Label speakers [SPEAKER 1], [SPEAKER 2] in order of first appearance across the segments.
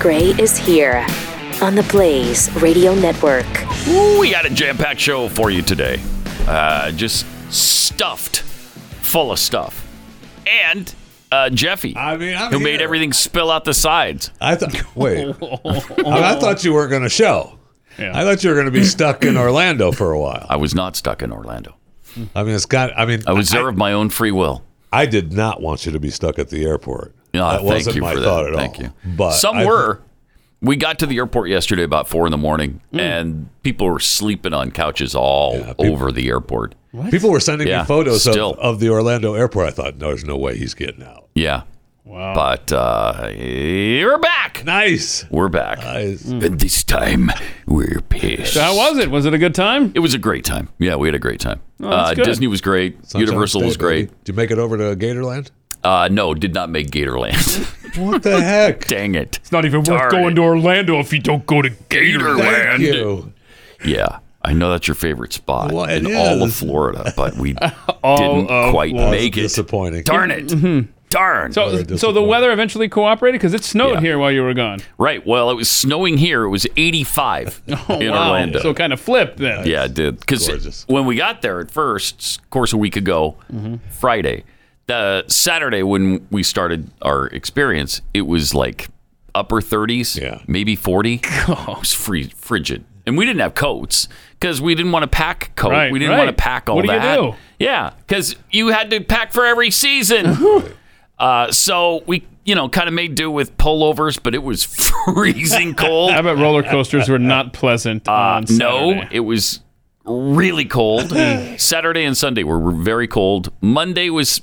[SPEAKER 1] Gray is here on the Blaze Radio Network.
[SPEAKER 2] Ooh, we got a jam-packed show for you today. Uh, just stuffed, full of stuff, and uh, Jeffy,
[SPEAKER 3] I mean, I'm
[SPEAKER 2] who made
[SPEAKER 3] here.
[SPEAKER 2] everything spill out the sides.
[SPEAKER 3] I thought. Wait, I, I thought you weren't going to show. I thought you were going to be stuck in Orlando for a while.
[SPEAKER 2] I was not stuck in Orlando.
[SPEAKER 3] I mean, it's got. I mean,
[SPEAKER 2] I was there of my own free will.
[SPEAKER 3] I did not want you to be stuck at the airport.
[SPEAKER 2] No,
[SPEAKER 3] that
[SPEAKER 2] thank
[SPEAKER 3] wasn't
[SPEAKER 2] you
[SPEAKER 3] my
[SPEAKER 2] for
[SPEAKER 3] thought
[SPEAKER 2] that.
[SPEAKER 3] at all.
[SPEAKER 2] Thank you.
[SPEAKER 3] But
[SPEAKER 2] Some
[SPEAKER 3] I-
[SPEAKER 2] were. We got to the airport yesterday about four in the morning,
[SPEAKER 3] Mm.
[SPEAKER 2] and people were sleeping on couches all over the airport.
[SPEAKER 3] People were sending
[SPEAKER 2] Yeah,
[SPEAKER 3] me photos of,
[SPEAKER 2] still.
[SPEAKER 3] of the Orlando airport. I thought, no, there's no way he's getting out.
[SPEAKER 2] Yeah. Wow. But uh, we're back.
[SPEAKER 3] Nice.
[SPEAKER 2] We're back.
[SPEAKER 3] Nice.
[SPEAKER 2] And this time, we're pissed.
[SPEAKER 4] How was it? Was it a good time?
[SPEAKER 2] It was a great time. Yeah, we had a great time.
[SPEAKER 4] that's
[SPEAKER 2] uh,
[SPEAKER 4] good.
[SPEAKER 2] Disney was great.
[SPEAKER 3] Sunshine
[SPEAKER 2] Universal
[SPEAKER 3] State,
[SPEAKER 2] was great.
[SPEAKER 3] baby. Did you make it over to Gatorland?
[SPEAKER 2] Uh, no, did not make Gatorland.
[SPEAKER 3] What the heck?
[SPEAKER 2] Dang it.
[SPEAKER 4] It's not even
[SPEAKER 2] Darn
[SPEAKER 4] worth
[SPEAKER 2] it.
[SPEAKER 4] going to Orlando if you don't go to Gatorland.
[SPEAKER 3] Thank you.
[SPEAKER 2] Yeah, I know that's your favorite spot
[SPEAKER 3] Well, it
[SPEAKER 2] in all of
[SPEAKER 3] is.
[SPEAKER 2] Florida, but we didn't
[SPEAKER 4] of Mm-hmm.
[SPEAKER 2] quite make it.
[SPEAKER 3] Disappointing.
[SPEAKER 2] Darn it. Darn.
[SPEAKER 4] So,
[SPEAKER 3] Very
[SPEAKER 4] so the weather eventually cooperated because it snowed
[SPEAKER 2] Yeah.
[SPEAKER 4] here while you were gone.
[SPEAKER 2] right. Well, it was snowing here. It was 85
[SPEAKER 4] Oh,
[SPEAKER 2] in Orlando.
[SPEAKER 4] So kind of flipped then.
[SPEAKER 2] yeah, it did. Because
[SPEAKER 3] Gorgeous.
[SPEAKER 2] when we got there at first, of course, a week ago, Friday, the Saturday when we started our experience, it was like upper 30s,
[SPEAKER 3] Yeah.
[SPEAKER 2] maybe 40. It was free, frigid. And we didn't have coats because we didn't want to pack coat.
[SPEAKER 4] Right,
[SPEAKER 2] we didn't
[SPEAKER 4] right.
[SPEAKER 2] want to pack all
[SPEAKER 4] What do you
[SPEAKER 2] that.
[SPEAKER 4] do?
[SPEAKER 2] Yeah, because you had to pack for every season. Uh, so we, you know, kind of made do with pullovers, but it was freezing cold.
[SPEAKER 4] I bet roller coasters were not pleasant.
[SPEAKER 2] Uh,
[SPEAKER 4] on
[SPEAKER 2] no,
[SPEAKER 4] Saturday.
[SPEAKER 2] it was really cold. Saturday and Sunday were were very cold. Monday was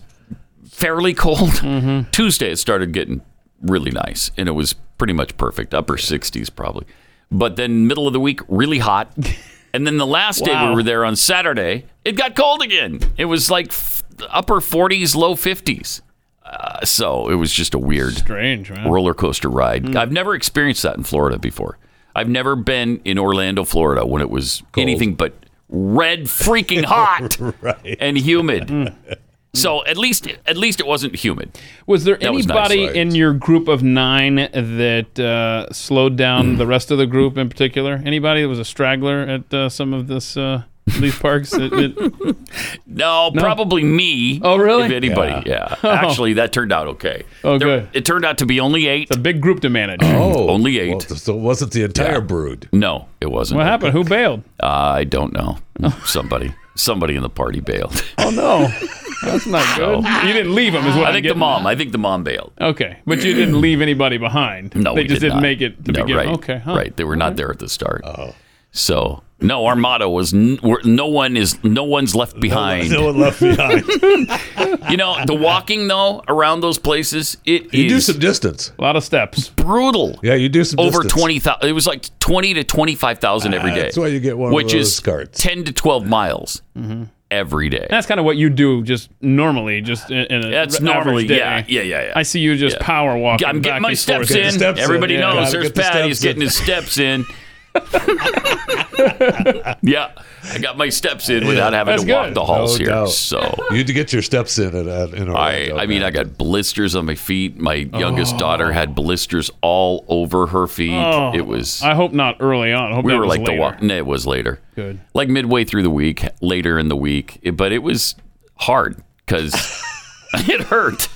[SPEAKER 2] fairly cold.
[SPEAKER 4] Mm-hmm.
[SPEAKER 2] Tuesday it started getting really nice, and it was pretty much perfect, upper 60s probably. But then middle of the week, really hot. And then the last day we
[SPEAKER 4] Wow.
[SPEAKER 2] were there on Saturday, it got cold again. It was like f- upper 40s, low 50s. Uh, so it was just a weird
[SPEAKER 4] strange, man.
[SPEAKER 2] roller coaster ride.
[SPEAKER 4] Hmm.
[SPEAKER 2] I've never experienced that in Florida before. I've never been in Orlando, Florida, when it was anything but red, freaking hot
[SPEAKER 3] Right.
[SPEAKER 2] and
[SPEAKER 4] Hmm.
[SPEAKER 2] humid. so at least, at least it wasn't humid.
[SPEAKER 4] Was there
[SPEAKER 2] was nice,
[SPEAKER 4] anybody
[SPEAKER 2] right.
[SPEAKER 4] in your group of nine that uh, slowed down the rest of the group in particular? Anybody that was a straggler at uh, some of this uh, these parks? It- it-
[SPEAKER 2] No, probably me.
[SPEAKER 4] Oh, really?
[SPEAKER 2] If anybody, yeah. Actually, that turned out okay.
[SPEAKER 4] Oh, good.
[SPEAKER 2] It turned out to be only eight.
[SPEAKER 4] a big group to manage.
[SPEAKER 3] Oh,
[SPEAKER 2] Only eight.
[SPEAKER 3] Well, so it wasn't the entire brood.
[SPEAKER 2] no, it wasn't.
[SPEAKER 4] what happened? Who bailed?
[SPEAKER 2] I don't know. Somebody, somebody in the party bailed.
[SPEAKER 4] Oh no, that's not good. You didn't leave them, is what
[SPEAKER 2] I
[SPEAKER 4] I'm
[SPEAKER 2] think the
[SPEAKER 4] getting
[SPEAKER 2] mom. I think the mom bailed.
[SPEAKER 4] Okay, but you didn't leave anybody behind.
[SPEAKER 2] No,
[SPEAKER 4] they
[SPEAKER 2] we
[SPEAKER 4] just
[SPEAKER 2] did
[SPEAKER 4] not
[SPEAKER 2] not.
[SPEAKER 4] make it to
[SPEAKER 2] no,
[SPEAKER 4] begin.
[SPEAKER 2] Right.
[SPEAKER 4] Okay, huh.
[SPEAKER 2] right. They were not there at the start. Oh, so no. Our motto was n- we're, no one is no one's left behind.
[SPEAKER 3] No one left behind.
[SPEAKER 2] You know, the walking though around those places it is
[SPEAKER 3] you do some distance.
[SPEAKER 4] A lot of steps.
[SPEAKER 2] brutal.
[SPEAKER 3] Yeah, you do some
[SPEAKER 2] Over
[SPEAKER 3] distance. Ah,
[SPEAKER 2] twenty thousand. It was like twenty to twenty five thousand every day.
[SPEAKER 3] that's why you get one of
[SPEAKER 2] which
[SPEAKER 3] those
[SPEAKER 2] is
[SPEAKER 3] carts.
[SPEAKER 2] ten to twelve miles
[SPEAKER 4] Mm-hmm.
[SPEAKER 2] every day.
[SPEAKER 4] That's kind of what you do, just normally, just in, in a
[SPEAKER 2] That's
[SPEAKER 4] average
[SPEAKER 2] normally
[SPEAKER 4] day.
[SPEAKER 2] yeah, yeah, yeah, yeah.
[SPEAKER 4] I see you just
[SPEAKER 2] Yeah.
[SPEAKER 4] power walking.
[SPEAKER 2] I'm
[SPEAKER 4] back
[SPEAKER 2] getting my
[SPEAKER 4] and
[SPEAKER 2] steps
[SPEAKER 4] forth.
[SPEAKER 2] in.
[SPEAKER 3] steps in,
[SPEAKER 2] Everybody
[SPEAKER 3] yeah.
[SPEAKER 2] knows
[SPEAKER 3] Gotta
[SPEAKER 2] there's
[SPEAKER 3] get the
[SPEAKER 2] Patty. He's
[SPEAKER 3] steps in.
[SPEAKER 2] getting his steps in. yeah, I got my steps in without having
[SPEAKER 4] That's
[SPEAKER 2] to walk
[SPEAKER 4] good.
[SPEAKER 2] the halls
[SPEAKER 3] No
[SPEAKER 2] here.
[SPEAKER 3] doubt.
[SPEAKER 2] So.
[SPEAKER 3] You had to get your steps in at, at in
[SPEAKER 2] I,
[SPEAKER 3] Orlando.
[SPEAKER 2] I mean, I got blisters on my feet. My
[SPEAKER 3] Oh.
[SPEAKER 2] youngest daughter had blisters all over her feet. it was
[SPEAKER 4] I hope not early on. I hope
[SPEAKER 2] we
[SPEAKER 4] that
[SPEAKER 2] were
[SPEAKER 4] was
[SPEAKER 2] like
[SPEAKER 4] later.
[SPEAKER 2] the walk. No, it was later.
[SPEAKER 4] Good.
[SPEAKER 2] Like midway through the week, later in the week, It- but it was hard because it hurt.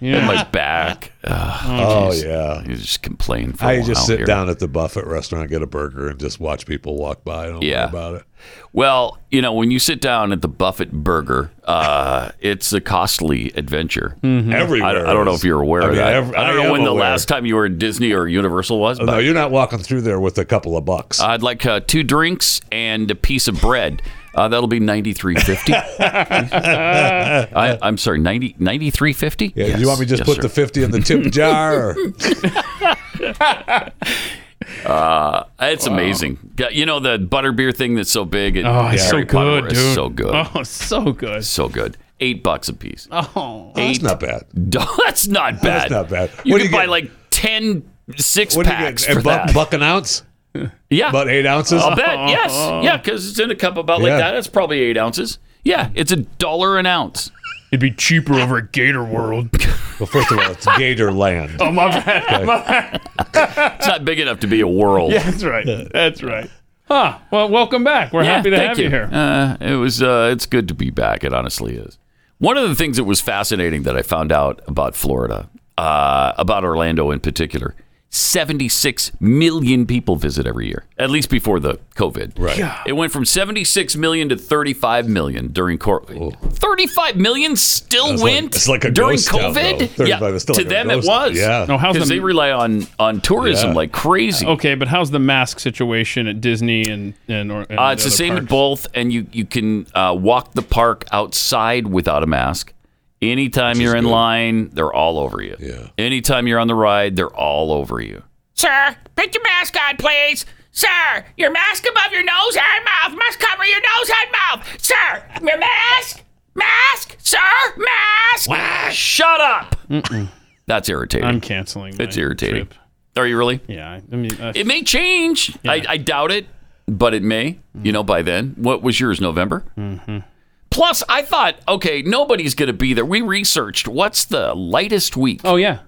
[SPEAKER 2] And my back. Ugh,
[SPEAKER 3] Oh
[SPEAKER 2] geez.
[SPEAKER 3] yeah.
[SPEAKER 2] You just complain for a
[SPEAKER 3] I
[SPEAKER 2] while
[SPEAKER 3] just sit
[SPEAKER 2] here.
[SPEAKER 3] down at the buffet restaurant, get a burger, and just watch people walk by. I don't
[SPEAKER 2] Yeah.
[SPEAKER 3] worry about it.
[SPEAKER 2] Well, you know, when you sit down at the Buffett Burger, uh, it's a costly adventure.
[SPEAKER 3] Everywhere.
[SPEAKER 2] Hmm. I, don't- I don't know if you're aware
[SPEAKER 3] I
[SPEAKER 2] of
[SPEAKER 3] mean,
[SPEAKER 2] that.
[SPEAKER 3] every-
[SPEAKER 2] I don't
[SPEAKER 3] I
[SPEAKER 2] know
[SPEAKER 3] am
[SPEAKER 2] when the
[SPEAKER 3] aware. Oh,
[SPEAKER 2] last time you were in Disney or Universal was, but
[SPEAKER 3] No, you're not walking through there with a couple of bucks.
[SPEAKER 2] I'd like uh, two drinks and a piece of bread. Uh, that'll be ninety three fifty. I'm sorry, ninety ninety three fifty.
[SPEAKER 3] yeah, you want me to just put the fifty in the tip jar? Or, uh,
[SPEAKER 2] It's amazing. Yeah, You know the butterbeer thing that's so big. at
[SPEAKER 4] Oh, it's so
[SPEAKER 2] Harry Potter
[SPEAKER 4] good,
[SPEAKER 2] is
[SPEAKER 4] dude.
[SPEAKER 2] So good.
[SPEAKER 4] Oh, so good.
[SPEAKER 2] So good. Eight bucks a piece.
[SPEAKER 4] Oh,
[SPEAKER 3] that's not bad.
[SPEAKER 2] That's not bad.
[SPEAKER 3] That's not bad.
[SPEAKER 2] You
[SPEAKER 3] What do
[SPEAKER 2] can
[SPEAKER 3] you
[SPEAKER 2] buy
[SPEAKER 3] get?
[SPEAKER 2] like 10 six
[SPEAKER 3] What do you
[SPEAKER 2] packs
[SPEAKER 3] get? A
[SPEAKER 2] for
[SPEAKER 3] buck,
[SPEAKER 2] that.
[SPEAKER 3] buck an ounce?
[SPEAKER 2] yeah,
[SPEAKER 3] About eight ounces?
[SPEAKER 2] I'll bet. Yes, yeah, because it's in a cup about like
[SPEAKER 3] Yeah.
[SPEAKER 2] that. That's probably eight ounces. Yeah, it's a dollar an ounce.
[SPEAKER 4] it'd be cheaper over at Gator World.
[SPEAKER 3] Well, first of all, it's Gator Land.
[SPEAKER 4] Oh, my bad. My bad.
[SPEAKER 2] It's not big enough to be a world.
[SPEAKER 4] Yeah, that's right. That's right. Huh. Well, welcome back. We're happy to
[SPEAKER 2] thank
[SPEAKER 4] have you, here.
[SPEAKER 2] Uh, it was uh, it's good to be back. It honestly is. One of the things that was fascinating that I found out about Florida, uh, about Orlando in particular, 76 million people visit every year, at least before the COVID.
[SPEAKER 3] Right.
[SPEAKER 2] It went from 76 million to 35 million during COVID. 35 million still
[SPEAKER 3] It's like-
[SPEAKER 2] went
[SPEAKER 3] it's like a
[SPEAKER 2] during
[SPEAKER 3] ghost town,
[SPEAKER 2] COVID?
[SPEAKER 3] though. 35 is still
[SPEAKER 2] to
[SPEAKER 3] like a
[SPEAKER 2] them it
[SPEAKER 3] ghost town.
[SPEAKER 2] was.
[SPEAKER 3] Yeah.
[SPEAKER 4] No, how's
[SPEAKER 2] Because
[SPEAKER 4] the-
[SPEAKER 2] they rely on, on tourism
[SPEAKER 3] Yeah.
[SPEAKER 2] like crazy.
[SPEAKER 4] Okay, but how's the mask situation at Disney and and, or, and
[SPEAKER 2] Uh, it's the
[SPEAKER 4] other
[SPEAKER 2] same
[SPEAKER 4] parks?
[SPEAKER 2] at both, and you you can uh, walk the park outside without a mask. Anytime you're in line, they're all over you.
[SPEAKER 3] Yeah.
[SPEAKER 2] Anytime you're on the ride, they're all over you. Sir, put your mask on, please. Sir, your mask above your nose and mouth must cover your nose and mouth. Sir, your mask, mask, sir, mask. Shut up. That's irritating.
[SPEAKER 4] I'm canceling.
[SPEAKER 2] That's
[SPEAKER 4] my
[SPEAKER 2] irritating.
[SPEAKER 4] trip.
[SPEAKER 2] Are you really?
[SPEAKER 4] Yeah, I mean, uh,
[SPEAKER 2] It may change. I, I doubt it, but it may. You know, by then, what was yours? November. Mm-hmm. Plus, I thought, okay, nobody's going to be there. We researched what's the lightest week.
[SPEAKER 4] oh yeah.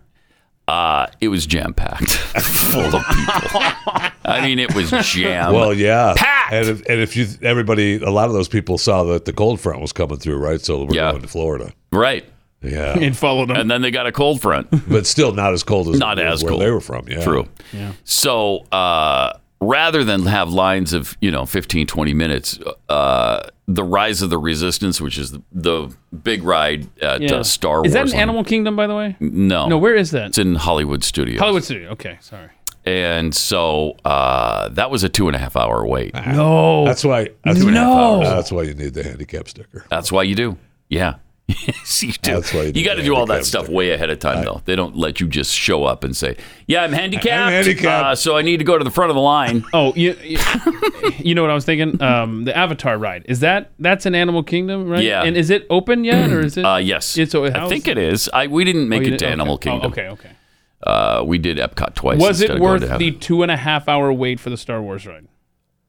[SPEAKER 2] Uh, it was jam packed, full of people. I mean, it was jam.
[SPEAKER 3] Well, yeah.
[SPEAKER 2] Packed.
[SPEAKER 3] And if, and if you, everybody, a lot of those people saw that the cold front was coming through, right? So we're
[SPEAKER 2] Yeah.
[SPEAKER 3] going to Florida.
[SPEAKER 2] right,
[SPEAKER 3] Yeah.
[SPEAKER 4] It followed them.
[SPEAKER 2] and then they got a cold front.
[SPEAKER 3] but still not as cold as
[SPEAKER 2] Not as
[SPEAKER 3] where
[SPEAKER 2] cold.
[SPEAKER 3] they were from. Yeah.
[SPEAKER 2] True. So uh, rather than have lines of, you know, 15, 20 minutes, uh, the Rise of the Resistance, which is the, the big ride at
[SPEAKER 4] yeah.
[SPEAKER 2] uh, Star Wars.
[SPEAKER 4] Is that an
[SPEAKER 2] Land.
[SPEAKER 4] Animal Kingdom, by the way?
[SPEAKER 2] No.
[SPEAKER 4] No, where is that?
[SPEAKER 2] It's in Hollywood Studios.
[SPEAKER 4] Hollywood City. Okay, sorry.
[SPEAKER 2] And so uh, that was a two and a half hour wait.
[SPEAKER 4] Uh-huh. No.
[SPEAKER 3] That's why. That's
[SPEAKER 4] No.
[SPEAKER 3] two and a half hours. That's why you need the handicap sticker.
[SPEAKER 2] That's why you do. Yeah. yes, you do.
[SPEAKER 3] That's why you do
[SPEAKER 2] got to
[SPEAKER 3] the
[SPEAKER 2] do all that
[SPEAKER 3] handicap
[SPEAKER 2] stuff
[SPEAKER 3] sticker.
[SPEAKER 2] way ahead of time, though. They don't let you just show up and say, yeah, I'm handicapped.
[SPEAKER 3] I'm handicapped.
[SPEAKER 2] Uh, so I need to go to the front of the line.
[SPEAKER 4] Oh, you, you, you know what I was thinking? Um, the Avatar ride is that that's an Animal Kingdom, right?
[SPEAKER 2] Yeah.
[SPEAKER 4] And is it open yet, or is it?
[SPEAKER 2] Uh, yes.
[SPEAKER 4] It's- so
[SPEAKER 2] I
[SPEAKER 4] how's-
[SPEAKER 2] think it is. I, we didn't
[SPEAKER 4] Oh,
[SPEAKER 2] make
[SPEAKER 4] you
[SPEAKER 2] it to
[SPEAKER 4] didn't- okay.
[SPEAKER 2] Animal
[SPEAKER 4] Oh,
[SPEAKER 2] Kingdom.
[SPEAKER 4] okay, okay.
[SPEAKER 2] Uh, we did Epcot twice.
[SPEAKER 4] Was
[SPEAKER 2] instead
[SPEAKER 4] it
[SPEAKER 2] of going
[SPEAKER 4] worth
[SPEAKER 2] to
[SPEAKER 4] the
[SPEAKER 2] heaven.
[SPEAKER 4] two and a half hour wait for the Star Wars ride?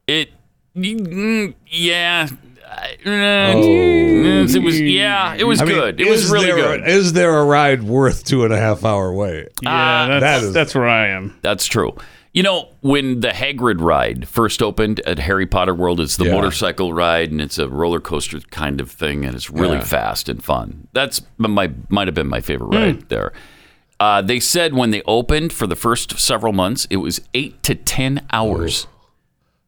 [SPEAKER 2] It. mm, Yeah. I-
[SPEAKER 3] Oh.
[SPEAKER 2] It was. Yeah. It was
[SPEAKER 3] I mean,
[SPEAKER 2] good. it was
[SPEAKER 3] is
[SPEAKER 2] really
[SPEAKER 3] there
[SPEAKER 2] good. Ah.
[SPEAKER 3] a- Is there a ride worth two and a half hour wait?
[SPEAKER 4] Yeah, that's,
[SPEAKER 3] that is-
[SPEAKER 4] that's where I am.
[SPEAKER 2] That's true. You know, when the Hagrid ride first opened at Harry Potter World, it's the
[SPEAKER 3] Yeah.
[SPEAKER 2] motorcycle ride and it's a roller coaster kind of thing, and it's really
[SPEAKER 3] Yeah. Hmm.
[SPEAKER 2] fast and fun. That's my might have been my favorite ride there. Uh, they said when they opened for the first several months, it was eight to ten hours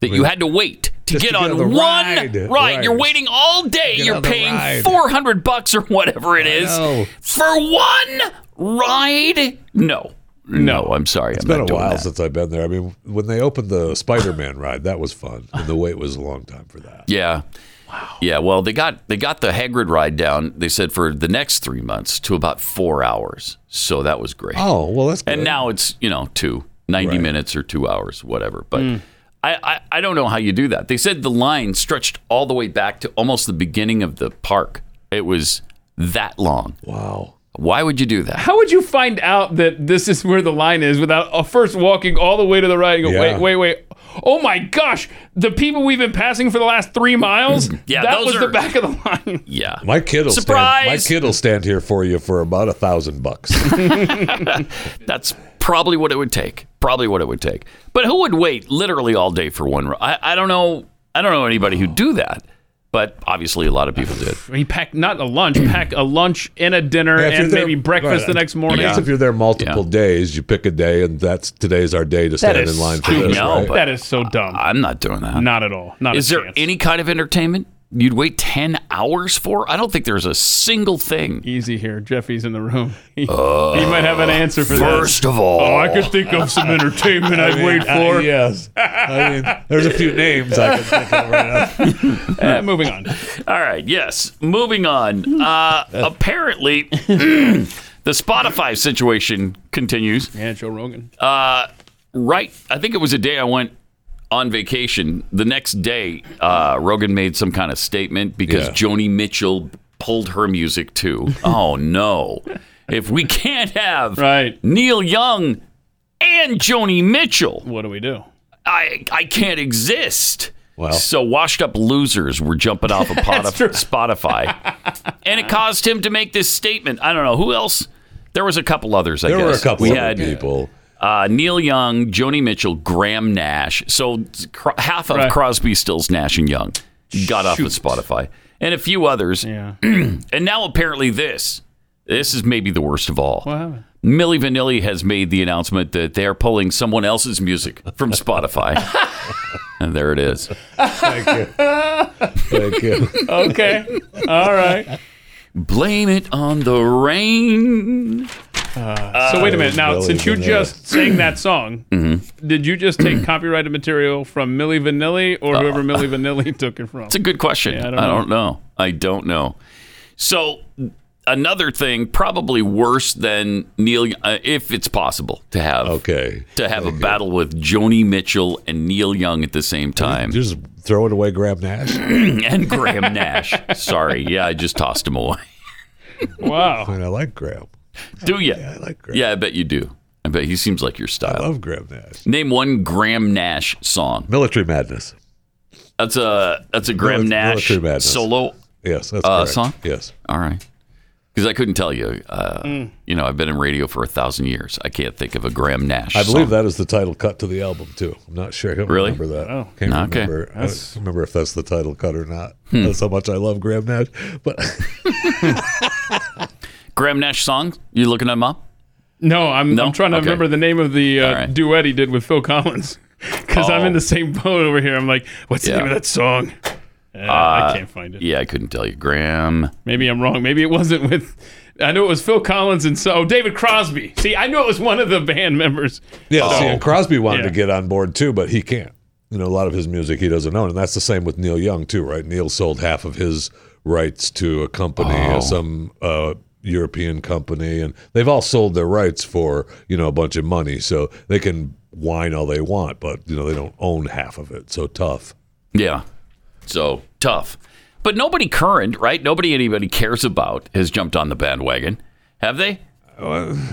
[SPEAKER 2] that you had to wait to
[SPEAKER 3] Just
[SPEAKER 2] get
[SPEAKER 3] to get
[SPEAKER 2] on
[SPEAKER 3] on the
[SPEAKER 2] one
[SPEAKER 3] ride.
[SPEAKER 2] ride.
[SPEAKER 3] Right.
[SPEAKER 2] You're waiting all day.
[SPEAKER 3] Get
[SPEAKER 2] You're
[SPEAKER 3] on the
[SPEAKER 2] paying
[SPEAKER 3] ride.
[SPEAKER 2] four hundred bucks or whatever it is
[SPEAKER 3] know.
[SPEAKER 2] for one ride. No. No, I'm sorry.
[SPEAKER 3] It's
[SPEAKER 2] I'm
[SPEAKER 3] been
[SPEAKER 2] not
[SPEAKER 3] a
[SPEAKER 2] doing
[SPEAKER 3] while
[SPEAKER 2] that.
[SPEAKER 3] since I've been there. I mean, when they opened the Spider Man ride, that was fun. And the wait was a long time for that.
[SPEAKER 2] Yeah. Wow. Yeah. Well, they got they got the Hagrid ride down. They said for the next three months to about four hours. So that was great.
[SPEAKER 3] Oh, well, that's good.
[SPEAKER 2] and now it's you know two 90
[SPEAKER 3] Right. Hmm.
[SPEAKER 2] minutes or two hours, whatever. But I, I I don't know how you do that. They said the line stretched all the way back to almost the beginning of the park. It was that long.
[SPEAKER 3] Wow.
[SPEAKER 2] Why would you do that?
[SPEAKER 4] How would you find out that this is where the line is without uh, first walking all the way to the right and go,
[SPEAKER 3] Yeah.
[SPEAKER 4] wait, wait, wait. Oh my gosh, the people we've been passing for the last three miles?
[SPEAKER 2] Yeah,
[SPEAKER 4] that
[SPEAKER 2] those
[SPEAKER 4] was
[SPEAKER 2] are-
[SPEAKER 4] the back of the line.
[SPEAKER 2] Yeah.
[SPEAKER 3] My kid will stand. My
[SPEAKER 2] Surprise!
[SPEAKER 3] kid will stand here for you for about a thousand bucks.
[SPEAKER 2] That's probably what it would take. Probably what it would take. But who would wait literally all day for one? ro- I, I don't know. I don't know anybody who'd do that. But obviously, a lot of people did.
[SPEAKER 4] He packed not a lunch, pack a lunch and a dinner
[SPEAKER 3] Yeah, if you're
[SPEAKER 4] and
[SPEAKER 3] there-
[SPEAKER 4] maybe breakfast the
[SPEAKER 3] right,
[SPEAKER 4] next morning.
[SPEAKER 3] I guess if you're there multiple days, you pick a day, and that's today's our day to
[SPEAKER 4] That
[SPEAKER 3] stand in
[SPEAKER 4] is
[SPEAKER 3] line for
[SPEAKER 4] stupid.
[SPEAKER 3] this.
[SPEAKER 2] No,
[SPEAKER 3] right?
[SPEAKER 2] but-
[SPEAKER 4] that is so dumb.
[SPEAKER 2] I'm not doing that.
[SPEAKER 4] not at all. Not
[SPEAKER 2] Is
[SPEAKER 4] a
[SPEAKER 2] there
[SPEAKER 4] chance.
[SPEAKER 2] any kind of entertainment you'd wait ten hours for? I don't think there's a single thing.
[SPEAKER 4] easy here? Jeffy's in the room. He,
[SPEAKER 3] Uh,
[SPEAKER 4] he might have an answer for
[SPEAKER 2] First
[SPEAKER 4] this.
[SPEAKER 2] of all,
[SPEAKER 4] Oh, I could think of some entertainment I'd wait
[SPEAKER 3] Uh,
[SPEAKER 4] for.
[SPEAKER 3] yes. I mean, there's a few names I can think of right now.
[SPEAKER 4] Uh, moving on.
[SPEAKER 2] All right, yes. Moving on. Uh, apparently, the Spotify situation continues.
[SPEAKER 4] Yeah, Joe Rogan.
[SPEAKER 2] right i think it was a day i went on vacation the next day uh, rogan made some kind of statement because
[SPEAKER 3] Yeah.
[SPEAKER 2] joni mitchell pulled her music too oh no if we can't have
[SPEAKER 4] Right.
[SPEAKER 2] neil young and joni mitchell
[SPEAKER 4] what do we do?
[SPEAKER 2] i, I can't exist
[SPEAKER 3] Well.
[SPEAKER 2] so washed up losers were jumping off of Podif-
[SPEAKER 4] true.
[SPEAKER 2] spotify and it caused him to make this statement i don't know who else There was a couple others. I
[SPEAKER 3] There
[SPEAKER 2] guess
[SPEAKER 3] were a couple
[SPEAKER 2] we
[SPEAKER 3] other
[SPEAKER 2] had
[SPEAKER 3] people.
[SPEAKER 2] uh, Neil Young, Joni Mitchell, Graham Nash. So cr- half of
[SPEAKER 4] Right.
[SPEAKER 2] Crosby, Stills, Nash and Young got off of Spotify, and a few others.
[SPEAKER 4] Yeah.
[SPEAKER 2] And now apparently this. This is maybe the worst of all.
[SPEAKER 4] What happened?
[SPEAKER 2] Millie Vanilli has made the announcement that they're pulling someone else's music from Spotify. and there it is.
[SPEAKER 3] Thank you.
[SPEAKER 4] Okay. All right.
[SPEAKER 2] Blame it on the rain.
[SPEAKER 4] So wait a minute. Now,
[SPEAKER 3] Milli
[SPEAKER 4] since you
[SPEAKER 3] Vanilli.
[SPEAKER 4] just sang that song,
[SPEAKER 2] Mm-hmm.
[SPEAKER 4] did you just take copyrighted material from Millie Vanilli or whoever Millie Vanilli took it from?
[SPEAKER 2] Uh, It's a good question.
[SPEAKER 4] Yeah,
[SPEAKER 2] I,
[SPEAKER 4] I
[SPEAKER 2] don't,
[SPEAKER 4] don't
[SPEAKER 2] know. I don't know. So another thing, probably worse than Neil, uh, if it's possible to have
[SPEAKER 3] Okay.
[SPEAKER 2] to have a battle with Joni Mitchell and Neil Young at the same time,
[SPEAKER 3] Just throw it away, grab Nash. I
[SPEAKER 2] and Graham Nash. Sorry, yeah, I just tossed him away.
[SPEAKER 4] Wow.
[SPEAKER 3] mean, I like Graham.
[SPEAKER 2] Do you?
[SPEAKER 3] I like Graham.
[SPEAKER 2] Yeah, I bet you do. I bet he seems like your
[SPEAKER 3] I
[SPEAKER 2] style.
[SPEAKER 3] love Graham Nash.
[SPEAKER 2] Name one Graham Nash song.
[SPEAKER 3] Military Madness.
[SPEAKER 2] That's a that's a Graham
[SPEAKER 3] Mil-
[SPEAKER 2] Nash
[SPEAKER 3] Military Madness.
[SPEAKER 2] solo.
[SPEAKER 3] Yes, that's
[SPEAKER 2] Uh,
[SPEAKER 3] correct.
[SPEAKER 2] song?
[SPEAKER 3] Yes.
[SPEAKER 2] All right, because I couldn't tell you. Uh,
[SPEAKER 3] Mm.
[SPEAKER 2] You know, I've been in radio for a thousand years. I can't think of a Graham Nash.
[SPEAKER 3] I believe
[SPEAKER 2] song.
[SPEAKER 3] that is the title cut to the album too. I'm not sure. I don't
[SPEAKER 2] Really?
[SPEAKER 3] remember that.
[SPEAKER 4] Oh.
[SPEAKER 3] Can't
[SPEAKER 2] Okay. Hmm.
[SPEAKER 3] remember. I don't remember if that's the title cut or not. That's how much I love Graham Nash. But
[SPEAKER 2] Graham Nash song. You looking them up?
[SPEAKER 4] No, I'm,
[SPEAKER 2] No?
[SPEAKER 4] I'm trying to
[SPEAKER 2] Okay.
[SPEAKER 4] remember the name of the uh,
[SPEAKER 2] All right.
[SPEAKER 4] duet he did with Phil Collins. Because I'm
[SPEAKER 2] Oh.
[SPEAKER 4] in the same boat over here. I'm like, what's
[SPEAKER 2] Yeah.
[SPEAKER 4] the name of that song? Uh, I can't find it.
[SPEAKER 2] Yeah, I couldn't tell you. Graham.
[SPEAKER 4] Maybe I'm wrong. Maybe it wasn't with. I know it was Phil Collins and so oh, David Crosby. See, I knew it was one of the band members.
[SPEAKER 3] yeah, see,
[SPEAKER 2] Oh.
[SPEAKER 3] and Crosby wanted to
[SPEAKER 4] Yeah.
[SPEAKER 3] get on board too, but he can't. You know, a lot of his music he doesn't own, and that's the same with Neil Young too, right? Neil sold half of his rights to a company,
[SPEAKER 2] Oh.
[SPEAKER 3] uh, some uh, European company, and they've all sold their rights for you know a bunch of money, so they can whine all they want, but you know they don't own half of it. So tough.
[SPEAKER 2] Yeah. So tough. But nobody current, right? Nobody anybody cares about has jumped on the bandwagon, have they?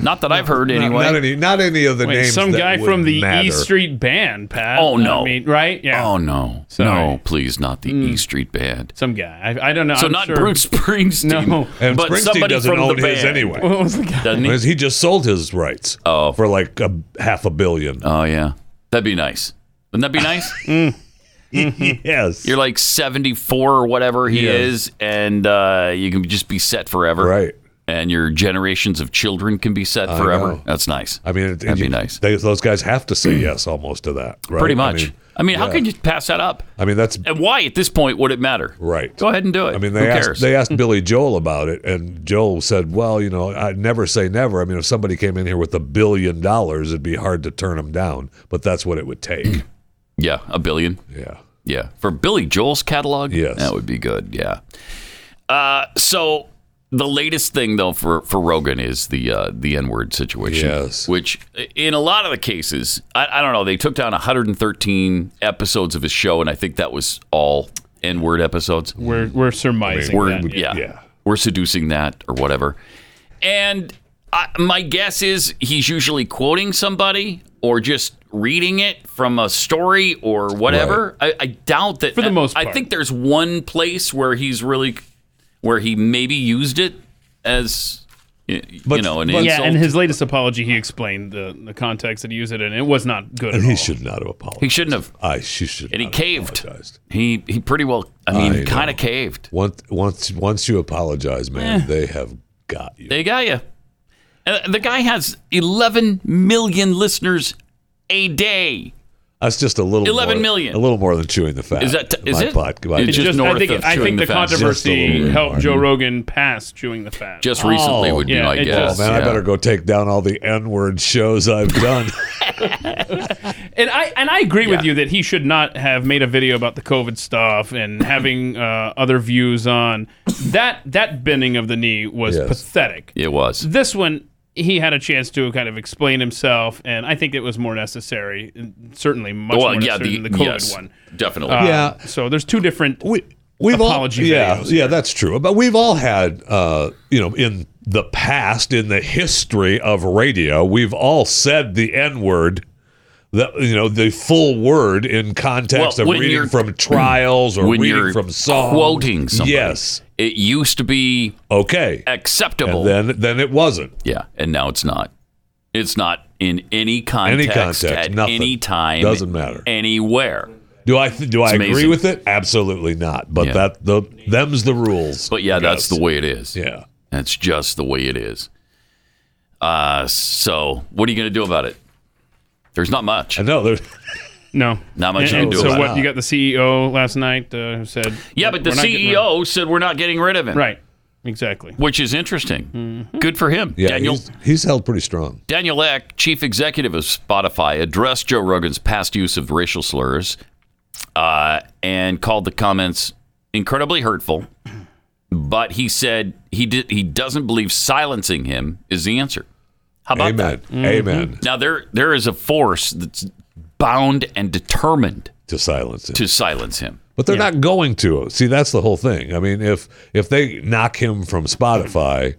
[SPEAKER 2] not that I've heard anyway.
[SPEAKER 3] Not any, not any of the
[SPEAKER 4] Wait,
[SPEAKER 3] names.
[SPEAKER 4] some
[SPEAKER 3] that
[SPEAKER 4] guy
[SPEAKER 3] would
[SPEAKER 4] from the E
[SPEAKER 3] matter.
[SPEAKER 4] Street Band, Pat.
[SPEAKER 2] Oh, no.
[SPEAKER 4] I mean, right? Yeah.
[SPEAKER 2] Oh no! No,
[SPEAKER 4] Sorry.
[SPEAKER 2] please, not the
[SPEAKER 3] Hmm.
[SPEAKER 2] E Street Band.
[SPEAKER 4] Some guy. I, I don't know.
[SPEAKER 2] So
[SPEAKER 4] I'm
[SPEAKER 2] not
[SPEAKER 4] sure.
[SPEAKER 2] Bruce Springsteen,
[SPEAKER 4] No.
[SPEAKER 3] And
[SPEAKER 2] but
[SPEAKER 3] Springsteen
[SPEAKER 2] somebody
[SPEAKER 3] doesn't
[SPEAKER 2] from
[SPEAKER 3] own
[SPEAKER 2] the band,
[SPEAKER 3] his anyway.
[SPEAKER 4] What was the guy?
[SPEAKER 2] doesn't he?
[SPEAKER 3] Because he just sold his rights
[SPEAKER 2] Oh.
[SPEAKER 3] for like a half a billion.
[SPEAKER 2] Oh yeah, that'd be nice. Wouldn't that be nice?
[SPEAKER 3] yes.
[SPEAKER 2] Oh. You're like 74 or whatever he
[SPEAKER 3] Yeah.
[SPEAKER 2] is, and uh, you can just be set forever,
[SPEAKER 3] right.
[SPEAKER 2] And your generations of children can be set forever.
[SPEAKER 3] know.
[SPEAKER 2] That's nice.
[SPEAKER 3] I mean, it-
[SPEAKER 2] that'd
[SPEAKER 3] you-
[SPEAKER 2] be nice.
[SPEAKER 3] They, those guys have to say yes almost to that. Right?
[SPEAKER 2] Pretty much.
[SPEAKER 3] I mean,
[SPEAKER 2] how
[SPEAKER 3] yeah.
[SPEAKER 2] could you pass that up?
[SPEAKER 3] I mean, that's
[SPEAKER 2] And why at this point would it matter?
[SPEAKER 3] right.
[SPEAKER 2] Go ahead and do it.
[SPEAKER 3] I mean,
[SPEAKER 2] Who
[SPEAKER 3] they
[SPEAKER 2] cares?
[SPEAKER 3] asked, they asked Billy Joel about it, and Joel said, "Well, you know, I never say never. I mean, if somebody came in here with a billion dollars, it'd be hard to turn them down, but that's what it would take."
[SPEAKER 2] yeah, a billion.
[SPEAKER 3] yeah.
[SPEAKER 2] Yeah, for Billy Joel's catalog,
[SPEAKER 3] Yes.
[SPEAKER 2] that would be good. Yeah. Uh, so the latest thing though for for Rogan is the uh, the N word situation,
[SPEAKER 3] Yes.
[SPEAKER 2] which in a lot of the cases, I, I don't know, they took down 113 episodes of his show, and I think that was all N word episodes.
[SPEAKER 4] We're, we're surmising.
[SPEAKER 2] We're
[SPEAKER 4] that.
[SPEAKER 2] yeah,
[SPEAKER 3] yeah.
[SPEAKER 2] we're seducing that or whatever. And I, my guess is he's usually quoting somebody or just reading it from a story or whatever. I, I doubt that
[SPEAKER 4] For the most
[SPEAKER 2] I
[SPEAKER 4] part.
[SPEAKER 2] think there's one place where he's really where he maybe used it as y- you
[SPEAKER 3] But-
[SPEAKER 2] know an
[SPEAKER 3] but-
[SPEAKER 2] insult.
[SPEAKER 4] Yeah, and his latest apology, he explained the, the context that he used it in. It was not good at
[SPEAKER 3] And he
[SPEAKER 4] all.
[SPEAKER 3] should not have apologized.
[SPEAKER 2] he shouldn't have.
[SPEAKER 3] I she should.
[SPEAKER 2] And he
[SPEAKER 3] not have
[SPEAKER 2] caved.
[SPEAKER 3] apologized.
[SPEAKER 2] He he pretty well. I mean,
[SPEAKER 3] I
[SPEAKER 2] kind
[SPEAKER 3] know.
[SPEAKER 2] of caved.
[SPEAKER 3] Once once once you apologize, man,
[SPEAKER 2] Eh.
[SPEAKER 3] they have got you.
[SPEAKER 2] They got you. And the guy has 11 million listeners a day.
[SPEAKER 3] That's just a little
[SPEAKER 2] 11
[SPEAKER 3] more,
[SPEAKER 2] million.
[SPEAKER 3] a little more than chewing the fat.
[SPEAKER 2] Is that-
[SPEAKER 3] My
[SPEAKER 2] is it?
[SPEAKER 3] pot- my-
[SPEAKER 2] It's
[SPEAKER 4] It's
[SPEAKER 2] just
[SPEAKER 4] just,
[SPEAKER 2] north
[SPEAKER 4] I think,
[SPEAKER 2] of
[SPEAKER 4] I
[SPEAKER 2] chewing
[SPEAKER 4] think
[SPEAKER 2] the
[SPEAKER 4] the,
[SPEAKER 2] fat. Just
[SPEAKER 3] a little
[SPEAKER 4] controversy
[SPEAKER 3] bit
[SPEAKER 4] helped
[SPEAKER 3] more.
[SPEAKER 4] Joe Rogan pass chewing the fat.
[SPEAKER 2] Just recently would be
[SPEAKER 4] yeah,
[SPEAKER 2] my
[SPEAKER 4] it
[SPEAKER 2] guess.
[SPEAKER 3] oh man, I
[SPEAKER 2] yeah.
[SPEAKER 3] better go take down all the N-word shows I've done.
[SPEAKER 4] and I and I agree with
[SPEAKER 2] Yeah.
[SPEAKER 4] you that he should not have made a video about the COVID stuff and having uh, other views on that. That bending of the knee was
[SPEAKER 3] Yes.
[SPEAKER 4] pathetic.
[SPEAKER 2] It was.
[SPEAKER 4] This one, he had a chance to kind of explain himself, and I think it was more necessary. and Certainly, much
[SPEAKER 2] Well,
[SPEAKER 4] more
[SPEAKER 2] yeah,
[SPEAKER 4] necessary
[SPEAKER 2] the,
[SPEAKER 4] than the COVID
[SPEAKER 2] yes,
[SPEAKER 4] one.
[SPEAKER 2] Definitely.
[SPEAKER 4] Uh,
[SPEAKER 3] Yeah.
[SPEAKER 4] So there's two different.
[SPEAKER 3] we we've
[SPEAKER 4] Apology
[SPEAKER 3] all yeah
[SPEAKER 4] videos
[SPEAKER 3] yeah that's true but we've all had uh you know in the past in the history of radio we've all said the n-word the you know the full word in context
[SPEAKER 2] Well,
[SPEAKER 3] of
[SPEAKER 2] when
[SPEAKER 3] reading
[SPEAKER 2] you're-
[SPEAKER 3] from trials or
[SPEAKER 2] when
[SPEAKER 3] reading
[SPEAKER 2] you're
[SPEAKER 3] from songs
[SPEAKER 2] quoting somebody.
[SPEAKER 3] yes
[SPEAKER 2] It used to be
[SPEAKER 3] Okay.
[SPEAKER 2] acceptable.
[SPEAKER 3] And then then it wasn't.
[SPEAKER 2] yeah, and now it's not. It's not in any context,
[SPEAKER 3] context,
[SPEAKER 2] at
[SPEAKER 3] nothing.
[SPEAKER 2] any time.
[SPEAKER 3] Doesn't matter.
[SPEAKER 2] Anywhere.
[SPEAKER 3] Do I th- do I agree
[SPEAKER 2] amazing.
[SPEAKER 3] with it? Absolutely not. But
[SPEAKER 2] Yeah.
[SPEAKER 3] that the them's the rules.
[SPEAKER 2] But yeah, that's the
[SPEAKER 3] Yes.
[SPEAKER 2] way it is.
[SPEAKER 3] Yeah.
[SPEAKER 2] That's just the way it is. Uh, so what are you going to do about it? There's not much.
[SPEAKER 3] I know there's
[SPEAKER 4] No,
[SPEAKER 2] Not much
[SPEAKER 4] And,
[SPEAKER 2] you can
[SPEAKER 4] and
[SPEAKER 2] do
[SPEAKER 4] so
[SPEAKER 2] about
[SPEAKER 4] what?
[SPEAKER 3] it.
[SPEAKER 4] You got the CEO last night uh, who said,
[SPEAKER 2] Yeah, but the E
[SPEAKER 4] "We're not getting rid
[SPEAKER 2] CEO
[SPEAKER 4] of-"
[SPEAKER 2] said we're not getting rid of him.
[SPEAKER 4] right, Mm-hmm. exactly.
[SPEAKER 2] Which is interesting. Good for him.
[SPEAKER 3] yeah,
[SPEAKER 2] Daniel
[SPEAKER 3] he's, he's held pretty strong.
[SPEAKER 2] Daniel Eck, chief executive of Spotify, addressed Joe Rogan's past use of racial slurs uh, and called the comments incredibly hurtful. But he said he did he doesn't believe silencing him is the answer. How about that? Mm-hmm.
[SPEAKER 3] Amen. Amen.
[SPEAKER 2] Now there there is a force that's bound and determined
[SPEAKER 3] To silence it.
[SPEAKER 2] to silence him.
[SPEAKER 3] But they're not going to. See, that's the whole thing. I mean, if if they knock him from Spotify,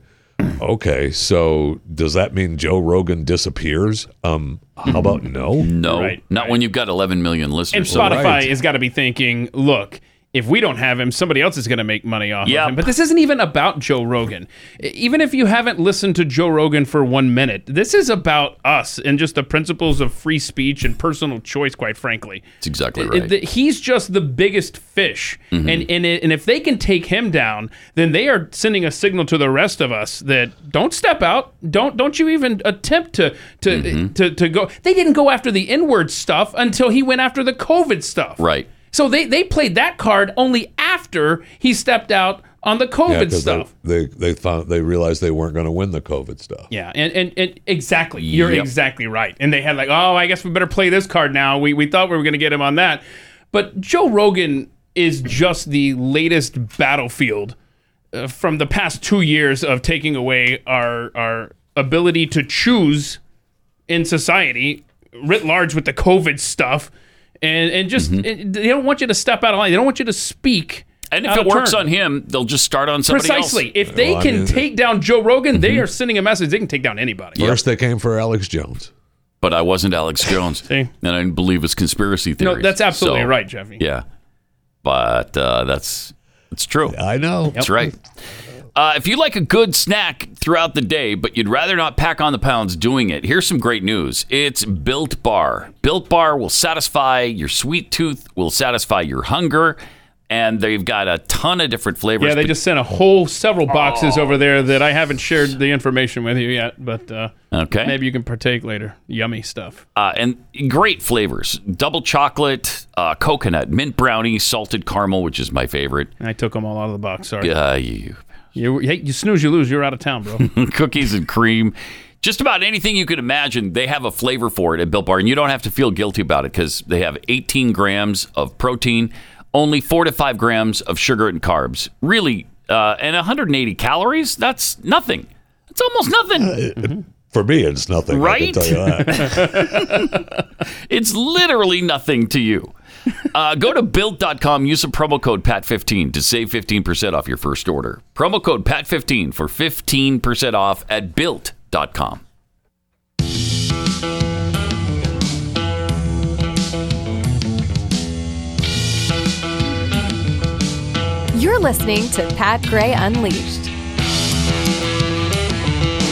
[SPEAKER 3] okay, so does that mean Joe Rogan disappears? Um, how about no?
[SPEAKER 2] No,
[SPEAKER 4] Right,
[SPEAKER 2] not when you've got 11 million
[SPEAKER 4] And
[SPEAKER 2] listeners.
[SPEAKER 4] Spotify
[SPEAKER 3] right.
[SPEAKER 4] has got to be thinking, look. If we don't have him, somebody else is going to make money off
[SPEAKER 2] Yep.
[SPEAKER 4] of him. But this isn't even about Joe Rogan. E- Even if you haven't listened to Joe Rogan for one minute, this is about us and just the principles of free speech and personal choice, quite frankly.
[SPEAKER 2] That's exactly
[SPEAKER 4] It-
[SPEAKER 2] right. Mm-hmm.
[SPEAKER 4] it- he's just the biggest fish, and and it, and if they can take him down, then they are sending a signal to the rest of us that don't step out, don't don't you even attempt to to
[SPEAKER 2] Mm-hmm.
[SPEAKER 4] to, to go. They didn't go after the inward stuff until he went after the COVID stuff,
[SPEAKER 2] Right.
[SPEAKER 4] So they they played that card only after he stepped out on the COVID
[SPEAKER 3] they,
[SPEAKER 4] stuff.
[SPEAKER 3] they they found they realized they weren't going to win the COVID stuff.
[SPEAKER 4] Yeah, and, and, and exactly. You're
[SPEAKER 2] Yep.
[SPEAKER 4] exactly right. And they had like, oh, I guess we better play this card now. We, we thought we were going to get him on that. But Joe Rogan is just the latest battlefield uh, from the past two years of taking away our, our ability to choose in society writ large with the COVID stuff. And, and just
[SPEAKER 3] Mm-hmm.
[SPEAKER 4] and they don't want you to step out of line. They don't want you to speak.
[SPEAKER 2] and if
[SPEAKER 4] out
[SPEAKER 2] it
[SPEAKER 4] of
[SPEAKER 2] works
[SPEAKER 4] turn.
[SPEAKER 2] on him, they'll just start on somebody
[SPEAKER 4] precisely,
[SPEAKER 2] else.
[SPEAKER 4] if they
[SPEAKER 3] Well, Oh, I
[SPEAKER 4] can
[SPEAKER 3] mean- mm-hmm.
[SPEAKER 4] take down Joe Rogan, they are sending a message. They can take down anybody.
[SPEAKER 3] First, they came for Alex Jones.
[SPEAKER 2] But I wasn't Alex Jones, and I didn't believe his conspiracy theories.
[SPEAKER 4] No, that's absolutely
[SPEAKER 2] So,
[SPEAKER 4] right, Jeffy.
[SPEAKER 2] Yeah, but uh, that's it's true.
[SPEAKER 3] I know.
[SPEAKER 2] That's right. Uh, if you like a good snack throughout the day, but you'd rather not pack on the pounds doing it, here's some great news. It's Built Bar. Built Bar will satisfy your sweet tooth, will satisfy your hunger, and they've got a ton of different flavors.
[SPEAKER 4] Yeah, they just sent a whole several boxes over there that I haven't shared the information with you yet, but uh,
[SPEAKER 2] okay.
[SPEAKER 4] maybe you can partake later. Yummy stuff.
[SPEAKER 2] uh, and great flavors: double chocolate, uh, coconut, mint brownie, salted caramel, which is my favorite.
[SPEAKER 4] And I took them all out of the box. Sorry.
[SPEAKER 2] Uh, you
[SPEAKER 4] You, hey, you snooze, you lose. You're out of town, bro.
[SPEAKER 2] cookies and cream. Just about anything you could imagine, they have a flavor for it at Built Bar, and you don't have to feel guilty about it because they have 18 grams of protein, only four to five grams of sugar and carbs. Really, uh, and 180 calories? That's nothing. It's almost nothing.
[SPEAKER 3] For me, it's nothing. I
[SPEAKER 2] Right?
[SPEAKER 3] can tell you that.
[SPEAKER 2] It's literally nothing to you. Uh, go to built.com, use the promo code PAT15 to save 15% off your first order. Promo code PAT15 for 15% off at built.com.
[SPEAKER 5] You're listening to Pat Gray Unleashed.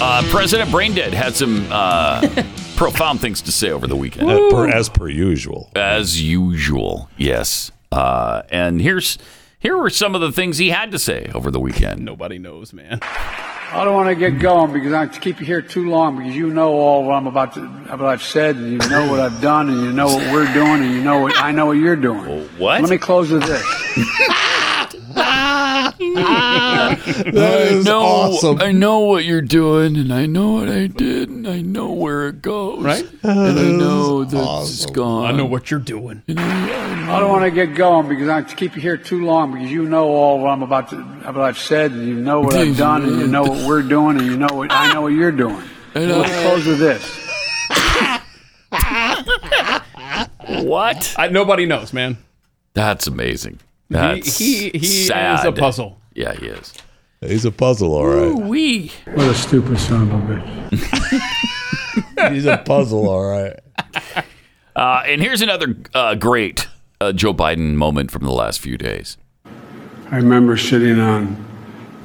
[SPEAKER 2] Uh, President Braindead had some uh, profound things to say over the weekend,
[SPEAKER 3] As per, as per usual.
[SPEAKER 2] as usual. Yes, uh, and here's here were some of the things he had to say over the weekend.
[SPEAKER 4] Nobody knows, man.
[SPEAKER 6] I don't want to get going because I have to keep you here too long because you know all what I'm about to, what I've said and you know what I've done and you know what we're doing and you know what I know what you're doing.
[SPEAKER 2] What?
[SPEAKER 6] Let me close with this.
[SPEAKER 3] That is
[SPEAKER 2] I know what you're doing, and I know what I did, and I know where it goes.
[SPEAKER 4] Right?
[SPEAKER 2] and I know that it's gone.
[SPEAKER 4] I know what you're doing.
[SPEAKER 6] I don't want to get going because I have to keep you here too long because you know all what I'm about to, what I've said and you know what I've done and you know what we're doing and you know what I know what you're doing. Let me close with this.
[SPEAKER 2] What?
[SPEAKER 4] I, nobody knows, man.
[SPEAKER 2] That's amazing.
[SPEAKER 4] He-
[SPEAKER 2] That's
[SPEAKER 4] he he
[SPEAKER 2] sad.
[SPEAKER 4] is a puzzle.
[SPEAKER 2] Yeah, he is.
[SPEAKER 3] He's a puzzle, all right.
[SPEAKER 2] We.
[SPEAKER 6] What a stupid son of a bitch.
[SPEAKER 3] He's a puzzle, all right.
[SPEAKER 2] Uh, and here's another uh, great uh, Joe Biden moment from the last few days.
[SPEAKER 6] I remember sitting on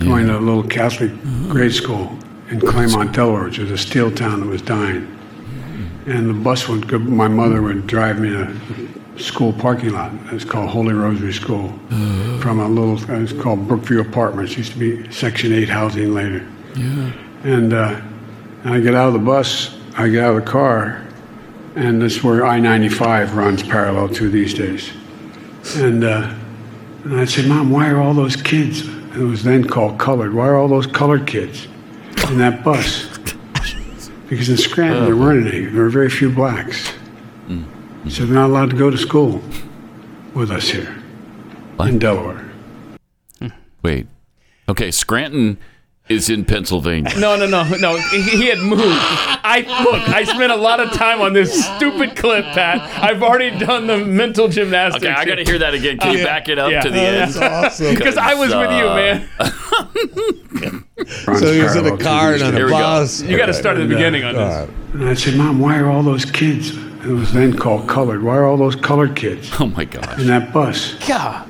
[SPEAKER 6] going to a little Catholic grade school in Claremont, Delaware, which is a steel town that was dying. And the bus would go, my mother would drive me to the school parking lot. It's called Holy Rosary School. From a little, it's called Brookview Apartments. Used to be Section 8 housing later. And, uh, and I get out of the bus, I get out of the car, and that's where I 95 runs parallel to these days. And, uh, and I said, Mom, why are all those kids, it was then called colored, why are all those colored kids in that bus? Because in Scranton, there weren't any. There were very few blacks. So they're not allowed to go to school with us here in Delaware.
[SPEAKER 2] Wait. Okay, Scranton is in Pennsylvania.
[SPEAKER 4] No, no, no, no. He, he had moved. I look. I spent a lot of time on this stupid clip, Pat. I've already done the mental gymnastics.
[SPEAKER 2] Okay, I got to hear that again. Can you back it up
[SPEAKER 4] Yeah.
[SPEAKER 2] to the
[SPEAKER 4] Oh,
[SPEAKER 2] end?
[SPEAKER 3] awesome.
[SPEAKER 4] because I was with you,
[SPEAKER 2] Uh,
[SPEAKER 4] man.
[SPEAKER 6] Runs
[SPEAKER 3] So he was in
[SPEAKER 6] parallel
[SPEAKER 3] a
[SPEAKER 6] to
[SPEAKER 3] car
[SPEAKER 6] these
[SPEAKER 3] and on
[SPEAKER 2] Here
[SPEAKER 3] a
[SPEAKER 2] we go.
[SPEAKER 3] bus.
[SPEAKER 4] You got to start at the beginning on this.
[SPEAKER 6] And I said, Mom, why are all those kids? It was then called colored. Why are all those colored kids
[SPEAKER 2] Oh my gosh.
[SPEAKER 6] in that bus?
[SPEAKER 4] God.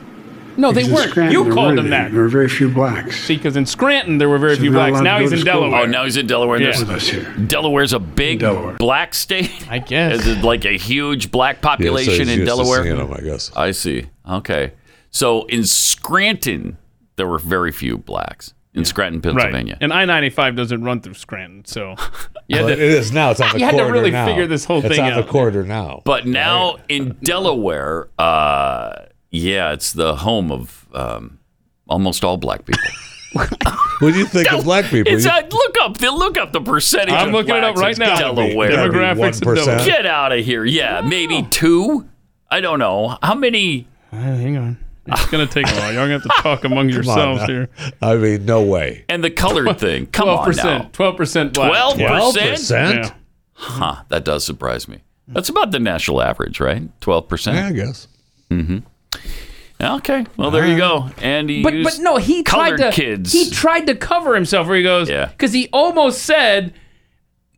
[SPEAKER 4] No, they
[SPEAKER 6] Because in
[SPEAKER 4] weren't.
[SPEAKER 6] Scranton,
[SPEAKER 4] You
[SPEAKER 6] there
[SPEAKER 4] called
[SPEAKER 6] weren't
[SPEAKER 4] them
[SPEAKER 6] any.
[SPEAKER 4] that.
[SPEAKER 6] There were very few blacks
[SPEAKER 4] See, because in Scranton there were very
[SPEAKER 6] So
[SPEAKER 4] few
[SPEAKER 6] they're
[SPEAKER 4] blacks.
[SPEAKER 6] not allowed to
[SPEAKER 4] Now
[SPEAKER 6] go
[SPEAKER 4] he's
[SPEAKER 6] to
[SPEAKER 4] in
[SPEAKER 6] school.
[SPEAKER 4] Delaware.
[SPEAKER 2] Oh, now he's in Delaware. and
[SPEAKER 4] Yeah.
[SPEAKER 2] there's-
[SPEAKER 6] with us here.
[SPEAKER 2] Delaware's a big
[SPEAKER 6] Delaware.
[SPEAKER 2] black state.
[SPEAKER 4] I guess.
[SPEAKER 2] Is it like a huge black population in Delaware?
[SPEAKER 3] You know, I
[SPEAKER 4] Uh,
[SPEAKER 3] guess.
[SPEAKER 2] I see. Okay. So in Scranton, there were very few blacks in Scranton, Pennsylvania.
[SPEAKER 4] Right. And I ninety five doesn't run through Scranton, so
[SPEAKER 2] Yeah,
[SPEAKER 3] But
[SPEAKER 2] the-
[SPEAKER 3] it is now. It's on the
[SPEAKER 4] You had to
[SPEAKER 3] corridor
[SPEAKER 4] really
[SPEAKER 3] now.
[SPEAKER 4] figure this whole
[SPEAKER 3] it's
[SPEAKER 4] thing
[SPEAKER 3] on
[SPEAKER 4] out.
[SPEAKER 3] the corridor now.
[SPEAKER 2] But now in Delaware, uh, yeah, it's the home of um, almost all black people.
[SPEAKER 3] what do you think of black people?
[SPEAKER 2] It's
[SPEAKER 3] You-
[SPEAKER 2] uh, look up the look up the percentage.
[SPEAKER 4] I'm
[SPEAKER 2] of
[SPEAKER 4] looking it up
[SPEAKER 2] blacks
[SPEAKER 4] right
[SPEAKER 2] in
[SPEAKER 4] now.
[SPEAKER 2] Delaware.
[SPEAKER 3] Gotta be
[SPEAKER 4] Demographics of
[SPEAKER 3] 1%.
[SPEAKER 4] Delaware.
[SPEAKER 2] Get out of here. Yeah,
[SPEAKER 4] Oh.
[SPEAKER 2] maybe two. I don't know how many.
[SPEAKER 4] hang on. It's gonna take a while. Y'all gonna have to talk among
[SPEAKER 3] Come on
[SPEAKER 4] yourselves
[SPEAKER 3] now.
[SPEAKER 4] here.
[SPEAKER 3] I mean, no way.
[SPEAKER 2] And the colored thing. Come
[SPEAKER 4] Twelve
[SPEAKER 2] on now.
[SPEAKER 4] percent. Twelve percent black.
[SPEAKER 2] 12%?
[SPEAKER 3] 12%?
[SPEAKER 4] Yeah.
[SPEAKER 2] Huh, that does surprise me. That's about the national average, right? Twelve
[SPEAKER 3] Yeah, I
[SPEAKER 2] percent.
[SPEAKER 3] guess.
[SPEAKER 2] Okay. Well, there you go. Andy.
[SPEAKER 4] But but no, he
[SPEAKER 2] colored
[SPEAKER 4] tried to
[SPEAKER 2] kids.
[SPEAKER 4] he tried to cover himself where he goes
[SPEAKER 2] Yeah.
[SPEAKER 4] because he almost said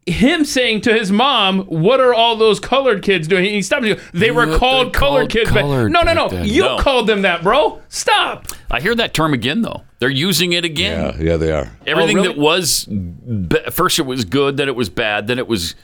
[SPEAKER 4] him saying to his mom, "What are all those colored kids doing?" He stopped. and he goes, They were
[SPEAKER 2] They're
[SPEAKER 4] called colored
[SPEAKER 2] called
[SPEAKER 4] kids. but-
[SPEAKER 2] colored
[SPEAKER 4] no,
[SPEAKER 2] back
[SPEAKER 4] no, no.
[SPEAKER 2] then.
[SPEAKER 4] You
[SPEAKER 2] No.
[SPEAKER 4] called them that, bro. Stop.
[SPEAKER 2] I hear that term again, though. They're using it again.
[SPEAKER 3] Yeah, yeah, they are.
[SPEAKER 2] Everything
[SPEAKER 4] Oh, really?
[SPEAKER 2] that was b- first, it was good. Then it was bad. Then it was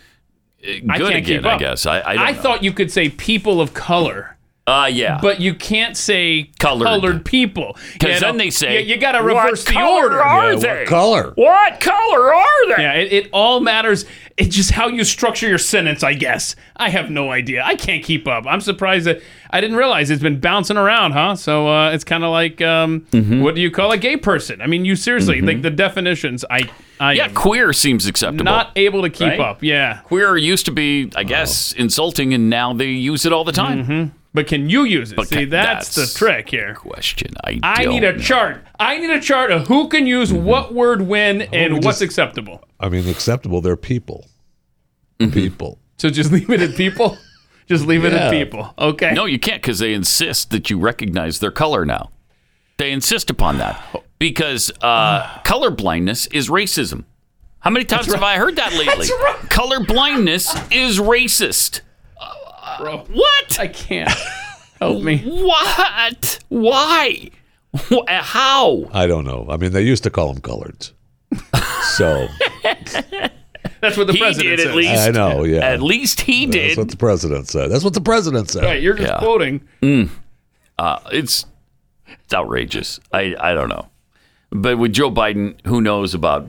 [SPEAKER 2] uh, good
[SPEAKER 4] I can't
[SPEAKER 2] again.
[SPEAKER 4] keep up.
[SPEAKER 2] I guess. I I, don't know.
[SPEAKER 4] thought you could say people of color,
[SPEAKER 2] Uh, yeah.
[SPEAKER 4] but you can't say
[SPEAKER 2] Colored.
[SPEAKER 4] people
[SPEAKER 2] because
[SPEAKER 4] You
[SPEAKER 2] then
[SPEAKER 4] know,
[SPEAKER 2] they say
[SPEAKER 4] you, you got to
[SPEAKER 2] "What
[SPEAKER 4] reverse the
[SPEAKER 2] color
[SPEAKER 4] order.
[SPEAKER 2] Are
[SPEAKER 3] Yeah, what
[SPEAKER 2] they?
[SPEAKER 3] color?
[SPEAKER 2] What color are they?
[SPEAKER 4] Yeah, it, it all matters. It's just how you structure your sentence, I guess. I have no idea. I can't keep up. I'm surprised that I didn't realize it's been bouncing around, huh? So uh, it's kind of like um,
[SPEAKER 2] Mm-hmm.
[SPEAKER 4] what do you call a gay person? I mean, you seriously like the definitions. I I
[SPEAKER 2] Yeah,
[SPEAKER 4] am
[SPEAKER 2] queer seems acceptable.
[SPEAKER 4] not able to keep
[SPEAKER 2] right?
[SPEAKER 4] up. Yeah,
[SPEAKER 2] queer used to be,
[SPEAKER 3] Oh.
[SPEAKER 2] I guess, insulting, and now they use it all the time.
[SPEAKER 3] Mm-hmm.
[SPEAKER 4] but can you use it?
[SPEAKER 2] But
[SPEAKER 4] See,
[SPEAKER 2] can-
[SPEAKER 4] that's,
[SPEAKER 2] that's-
[SPEAKER 4] the trick here.
[SPEAKER 2] Question. I.
[SPEAKER 4] I
[SPEAKER 2] don't
[SPEAKER 4] need a
[SPEAKER 2] know.
[SPEAKER 4] chart. I need a chart of who can use
[SPEAKER 2] Mm-hmm.
[SPEAKER 4] what word when and
[SPEAKER 3] we
[SPEAKER 4] what's
[SPEAKER 3] just-
[SPEAKER 4] acceptable.
[SPEAKER 3] I mean, acceptable. They're people.
[SPEAKER 4] Mm-hmm.
[SPEAKER 3] People.
[SPEAKER 4] So just leave it at people. just leave it at
[SPEAKER 3] Yeah.
[SPEAKER 4] people. Okay.
[SPEAKER 2] No, you can't because they insist that you recognize their color now. They insist upon that because uh, color blindness is racism. How many times have I heard that lately? Color blindness is racist.
[SPEAKER 4] Bro.
[SPEAKER 2] What?
[SPEAKER 4] I can't. Help me.
[SPEAKER 2] What? Why? Wh- How?
[SPEAKER 3] I don't know. I mean, they used to call them coloreds. So
[SPEAKER 4] That's what the
[SPEAKER 2] He
[SPEAKER 4] president
[SPEAKER 2] did at
[SPEAKER 4] says.
[SPEAKER 2] least.
[SPEAKER 3] I know. Yeah.
[SPEAKER 2] At least he
[SPEAKER 3] That's
[SPEAKER 2] did.
[SPEAKER 3] what the president said. That's what the president said.
[SPEAKER 4] Right, you're just
[SPEAKER 2] Yeah.
[SPEAKER 4] quoting.
[SPEAKER 2] it's it's outrageous. I I don't know, but with Joe Biden, who knows about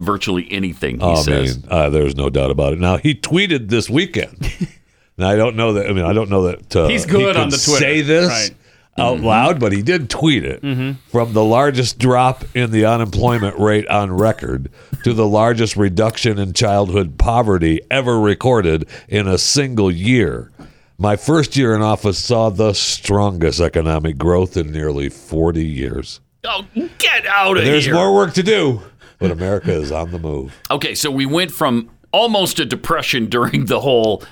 [SPEAKER 2] virtually anything he
[SPEAKER 3] I
[SPEAKER 2] says?
[SPEAKER 3] mean, uh, there's no doubt about it. Now he tweeted this weekend. now I don't know that. I mean, I don't know that uh,
[SPEAKER 4] He's
[SPEAKER 3] he
[SPEAKER 4] good
[SPEAKER 3] could
[SPEAKER 4] on the Twitter,
[SPEAKER 3] Say this
[SPEAKER 4] right. Mm-hmm.
[SPEAKER 3] out loud, but he did tweet it from the largest drop in the unemployment rate on record to the largest reduction in childhood poverty ever recorded in a single year. My first year in office saw the strongest economic growth in nearly 40 years.
[SPEAKER 2] Oh, get out of
[SPEAKER 3] There's
[SPEAKER 2] here!
[SPEAKER 3] more work to do, but America is on the move.
[SPEAKER 2] Okay, so we went from almost a depression during the whole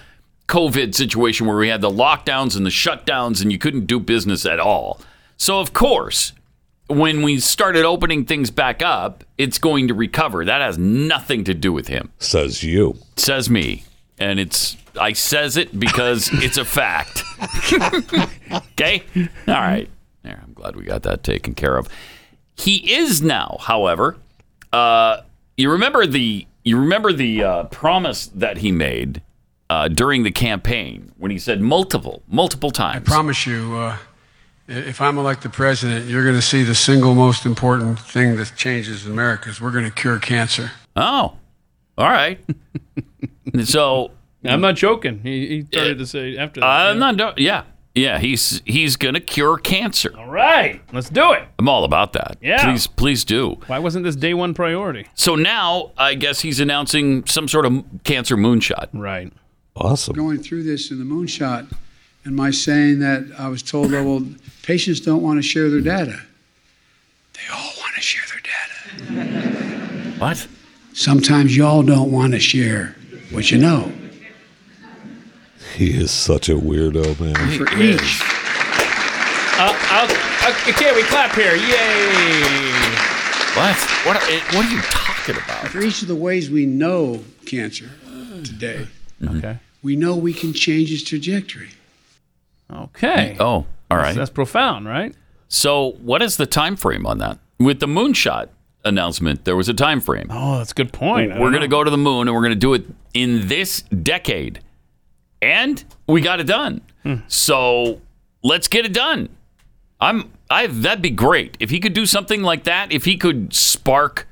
[SPEAKER 2] COVID situation where we had the lockdowns and the shutdowns and you couldn't do business at all. So, of course, when we started opening things back up, it's going to recover. That has nothing to do with him.
[SPEAKER 3] Says you.
[SPEAKER 2] Says me. And it's, I says it because it's a fact. okay? All right. There, I'm glad we got that taken care of. He is now, however. Uh, you remember the you remember the uh, promise that he made uh, during the campaign when he said multiple multiple times.
[SPEAKER 6] promise you, uh, i- if I'm elected president, you're going to see the single most important thing that changes America is we're going to cure cancer.
[SPEAKER 2] Oh, all right. so
[SPEAKER 4] I'm not joking. He, he started to say after that.
[SPEAKER 2] I'm not. do- Yeah, yeah. He's he's gonna cure cancer.
[SPEAKER 4] All right, let's do it.
[SPEAKER 2] I'm all about that.
[SPEAKER 4] Yeah.
[SPEAKER 2] Please, please do.
[SPEAKER 4] Why wasn't this day one priority?
[SPEAKER 2] So now I guess he's announcing some sort of cancer moonshot.
[SPEAKER 4] Right.
[SPEAKER 3] Awesome.
[SPEAKER 6] Going through this in the moonshot, and my saying that I was told, oh, well, patients don't want to share their data. They all want to share their data.
[SPEAKER 2] What?
[SPEAKER 6] Sometimes y'all don't want to share what you know.
[SPEAKER 3] He is such a weirdo, man.
[SPEAKER 6] For
[SPEAKER 2] Yes.
[SPEAKER 6] each
[SPEAKER 4] Uh, I'll, uh, can we clap here? Yay!
[SPEAKER 2] What? What? Are, eh, what are you talking about?
[SPEAKER 6] For each of the ways we know cancer today,
[SPEAKER 4] Okay.
[SPEAKER 6] we know we can change its trajectory.
[SPEAKER 4] Okay.
[SPEAKER 2] Oh, all
[SPEAKER 4] That's-
[SPEAKER 2] right.
[SPEAKER 4] That's profound, right?
[SPEAKER 2] So what is the time frame on that? With the moonshot announcement, there was a time frame.
[SPEAKER 4] Oh, that's a good point.
[SPEAKER 2] we're going to go to the moon and we're going to do it in this decade. And we got it done. So let's get it done. I'm I that'd be great. If he could do something like that, if he could spark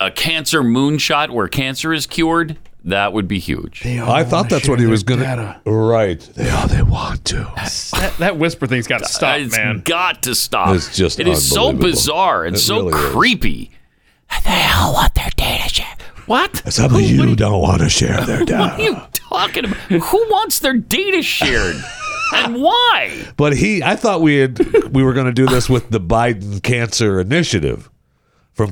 [SPEAKER 2] a cancer moonshot where cancer is cured, that would be huge.
[SPEAKER 3] I thought that's what he was going to. Right. They all they want to.
[SPEAKER 4] That, that whisper thing's got to stop,
[SPEAKER 2] It's
[SPEAKER 4] man.
[SPEAKER 2] got to stop.
[SPEAKER 3] It's just
[SPEAKER 2] it is so
[SPEAKER 3] unbelievable.
[SPEAKER 2] bizarre and
[SPEAKER 3] It
[SPEAKER 2] so
[SPEAKER 3] really is.
[SPEAKER 2] creepy. They all want their data share. What?
[SPEAKER 3] Some of you don't want to share their
[SPEAKER 2] What are you talking about? Who wants their data shared? and why?
[SPEAKER 3] But he, I thought we had we were going to do this with the Biden Cancer Initiative from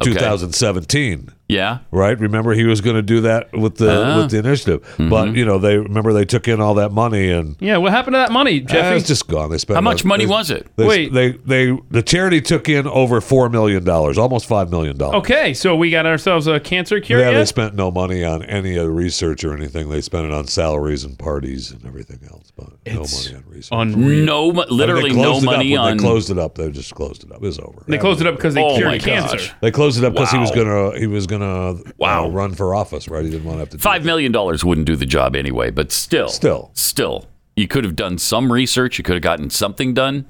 [SPEAKER 3] 2017,
[SPEAKER 2] Yeah.
[SPEAKER 3] right? Remember, he was going to do that with the with the initiative. But you know, they remember they took in all that money and.
[SPEAKER 4] Yeah, what happened to that money,
[SPEAKER 3] eh,
[SPEAKER 4] Jeffy?
[SPEAKER 3] it's just gone. They spent
[SPEAKER 2] How much
[SPEAKER 3] they-
[SPEAKER 2] money was it?
[SPEAKER 3] They,
[SPEAKER 4] Wait.
[SPEAKER 3] they they the charity took in over four million dollars, almost five million dollars.
[SPEAKER 4] okay, so we got ourselves a cancer cure
[SPEAKER 3] Yeah, they
[SPEAKER 4] yet?
[SPEAKER 3] spent no money on any of the research or anything. They spent it on salaries and parties and everything else, but no money on research.
[SPEAKER 4] Unreal.
[SPEAKER 2] No, mo-
[SPEAKER 3] I mean,
[SPEAKER 2] literally
[SPEAKER 3] they
[SPEAKER 2] no
[SPEAKER 3] closed it up.
[SPEAKER 2] money
[SPEAKER 3] when
[SPEAKER 2] on.
[SPEAKER 3] They closed it up. They just closed it up. It was over.
[SPEAKER 4] They closed it up because they
[SPEAKER 2] Oh my
[SPEAKER 4] cured
[SPEAKER 2] gosh.
[SPEAKER 4] cancer.
[SPEAKER 3] They closed it up because he was
[SPEAKER 2] Wow.
[SPEAKER 3] gonna he was gonna
[SPEAKER 2] Wow.
[SPEAKER 3] uh, run for office, right? He didn't want to have to do
[SPEAKER 2] Five
[SPEAKER 3] it.
[SPEAKER 2] million dollars wouldn't do the job anyway, but still,
[SPEAKER 3] Still.
[SPEAKER 2] still, you could have done some research. You could have gotten something done.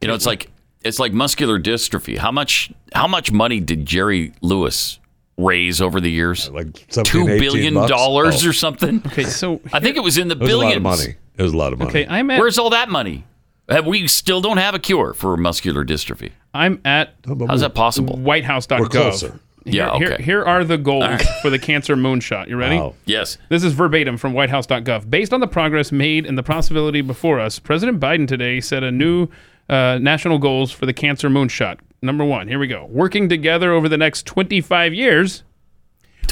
[SPEAKER 2] You know, it's like it's like muscular dystrophy. How much how much money did Jerry Lewis raise over the years?
[SPEAKER 3] like 17,
[SPEAKER 2] Two
[SPEAKER 3] 18
[SPEAKER 2] billion
[SPEAKER 3] bucks?
[SPEAKER 2] dollars
[SPEAKER 3] Oh,
[SPEAKER 2] or something.
[SPEAKER 4] Okay, so
[SPEAKER 2] I think it was in the
[SPEAKER 3] it was
[SPEAKER 2] billions.
[SPEAKER 3] a lot of money. It was a lot of money.
[SPEAKER 4] okay, I'm at
[SPEAKER 2] Where's all that money? Have we still don't have a cure for muscular dystrophy?
[SPEAKER 4] I'm at
[SPEAKER 2] How's that possible?
[SPEAKER 4] WhiteHouse.gov.
[SPEAKER 3] We're closer.
[SPEAKER 2] Yeah,
[SPEAKER 4] Here,
[SPEAKER 2] okay.
[SPEAKER 4] here are the goals for the cancer moonshot. You ready?
[SPEAKER 3] Wow.
[SPEAKER 2] Yes.
[SPEAKER 4] This is verbatim from WhiteHouse.gov. Based on the progress made and the possibility before us, President Biden today set a new uh, national goals for the cancer moonshot. Number one, here we go. Working together over the next 25 years,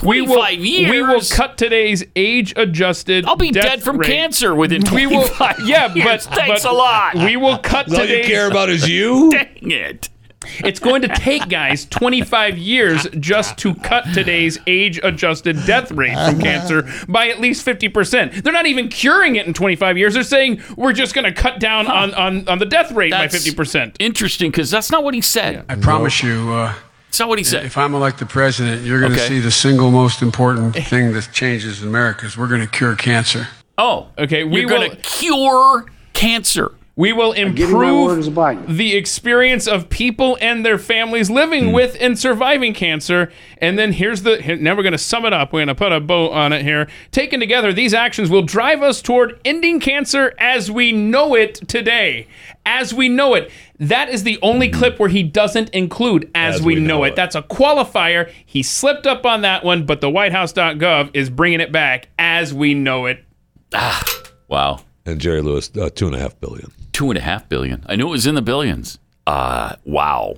[SPEAKER 4] we will,
[SPEAKER 2] 25 years.
[SPEAKER 4] we will cut today's age-adjusted.
[SPEAKER 2] I'll be
[SPEAKER 4] death
[SPEAKER 2] dead from
[SPEAKER 4] rate.
[SPEAKER 2] cancer within
[SPEAKER 4] We
[SPEAKER 2] 25
[SPEAKER 4] will, yeah,
[SPEAKER 2] years.
[SPEAKER 4] but
[SPEAKER 2] thanks
[SPEAKER 4] but
[SPEAKER 2] a lot.
[SPEAKER 4] We will cut
[SPEAKER 3] All you
[SPEAKER 4] today's.
[SPEAKER 3] care about is you.
[SPEAKER 2] Dang it.
[SPEAKER 4] It's going to take guys 25 years just to cut today's age adjusted death rate from cancer by at least 50%. They're not even curing it in 25 years. They're saying we're just going to cut down on, on, on the death rate by
[SPEAKER 2] That's
[SPEAKER 4] 50%.
[SPEAKER 2] Interesting, because that's not what he said.
[SPEAKER 6] I promise you, uh,
[SPEAKER 2] That's not what he said.
[SPEAKER 6] if I'm elected president, you're going to
[SPEAKER 2] Okay.
[SPEAKER 6] see the single most important thing that changes America is we're going to cure cancer.
[SPEAKER 2] Oh,
[SPEAKER 4] Okay, we
[SPEAKER 2] You're going
[SPEAKER 4] will-
[SPEAKER 2] to cure cancer.
[SPEAKER 4] We will improve the experience of people and their families living with and surviving cancer. And then here's the here- now we're going to sum it up. We're going to put a bow on it here. Taken together, these actions will drive us toward ending cancer as we know it today. As we know it. That is the only clip where he doesn't include Hmm. as, we, know, it. That's a qualifier. He slipped up on that one, but the WhiteHouse.gov is bringing it back as we know it.
[SPEAKER 2] Wow.
[SPEAKER 3] And Jerry Lewis, uh, two and a half billion.
[SPEAKER 2] Two and a half billion. I knew it was in the billions. Uh, wow.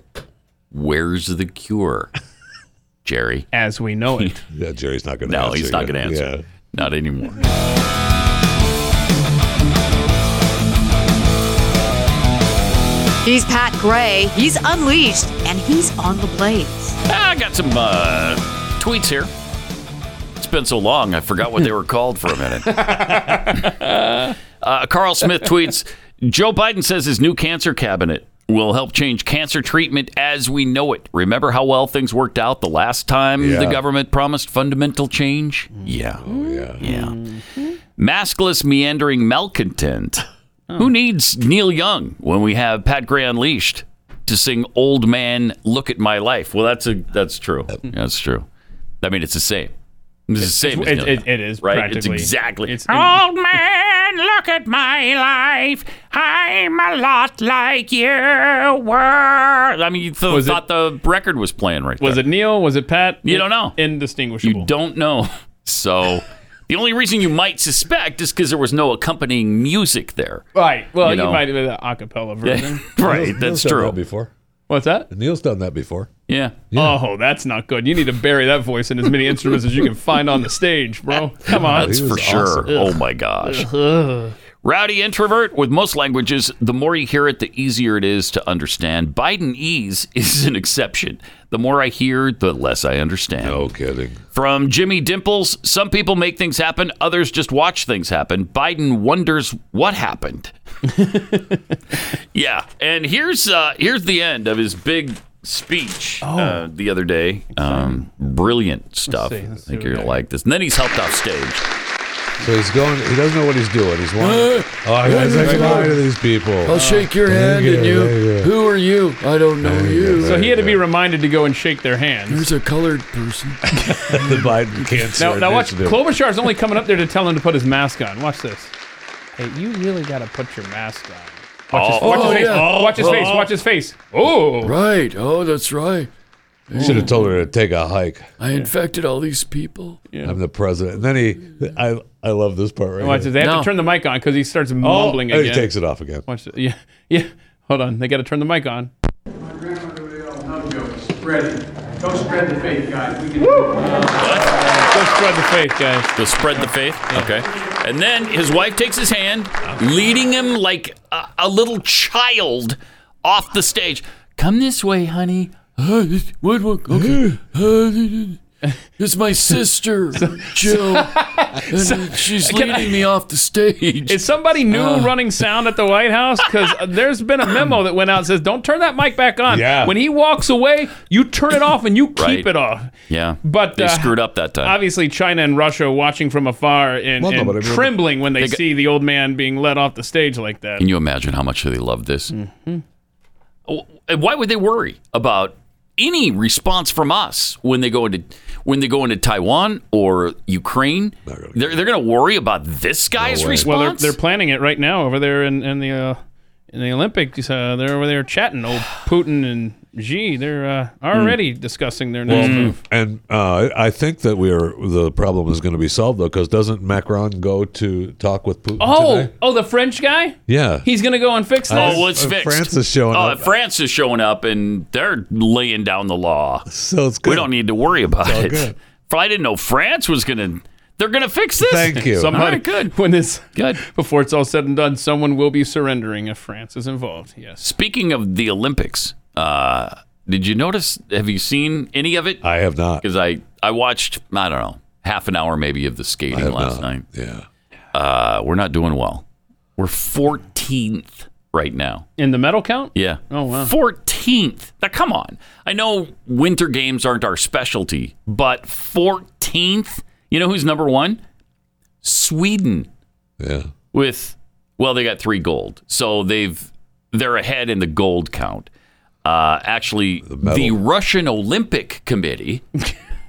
[SPEAKER 2] Where's the cure, Jerry?
[SPEAKER 4] As we know it.
[SPEAKER 3] Yeah, Jerry's not going to.
[SPEAKER 2] No,
[SPEAKER 3] answer
[SPEAKER 2] he's not
[SPEAKER 3] you.
[SPEAKER 2] going to answer.
[SPEAKER 3] Yeah.
[SPEAKER 2] Not anymore.
[SPEAKER 7] He's Pat Gray. He's unleashed, and he's on the blaze.
[SPEAKER 2] Ah, I got some uh, tweets here. It's been so long, I forgot what they were called for a minute. uh, Carl Smith tweets Joe Biden says his new cancer cabinet will help change cancer treatment as we know it. Remember how well things worked out the last time the
[SPEAKER 3] Yeah.
[SPEAKER 2] government promised fundamental change? Yeah.
[SPEAKER 3] Yeah.
[SPEAKER 2] Yeah. Maskless meandering malcontent.
[SPEAKER 4] Oh.
[SPEAKER 2] Who needs Neil Young when we have Pat Gray unleashed to sing "Old Man, Look at My Life"? Well, that's a that's true. That's true. I mean, it's the same. It's the same. as
[SPEAKER 4] It,
[SPEAKER 2] Neil
[SPEAKER 4] it,
[SPEAKER 2] Young,
[SPEAKER 4] it is
[SPEAKER 2] right. It's
[SPEAKER 4] practically.
[SPEAKER 2] exactly.
[SPEAKER 4] It's,
[SPEAKER 2] Old man, look at my life. I'm a lot like you were. I mean, you th-
[SPEAKER 4] Was it-
[SPEAKER 2] thought the record was playing right
[SPEAKER 4] was
[SPEAKER 2] there.
[SPEAKER 4] it Neil? Was it Pat?
[SPEAKER 2] You don't know.
[SPEAKER 4] Indistinguishable.
[SPEAKER 2] You don't know. So the only reason you might suspect is because there was no accompanying music there.
[SPEAKER 4] Right. Well,
[SPEAKER 2] You
[SPEAKER 4] you,
[SPEAKER 2] know.
[SPEAKER 4] might have been an acapella version.
[SPEAKER 2] right.
[SPEAKER 3] Neil's
[SPEAKER 2] That's
[SPEAKER 3] done
[SPEAKER 2] true.
[SPEAKER 3] that before
[SPEAKER 4] What's that?
[SPEAKER 3] Neil's done that before.
[SPEAKER 2] Yeah.
[SPEAKER 4] Oh, that's not good. You need to bury that voice in as many instruments as you can find on the stage, bro. Come on.
[SPEAKER 2] That's
[SPEAKER 3] he
[SPEAKER 2] for
[SPEAKER 3] was
[SPEAKER 2] sure.
[SPEAKER 3] awesome.
[SPEAKER 2] Oh my gosh. Rowdy introvert with most languages, the more you hear it, the easier it is to understand. Bidenese is an exception. The more I hear, the less I understand.
[SPEAKER 3] No kidding.
[SPEAKER 2] From Jimmy Dimples, some people make things happen, others just watch things happen. Biden wonders what happened. yeah, and here's uh, here's the end of his big speech uh, the other day. Um, brilliant stuff.
[SPEAKER 4] see, Oh.
[SPEAKER 2] I think
[SPEAKER 4] let's see what
[SPEAKER 2] you're
[SPEAKER 4] we
[SPEAKER 2] gonna
[SPEAKER 4] got.
[SPEAKER 2] like this. And then he's helped off stage.
[SPEAKER 3] So he's going. He doesn't know what he's doing. He's lying. oh, I gotta lie to these people.
[SPEAKER 8] Oh,
[SPEAKER 9] I'll shake your hand
[SPEAKER 3] you,
[SPEAKER 9] and you.
[SPEAKER 3] thank you.
[SPEAKER 9] Who are you? I don't know you.
[SPEAKER 4] So he had to be reminded to go and shake their hands.
[SPEAKER 9] Here's a colored person.
[SPEAKER 3] the Biden cancer.
[SPEAKER 4] Now, now watch.
[SPEAKER 3] initiative.
[SPEAKER 4] Klobuchar's only coming up there to tell him to put his mask on. Watch this. Hey, you really got to put your mask on. Watch his,
[SPEAKER 2] Oh.
[SPEAKER 4] watch his
[SPEAKER 9] Oh,
[SPEAKER 4] face.
[SPEAKER 9] yeah.
[SPEAKER 4] Watch his face. Watch his face. Oh.
[SPEAKER 9] Right. Oh, that's right.
[SPEAKER 3] Should have told her to take a hike.
[SPEAKER 9] I infected all these people.
[SPEAKER 3] I'm the president. And then he, I, I love this part right
[SPEAKER 4] Watch this.
[SPEAKER 3] here.
[SPEAKER 4] They have
[SPEAKER 9] No.
[SPEAKER 4] to turn the mic on because he starts
[SPEAKER 3] Oh,
[SPEAKER 4] mumbling
[SPEAKER 3] and
[SPEAKER 4] again.
[SPEAKER 3] he takes it off again.
[SPEAKER 4] Watch this. Yeah. Yeah. Hold on. They got to turn the mic on.
[SPEAKER 6] My grandmother would yell, "No jokes. Spread it. Don't spread the faith, guys. We can
[SPEAKER 4] Go spread the faith, guys.
[SPEAKER 2] The spread
[SPEAKER 4] Oh.
[SPEAKER 2] the faith. Okay. And then his wife takes his hand,
[SPEAKER 4] Oh.
[SPEAKER 2] leading him like a, a little child off the stage. Come this way, honey.
[SPEAKER 9] Uh, it- What? what okay. Uh, It's my sister, Jill. And uh, she's leading me off the stage.
[SPEAKER 4] Is somebody new running sound at the White House? Because there's been a memo that went out that says, don't turn that mic back on.
[SPEAKER 3] Yeah.
[SPEAKER 4] When he walks away, you turn it off and you keep
[SPEAKER 2] Right.
[SPEAKER 4] it off.
[SPEAKER 2] Yeah.
[SPEAKER 4] But,
[SPEAKER 2] they
[SPEAKER 4] uh,
[SPEAKER 2] screwed up that time.
[SPEAKER 4] Obviously, China and Russia watching from afar and,
[SPEAKER 3] Well, no,
[SPEAKER 4] and
[SPEAKER 3] but I mean-
[SPEAKER 4] trembling when they,
[SPEAKER 2] got-
[SPEAKER 4] see the old man being led off the stage like that.
[SPEAKER 2] Can you imagine how much they love this? W- and Why would they worry about any response from us when they go into when they go into Taiwan or Ukraine?
[SPEAKER 3] really.
[SPEAKER 2] They're, they're going to worry about this guy's
[SPEAKER 3] way.
[SPEAKER 2] response.
[SPEAKER 4] Well, they're, they're planning it right now over there in, in the uh, in the Olympics. Uh, they're over there chatting. Old Putin and Xi, they're uh,
[SPEAKER 2] Hmm.
[SPEAKER 4] already discussing their next move.
[SPEAKER 3] And uh, I I think that we are the problem is going to be solved though, because doesn't Macron go to talk with Putin?
[SPEAKER 4] Oh,
[SPEAKER 3] today?
[SPEAKER 4] oh, the French guy.
[SPEAKER 3] yeah.
[SPEAKER 4] He's gonna go and fix this.
[SPEAKER 2] Oh, well, it's
[SPEAKER 3] Uh,
[SPEAKER 2] fixed.
[SPEAKER 3] France is showing
[SPEAKER 2] Oh,
[SPEAKER 3] up.
[SPEAKER 2] France is showing up, and they're laying down the law.
[SPEAKER 3] so it's good.
[SPEAKER 2] We don't need to worry about
[SPEAKER 3] all
[SPEAKER 2] it.
[SPEAKER 3] good.
[SPEAKER 2] If I didn't know France was gonna, they're gonna fix this.
[SPEAKER 3] Thank you.
[SPEAKER 2] All
[SPEAKER 4] Somebody,
[SPEAKER 2] right, good.
[SPEAKER 4] When this
[SPEAKER 2] Good.
[SPEAKER 4] before it's all said and done, someone will be surrendering if France is involved. Yes.
[SPEAKER 2] Speaking of the Olympics, uh, did you notice? Have you seen any of it?
[SPEAKER 3] I have not.
[SPEAKER 2] Because I I watched I don't know half an hour maybe of the
[SPEAKER 3] I
[SPEAKER 2] skating
[SPEAKER 3] have
[SPEAKER 2] last
[SPEAKER 3] not.
[SPEAKER 2] night.
[SPEAKER 3] Yeah.
[SPEAKER 2] Uh, we're not doing well. We're 14th right now.
[SPEAKER 4] In the medal count.
[SPEAKER 2] Yeah.
[SPEAKER 4] Oh, wow.
[SPEAKER 2] 14th. Now, come on. I know winter games aren't our specialty, but 14th? You know who's number one? Sweden
[SPEAKER 3] Yeah.
[SPEAKER 2] with, well, they got three gold. So they've, they're ahead in the gold count. Uh, actually,
[SPEAKER 3] medal.
[SPEAKER 2] the Russian Olympic Committee,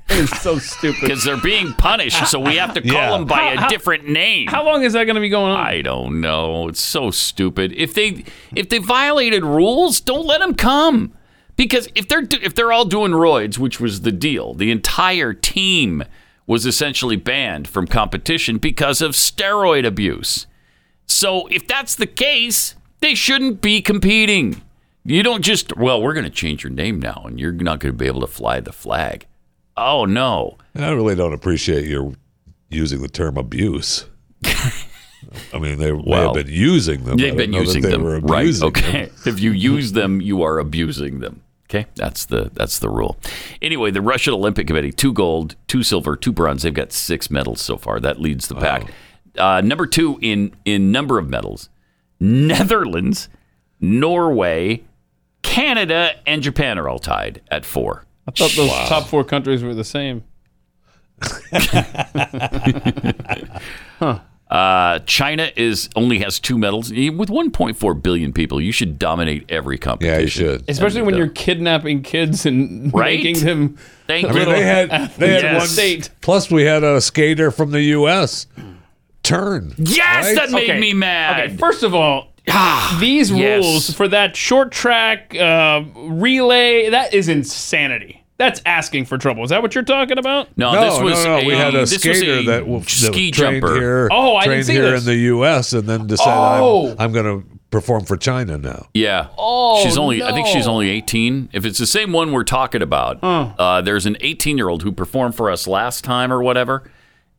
[SPEAKER 4] It's so stupid.
[SPEAKER 2] because they're being punished, so we have to call
[SPEAKER 3] Yeah.
[SPEAKER 2] them by a
[SPEAKER 4] how-
[SPEAKER 2] different name.
[SPEAKER 4] How long is that gonna be going on?
[SPEAKER 2] I don't know. It's so stupid. If they if they violated rules, don't let them come. Because if they're do- if they're all doing roids, which was the deal, the entire team was essentially banned from competition because of steroid abuse. So if that's the case, they shouldn't be competing. You don't just well, we're going to change your name now, and you're not going to be able to fly the flag. Oh no.
[SPEAKER 3] And I really don't appreciate your using the term abuse. I mean, they may
[SPEAKER 2] Well,
[SPEAKER 3] have been using them. I
[SPEAKER 2] They've
[SPEAKER 3] don't
[SPEAKER 2] been
[SPEAKER 3] know that
[SPEAKER 2] using
[SPEAKER 3] they
[SPEAKER 2] them,
[SPEAKER 3] were
[SPEAKER 2] right?
[SPEAKER 3] abusing them.
[SPEAKER 2] Okay. if you use them, you are abusing them. Okay, that's the that's the rule. Anyway, the Russian Olympic Committee: two gold, two silver, two bronze. They've got six medals so far. That leads the pack. Uh, number two in in number of medals: Netherlands, Norway, Canada and Japan are all tied at four.
[SPEAKER 4] I thought those top four countries were the same.
[SPEAKER 2] Uh, China is only has two medals with 1.4 billion people. You should dominate every competition.
[SPEAKER 3] Yeah, you should.
[SPEAKER 4] Especially when you're kidnapping kids and
[SPEAKER 2] uh, Right?
[SPEAKER 4] making them.
[SPEAKER 2] Thank
[SPEAKER 3] I mean,
[SPEAKER 2] little
[SPEAKER 3] they had they had
[SPEAKER 2] Yes.
[SPEAKER 3] one
[SPEAKER 4] State.
[SPEAKER 3] Plus, we had a skater from the U.S. Turn.
[SPEAKER 2] Yes,
[SPEAKER 3] Right?
[SPEAKER 2] that made
[SPEAKER 4] Okay.
[SPEAKER 2] me mad. Ah,
[SPEAKER 4] Okay, first of all, these
[SPEAKER 2] yes.
[SPEAKER 4] rules for that short track uh, relay, that is insanity. That's asking for trouble. Is that what you're talking about?
[SPEAKER 2] no,
[SPEAKER 3] No,
[SPEAKER 2] this was
[SPEAKER 3] no, no.
[SPEAKER 2] A, um,
[SPEAKER 3] we had a
[SPEAKER 2] this was
[SPEAKER 3] skater
[SPEAKER 2] a
[SPEAKER 3] that, w- that
[SPEAKER 2] ski
[SPEAKER 3] trained
[SPEAKER 2] jumper.
[SPEAKER 3] here.
[SPEAKER 4] Oh, I
[SPEAKER 3] trained
[SPEAKER 4] didn't see
[SPEAKER 3] here
[SPEAKER 4] this.
[SPEAKER 3] in the U.S. and then decided
[SPEAKER 4] Oh.
[SPEAKER 3] I'm, I'm going to perform for China now.
[SPEAKER 2] Yeah.
[SPEAKER 4] Oh,
[SPEAKER 2] she's only. I think she's
[SPEAKER 4] no.
[SPEAKER 2] only 18. If it's the same one we're talking about, uh, there's an 18 year old who performed for us last time or whatever,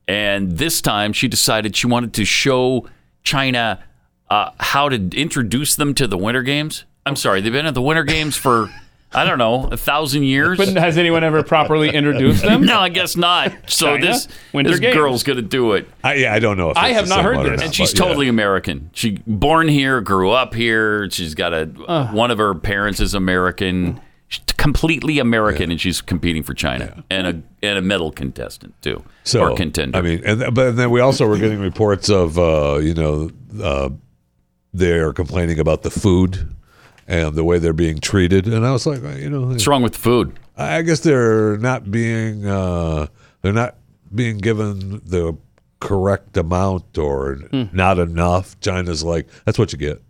[SPEAKER 2] and this time she decided she wanted to show China uh, how to introduce them to the Winter Games. I'm sorry, they've been at the Winter Games for I don't know a thousand years.
[SPEAKER 4] But has anyone ever properly introduced them?
[SPEAKER 2] no, I guess not. So
[SPEAKER 4] China,
[SPEAKER 2] this
[SPEAKER 4] Winter
[SPEAKER 2] this
[SPEAKER 4] Games.
[SPEAKER 2] girl's gonna do it.
[SPEAKER 3] I, yeah, I don't know. if
[SPEAKER 4] I
[SPEAKER 3] it's
[SPEAKER 4] have
[SPEAKER 3] the
[SPEAKER 4] not
[SPEAKER 3] same
[SPEAKER 4] heard
[SPEAKER 3] one or
[SPEAKER 4] this.
[SPEAKER 3] not,
[SPEAKER 2] And she's
[SPEAKER 3] but yeah.
[SPEAKER 2] totally American. She born here, grew up here. She's got a one of her parents is American. She's completely American, and she's competing for China and a and a medal contestant too,
[SPEAKER 3] so,
[SPEAKER 2] or contender.
[SPEAKER 3] I mean, and th- but then we also were getting reports of uh, you know uh, they're complaining about the food and the way they're being treated, and I was like, you know,
[SPEAKER 2] what's wrong with the food?
[SPEAKER 3] I guess they're not being uh, they're not being given the correct amount or
[SPEAKER 4] Hmm.
[SPEAKER 3] not enough. China's like that's what you get.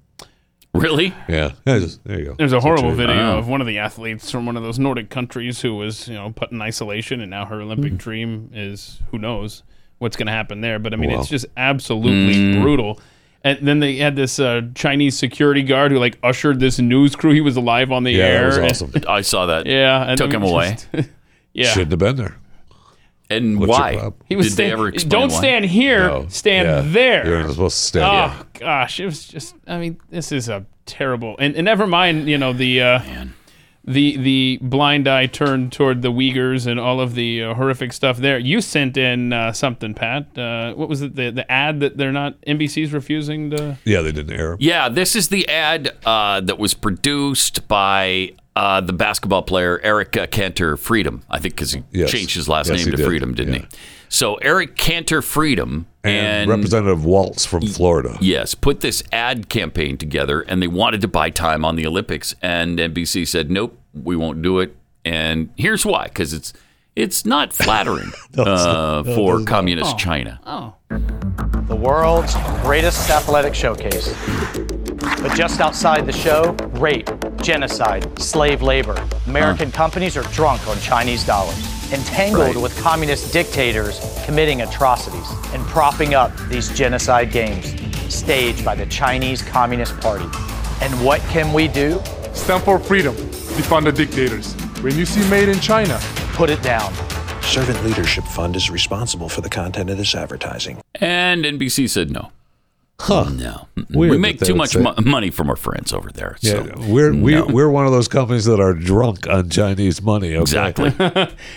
[SPEAKER 2] Really?
[SPEAKER 3] Yeah, yeah just, there you go.
[SPEAKER 4] There's a
[SPEAKER 3] That's what
[SPEAKER 4] horrible
[SPEAKER 3] you get.
[SPEAKER 4] video of one of the athletes from one of those Nordic countries who was, you know, put in isolation, and now her Olympic
[SPEAKER 3] Hmm.
[SPEAKER 4] dream is who knows what's going to happen there. But I mean, it's just absolutely
[SPEAKER 3] Hmm.
[SPEAKER 4] brutal. And then they had this uh, Chinese security guard who like ushered this news crew. He was alive on the
[SPEAKER 3] Yeah,
[SPEAKER 4] air.
[SPEAKER 3] that was
[SPEAKER 4] and-
[SPEAKER 3] awesome.
[SPEAKER 2] I saw that.
[SPEAKER 4] yeah, and
[SPEAKER 2] Took
[SPEAKER 4] I mean,
[SPEAKER 2] him away.
[SPEAKER 4] just- yeah,
[SPEAKER 3] Shouldn't have been there.
[SPEAKER 2] And
[SPEAKER 3] What's your
[SPEAKER 2] why?
[SPEAKER 3] problem?
[SPEAKER 4] he was.
[SPEAKER 2] Did
[SPEAKER 4] stand-
[SPEAKER 2] they ever explain
[SPEAKER 4] don't
[SPEAKER 2] why?
[SPEAKER 4] stand here.
[SPEAKER 3] No.
[SPEAKER 4] Stand
[SPEAKER 3] Yeah.
[SPEAKER 4] there.
[SPEAKER 3] You're not supposed to stand.
[SPEAKER 4] Oh
[SPEAKER 3] Yeah.
[SPEAKER 4] gosh, it was just. I mean, this is a terrible. And, and never mind, you know the uh, the the blind eye turned toward the Uyghurs and all of the uh, horrific stuff there. You sent in uh, something, Pat. Uh, what was it? The the ad that they're not NBC's refusing to.
[SPEAKER 3] Yeah, they didn't air.
[SPEAKER 2] Yeah, this is the ad uh, that was produced by uh, the basketball player Eric uh, Cantor Freedom. I think because he
[SPEAKER 3] Yes.
[SPEAKER 2] changed his last
[SPEAKER 3] Yes,
[SPEAKER 2] name
[SPEAKER 3] he
[SPEAKER 2] to
[SPEAKER 3] did.
[SPEAKER 2] Freedom, didn't
[SPEAKER 3] Yeah.
[SPEAKER 2] he? So Eric Cantor Freedom
[SPEAKER 3] And, Representative Waltz from Florida.
[SPEAKER 2] Yes, put this ad campaign together, and they wanted to buy time on the Olympics, and NBC said, "Nope, we won't do it." And here's why: because it's it's not flattering uh, for communist China.
[SPEAKER 10] the world's greatest athletic showcase. But just outside the show, rape, genocide, slave labor. American companies are drunk on Chinese dollars, entangled
[SPEAKER 2] Right.
[SPEAKER 10] with communist dictators committing atrocities and propping up these genocide games staged by the Chinese Communist Party. And what can we do?
[SPEAKER 11] Stand for freedom. Defund the dictators. When you see made in China,
[SPEAKER 10] Put it down.
[SPEAKER 12] Servant Leadership Fund is responsible for the content of this advertising.
[SPEAKER 2] And NBC said no.
[SPEAKER 3] Huh.
[SPEAKER 2] No, Mm-mm.
[SPEAKER 3] Weird
[SPEAKER 2] we
[SPEAKER 3] that
[SPEAKER 2] make
[SPEAKER 3] they
[SPEAKER 2] too
[SPEAKER 3] would
[SPEAKER 2] much
[SPEAKER 3] say-
[SPEAKER 2] mo- money from our friends over there.
[SPEAKER 3] Yeah,
[SPEAKER 2] So.
[SPEAKER 3] we're we,
[SPEAKER 2] no.
[SPEAKER 3] we're one of those companies that are drunk on Chinese money. Okay?
[SPEAKER 2] exactly,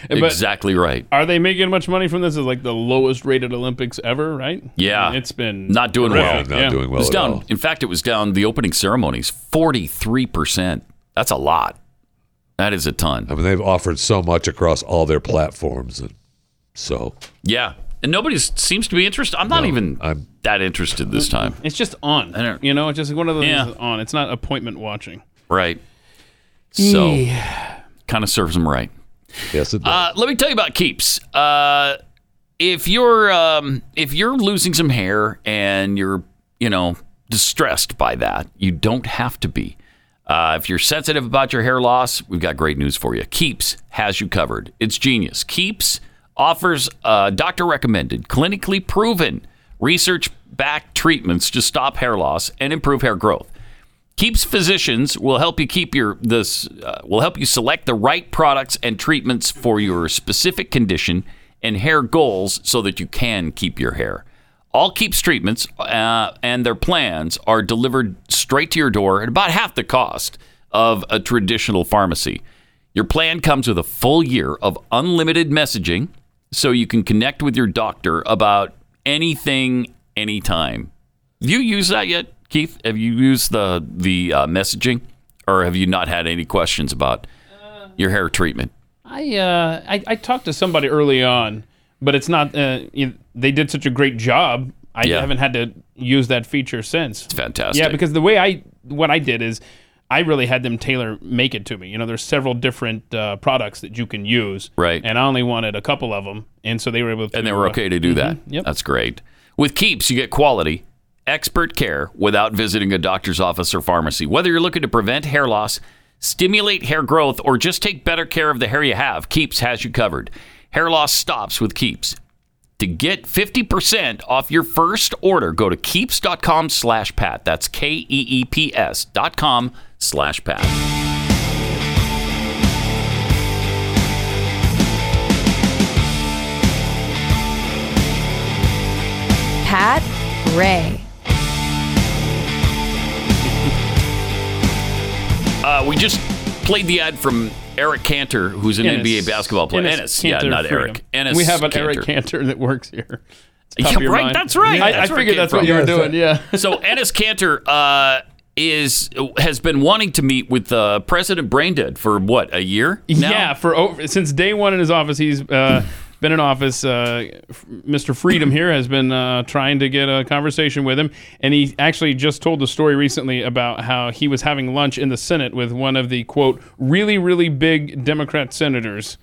[SPEAKER 2] exactly right.
[SPEAKER 4] Are they making much money from this? Is like the lowest rated Olympics ever, right?
[SPEAKER 2] Yeah.
[SPEAKER 4] I mean, it's been
[SPEAKER 2] Not doing
[SPEAKER 3] Well,
[SPEAKER 2] well.
[SPEAKER 3] not
[SPEAKER 4] Yeah.
[SPEAKER 3] doing
[SPEAKER 2] It
[SPEAKER 3] well
[SPEAKER 2] was
[SPEAKER 3] at
[SPEAKER 2] down.
[SPEAKER 3] all.
[SPEAKER 2] In fact, it was down. The opening ceremonies, forty three percent. That's a lot. That is a ton.
[SPEAKER 3] I mean, they've offered so much across all their platforms, and so
[SPEAKER 2] Yeah, and nobody s- seems to be interested. I'm not even
[SPEAKER 3] I'm-
[SPEAKER 2] that interested this time.
[SPEAKER 4] It's just on.
[SPEAKER 2] I don't-
[SPEAKER 4] you know, it's just one of those
[SPEAKER 2] Yeah.
[SPEAKER 4] that's on. It's not appointment watching.
[SPEAKER 2] Right. So, kind of serves them right.
[SPEAKER 3] yes, it does.
[SPEAKER 2] Uh, let me tell you about keeps. Uh, if you're um, if you're losing some hair and you're you know distressed by that, you don't have to be. Uh, if you're sensitive about your hair loss, we've got great news for you. Keeps has you covered. It's genius. Keeps offers uh, doctor recommended, clinically proven, research backed treatments to stop hair loss and improve hair growth keeps physicians will help you keep your this uh, will help you select the right products and treatments for your specific condition and hair goals so that you can keep your hair all keeps treatments uh, and their plans are delivered straight to your door at about half the cost of a traditional pharmacy your plan comes with a full year of unlimited messaging so you can connect with your doctor about anything anytime have you used that yet, Keith? Have you used the the uh, messaging or have you not had any questions about
[SPEAKER 4] Uh,
[SPEAKER 2] your hair treatment?
[SPEAKER 4] I, uh, I I talked to somebody early on, but it's not. Uh, you, they did such a great job. I
[SPEAKER 2] Yeah.
[SPEAKER 4] haven't had to use that feature since. It's
[SPEAKER 2] fantastic.
[SPEAKER 4] Yeah, because the way I what I did is I really had them tailor make it to me. You know, there's several different uh, products that you can use.
[SPEAKER 2] Right.
[SPEAKER 4] And I only wanted a couple of them, and so they were able to.
[SPEAKER 2] and they were
[SPEAKER 4] uh,
[SPEAKER 2] okay to do that.
[SPEAKER 4] Yep.
[SPEAKER 2] That's great. With Keeps, you get quality, expert care without visiting a doctor's office or pharmacy. Whether you're looking to prevent hair loss, stimulate hair growth, or just take better care of the hair you have, Keeps has you covered. Hair loss stops with Keeps. To get 50% off your first order, go to keeps.com slash Pat. That's K E E P S dot com slash Pat.
[SPEAKER 5] Pat Gray.
[SPEAKER 2] Uh, we just played the ad from Eric Cantor, who's an
[SPEAKER 4] Ennis.
[SPEAKER 2] NBA basketball player. Ennis, yeah,
[SPEAKER 4] Cantor
[SPEAKER 2] not
[SPEAKER 4] Freedom.
[SPEAKER 2] Eric. Ennis
[SPEAKER 4] we have an
[SPEAKER 2] Cantor.
[SPEAKER 4] Eric Cantor that works here. It's top
[SPEAKER 2] Yeah,
[SPEAKER 4] of your
[SPEAKER 2] right.
[SPEAKER 4] mind.
[SPEAKER 2] That's right.
[SPEAKER 4] I, I figured that's what you were doing. Yeah.
[SPEAKER 2] so Ennis Cantor uh, is has been wanting to meet with uh, President Braindead for what a year now.
[SPEAKER 4] Yeah, for over, since day one in his office, he's uh, been in office. Uh, f- Mr. Freedom here has been uh, trying to get a conversation with him, and he actually just told the story recently about how he was having lunch in the Senate with one of the quote really really big Democrat senators.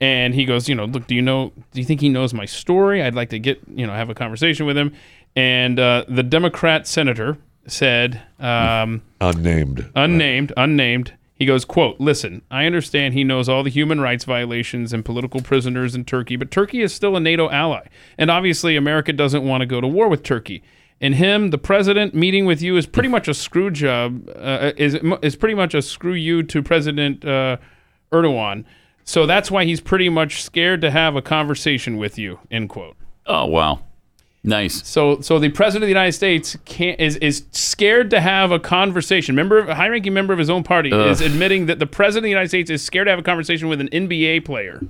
[SPEAKER 4] And he goes, you know, look, do you know, do you think he knows my story? I'd like to get, you know, have a conversation with him. And uh, the Democrat senator said, um,
[SPEAKER 3] Unnamed.
[SPEAKER 2] uh,
[SPEAKER 4] unnamed unnamed he goes quote listen i understand he knows all the human rights violations and political prisoners in turkey but turkey is still a nato ally and obviously america doesn't want to go to war with turkey and him the president meeting with you is pretty much a screw job uh, is, is pretty much a screw you to president uh, erdogan so that's why he's pretty much scared to have a conversation with you end quote
[SPEAKER 2] Oh wow, nice.
[SPEAKER 4] so, so the president of the United States can't, is is scared to have a conversation. Member, of- a high-ranking member of his own party
[SPEAKER 2] Ugh.
[SPEAKER 4] is admitting that the president of the United States is scared to have a conversation with an NBA player.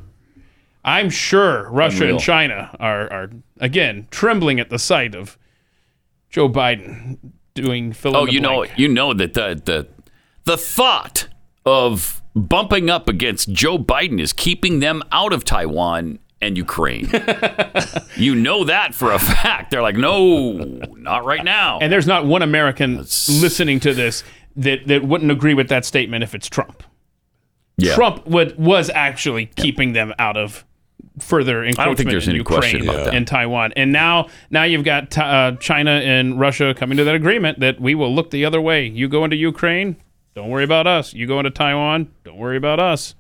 [SPEAKER 4] I'm sure Russia
[SPEAKER 2] Unreal.
[SPEAKER 4] and China are are again trembling at the sight of Joe Biden doing fill
[SPEAKER 2] Oh, you know, you know that the the the thought of bumping up against Joe Biden is keeping them out of Taiwan and Ukraine. you know that for a fact. They're like, no, not right now.
[SPEAKER 4] and there's not one American listening to this that that wouldn't agree with that statement if it's Trump.
[SPEAKER 2] Yeah.
[SPEAKER 4] Trump would, was actually keeping them out of further encroachment
[SPEAKER 2] I don't think there's
[SPEAKER 4] in
[SPEAKER 2] any
[SPEAKER 4] Ukraine
[SPEAKER 2] question about that.
[SPEAKER 4] and Taiwan. And now, now you've got uh, China and Russia coming to that agreement that we will look the other way. You go into Ukraine, don't worry about us. You go into Taiwan, don't worry about us.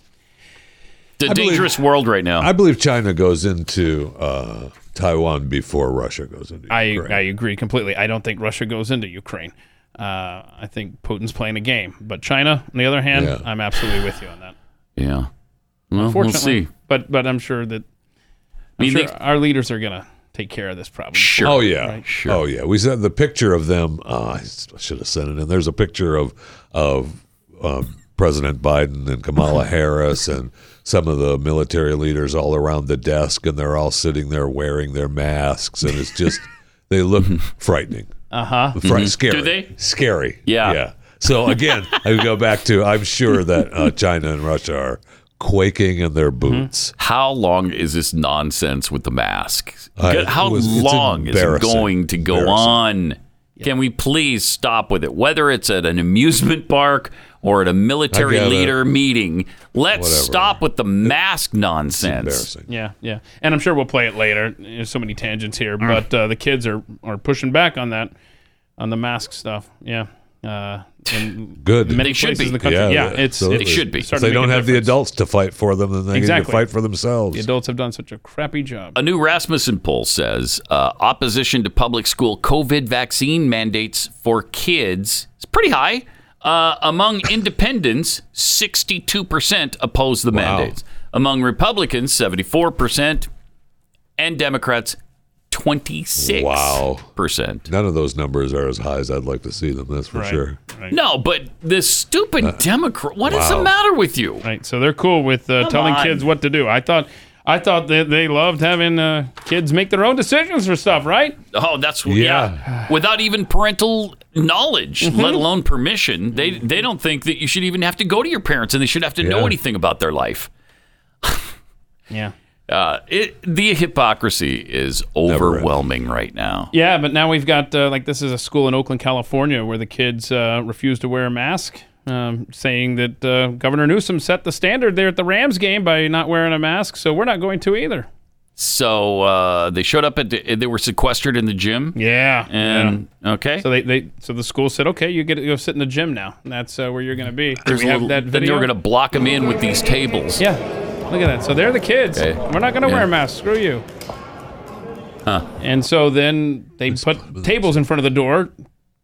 [SPEAKER 2] The dangerous world right now.
[SPEAKER 3] I believe China goes into uh, Taiwan before Russia goes into.
[SPEAKER 4] I, I agree completely. I don't think Russia goes into Ukraine. Uh, I think Putin's playing a game. But China, on the other hand,
[SPEAKER 2] Yeah.
[SPEAKER 4] I'm absolutely with you on that.
[SPEAKER 2] yeah. Well, we'll
[SPEAKER 4] Unfortunately,
[SPEAKER 2] see.
[SPEAKER 4] but but I'm sure that I'm
[SPEAKER 2] mean,
[SPEAKER 4] sure
[SPEAKER 2] they-
[SPEAKER 4] our leaders are gonna take care of this problem.
[SPEAKER 3] Oh yeah.
[SPEAKER 4] Right?
[SPEAKER 3] Oh yeah. We sent the picture of them. Uh, I s- I should have sent it. And there's a picture of of um, President Biden and Kamala Harris and some of the military leaders all around the desk, and they're all sitting there wearing their masks, and it's just they look frightening.
[SPEAKER 4] Uh-huh.
[SPEAKER 3] Fri-
[SPEAKER 4] Mhm.
[SPEAKER 3] Scary.
[SPEAKER 4] Do they?
[SPEAKER 3] Scary.
[SPEAKER 2] Yeah.
[SPEAKER 3] Yeah. So again, I go back to I'm sure that uh, China and Russia are quaking in their boots.
[SPEAKER 4] Mm-hmm.
[SPEAKER 2] How long is this nonsense with the mask?
[SPEAKER 3] I-
[SPEAKER 2] Good- How
[SPEAKER 3] Uh, it was- it's
[SPEAKER 2] long is it
[SPEAKER 3] embarrassing.
[SPEAKER 2] going to go on? Can we please stop with it? Whether it's at an amusement park or at a military
[SPEAKER 4] I get it.
[SPEAKER 2] leader meeting, let's
[SPEAKER 4] Whatever.
[SPEAKER 2] stop with the mask nonsense.
[SPEAKER 3] embarrassing.
[SPEAKER 4] Yeah, yeah, and I'm sure we'll play it later. There's so many tangents here, but uh, the kids are are pushing back on that, on the mask stuff. Yeah, uh, in
[SPEAKER 3] Good.
[SPEAKER 4] Many places in the country. Yeah, it's,
[SPEAKER 3] absolutely.
[SPEAKER 4] it's
[SPEAKER 3] If
[SPEAKER 4] starting
[SPEAKER 3] they
[SPEAKER 4] to make
[SPEAKER 3] don't
[SPEAKER 4] a
[SPEAKER 3] have the adults to fight for them, then they need to
[SPEAKER 4] Exactly.
[SPEAKER 3] fight for themselves.
[SPEAKER 4] difference. The adults have done such a crappy job.
[SPEAKER 3] Uh,
[SPEAKER 2] A new Rasmussen poll says uh, opposition to public school COVID vaccine mandates for kids is pretty high. Uh, among independents, 62% oppose the mandates. Among Republicans, 74%, and Democrats, 26%.
[SPEAKER 3] Wow.
[SPEAKER 2] Percent.
[SPEAKER 3] None of those numbers are as high as I'd like to see them. That's for
[SPEAKER 4] Right.
[SPEAKER 3] sure.
[SPEAKER 2] No, but this stupid Democrat, What is the
[SPEAKER 3] wow.
[SPEAKER 2] matter with you?
[SPEAKER 4] Right, so they're cool with uh,
[SPEAKER 2] Come
[SPEAKER 4] telling
[SPEAKER 2] on.
[SPEAKER 4] kids what to do. I thought I thought that they loved having uh, kids make their own decisions for stuff, right?
[SPEAKER 2] Oh, that's yeah. Without even parental knowledge,
[SPEAKER 4] Mm-hmm.
[SPEAKER 2] let alone permission, they they don't think that you should even have to go to your parents, and they should have to know
[SPEAKER 4] Yeah.
[SPEAKER 2] anything about their life.
[SPEAKER 4] yeah.
[SPEAKER 2] Uh, it, the hypocrisy is overwhelming right now.
[SPEAKER 4] Yeah, but now we've got uh, like this is a school in Oakland, California, where the kids uh, refuse to wear a mask, um, saying that uh, Governor Newsom set the standard there at the Rams game by not wearing a mask, so we're not going to either.
[SPEAKER 2] So uh, they showed up at the, they were sequestered in the gym.
[SPEAKER 4] Yeah.
[SPEAKER 2] And okay.
[SPEAKER 4] So they, they so the school said, okay, you get to go sit in the gym now, and that's uh, where you're going to be.
[SPEAKER 2] There's
[SPEAKER 4] we
[SPEAKER 2] a
[SPEAKER 4] have
[SPEAKER 2] little-
[SPEAKER 4] that
[SPEAKER 2] then they
[SPEAKER 4] video.
[SPEAKER 2] were going to block them in with these tables.
[SPEAKER 4] Yeah. Look at that. So they're the kids.
[SPEAKER 2] Okay.
[SPEAKER 4] We're not going to
[SPEAKER 2] Yeah.
[SPEAKER 4] wear masks. Screw you.
[SPEAKER 2] Huh.
[SPEAKER 4] And so then they put tables in front of the door,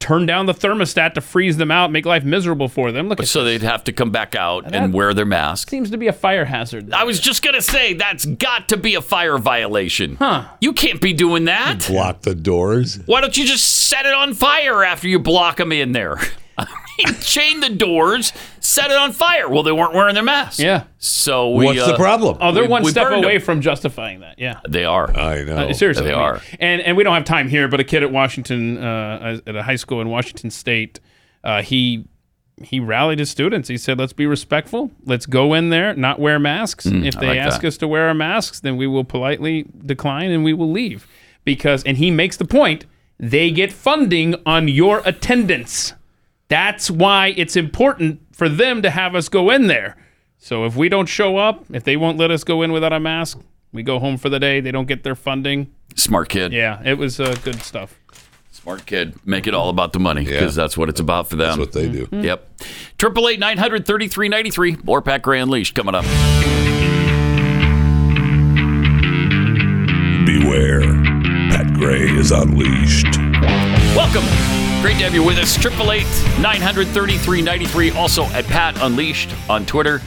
[SPEAKER 4] turn down the thermostat to freeze them out, make life miserable for them. Look, it
[SPEAKER 2] So they'd have to come back out and wear their mask.
[SPEAKER 4] seems to be a fire hazard.
[SPEAKER 2] I was just gonna say that's got to be a fire violation. Huh? You can't be doing that.
[SPEAKER 3] Block the doors.
[SPEAKER 2] Why don't you just set it on fire after you block them in there? I mean, Chain the doors, set it on fire. Well, they weren't wearing their masks.
[SPEAKER 4] Yeah.
[SPEAKER 2] So we,
[SPEAKER 4] What's the
[SPEAKER 2] uh,
[SPEAKER 4] problem? Oh, they're
[SPEAKER 2] we-
[SPEAKER 4] one
[SPEAKER 2] we
[SPEAKER 4] step
[SPEAKER 2] burned
[SPEAKER 4] away
[SPEAKER 2] 'em.
[SPEAKER 4] from justifying that. Yeah.
[SPEAKER 2] They are. I
[SPEAKER 3] know.
[SPEAKER 4] Uh, seriously,
[SPEAKER 2] they
[SPEAKER 4] I mean,
[SPEAKER 2] are.
[SPEAKER 4] And and we don't have time here, but a kid at Washington, uh, at a high school in Washington State, uh, he he rallied his students. He said, "Let's be respectful. Let's go in there, not wear masks.
[SPEAKER 2] Mm,
[SPEAKER 4] if
[SPEAKER 2] I
[SPEAKER 4] they
[SPEAKER 2] like
[SPEAKER 4] ask
[SPEAKER 2] that.
[SPEAKER 4] us to wear our masks, then we will politely decline and we will leave." Because and he makes the point they get funding on your attendance. That's why it's important for them to have us go in there. So if we don't show up, if they won't let us go in without a mask, we go home for the day. They don't get their funding.
[SPEAKER 2] Smart kid.
[SPEAKER 4] Yeah, it was uh, good stuff.
[SPEAKER 2] Smart kid. Make it all about the money because that's what it's about for them. That's what they do.
[SPEAKER 4] Mm-hmm.
[SPEAKER 2] Yep. Triple eight nine hundred thirty three ninety three. More Pat Gray Unleashed coming up.
[SPEAKER 3] Beware. Pat Gray is unleashed.
[SPEAKER 2] Welcome. Great to have you with us. 888 933 93. Also at Pat Unleashed on Twitter.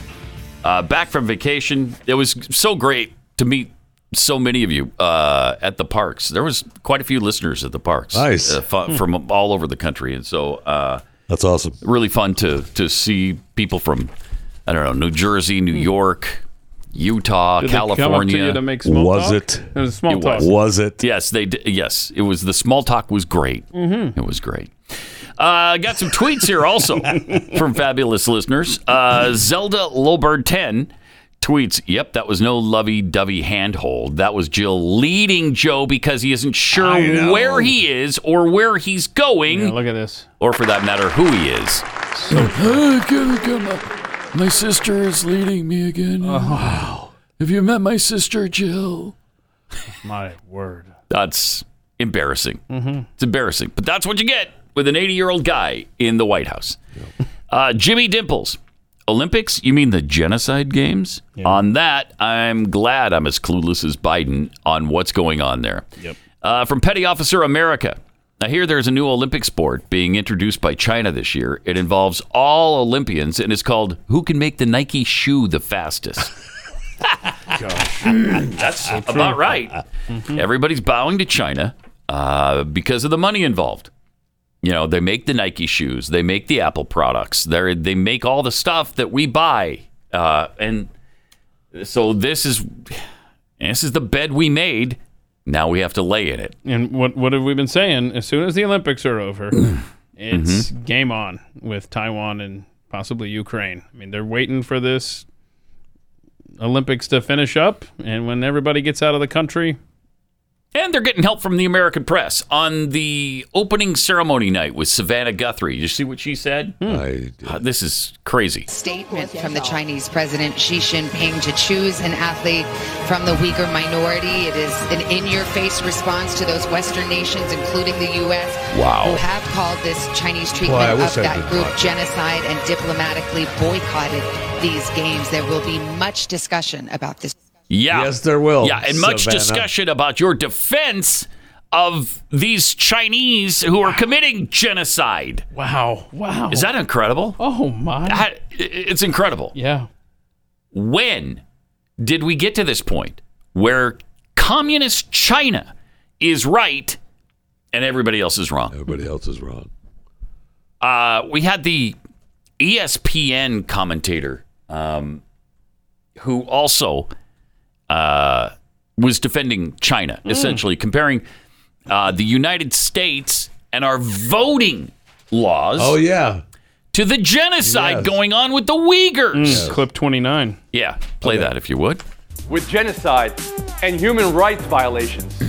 [SPEAKER 2] Uh, back from vacation. It was so great to meet so many of you uh, at the parks. There was quite a few listeners at the parks.
[SPEAKER 3] Nice.
[SPEAKER 2] uh, fu-
[SPEAKER 3] Hmm.
[SPEAKER 2] from all over the country. And so uh,
[SPEAKER 3] that's awesome.
[SPEAKER 2] Really fun to, to see people from, I don't know, New Jersey, New York, Utah,
[SPEAKER 4] Hmm. Did they come up to
[SPEAKER 2] California.
[SPEAKER 4] you to make small Was talk? it? It was small talk.
[SPEAKER 3] Was it?
[SPEAKER 2] Yes, they. d- Yes, it was. The small talk was great.
[SPEAKER 4] Mhm.
[SPEAKER 2] It was great. Uh, got some tweets here also from fabulous listeners. Uh, Zelda Lobard 10 tweets, Yep, that was no lovey dovey handhold. That was Jill leading Joe because he isn't
[SPEAKER 4] I
[SPEAKER 2] sure
[SPEAKER 4] know.
[SPEAKER 2] where he is or where he's going.
[SPEAKER 4] look at this.
[SPEAKER 2] Or for that matter, who he is.
[SPEAKER 9] Uh, come, come, my- My sister is leading me again.
[SPEAKER 4] Oh,
[SPEAKER 9] wow. Have you met my sister, Jill?
[SPEAKER 4] My word.
[SPEAKER 2] That's embarrassing. It's embarrassing, but that's what you get with an 80 year old guy in the White House. Uh, Jimmy Dimples, Olympics? You mean the genocide games? On that, I'm glad I'm as clueless as Biden on what's going on there. Yep. Uh, from Petty Officer America. I hear there's a new Olympic sport being introduced by China this year. It involves all Olympians and it's called Who Can Make the Nike Shoe the Fastest? That's about right. Everybody's bowing to China uh, because of the money involved. You know, they make the Nike shoes, they make the Apple products, they they make all the stuff that we buy, uh, and so this is this is the bed we made. Now we have to lay in it.
[SPEAKER 4] And what what have we been saying? As soon as the Olympics are over, it's
[SPEAKER 3] Mm-hmm.
[SPEAKER 4] game on with Taiwan and possibly Ukraine. I mean, they're waiting for this Olympics to finish up, and when everybody gets out of the country,
[SPEAKER 2] And they're getting help from the American press on the opening ceremony night with Savannah Guthrie. You see what she said?
[SPEAKER 3] Hmm.
[SPEAKER 2] Uh, this is crazy.
[SPEAKER 13] statement from the Chinese President Xi Jinping to choose an athlete from the Uyghur minority. It is an in-your-face response to those Western nations, including the U.S.,
[SPEAKER 2] Wow.
[SPEAKER 13] who have called this
[SPEAKER 2] Well,
[SPEAKER 13] Chinese
[SPEAKER 2] I
[SPEAKER 13] treatment
[SPEAKER 2] wish
[SPEAKER 13] of
[SPEAKER 2] I
[SPEAKER 13] that
[SPEAKER 2] did
[SPEAKER 13] group
[SPEAKER 2] not.
[SPEAKER 13] genocide and diplomatically boycotted these games. There will be much discussion about this.
[SPEAKER 2] Yeah. Yes,
[SPEAKER 3] there will.
[SPEAKER 2] Yeah, and much
[SPEAKER 3] Savannah.
[SPEAKER 2] discussion about your defense of these Chinese who are committing genocide.
[SPEAKER 4] Wow. Wow.
[SPEAKER 2] Is that incredible?
[SPEAKER 4] Oh my.
[SPEAKER 2] it's incredible.
[SPEAKER 4] Yeah.
[SPEAKER 2] When did we get to this point where communist China is right and everybody else is wrong?
[SPEAKER 3] Everybody else is wrong.
[SPEAKER 2] Uh, we had the E ESPN commentator um, who also uh, was defending China,
[SPEAKER 14] Hmm.
[SPEAKER 8] Mm.
[SPEAKER 2] essentially comparing uh, the United States and our voting laws.
[SPEAKER 3] Oh, yeah.
[SPEAKER 2] To the genocide
[SPEAKER 4] Yes.
[SPEAKER 2] going on with the Uyghurs.
[SPEAKER 14] Hmm.
[SPEAKER 4] Clip 29.
[SPEAKER 2] Yeah, play that if you would.
[SPEAKER 15] with genocide and human rights violations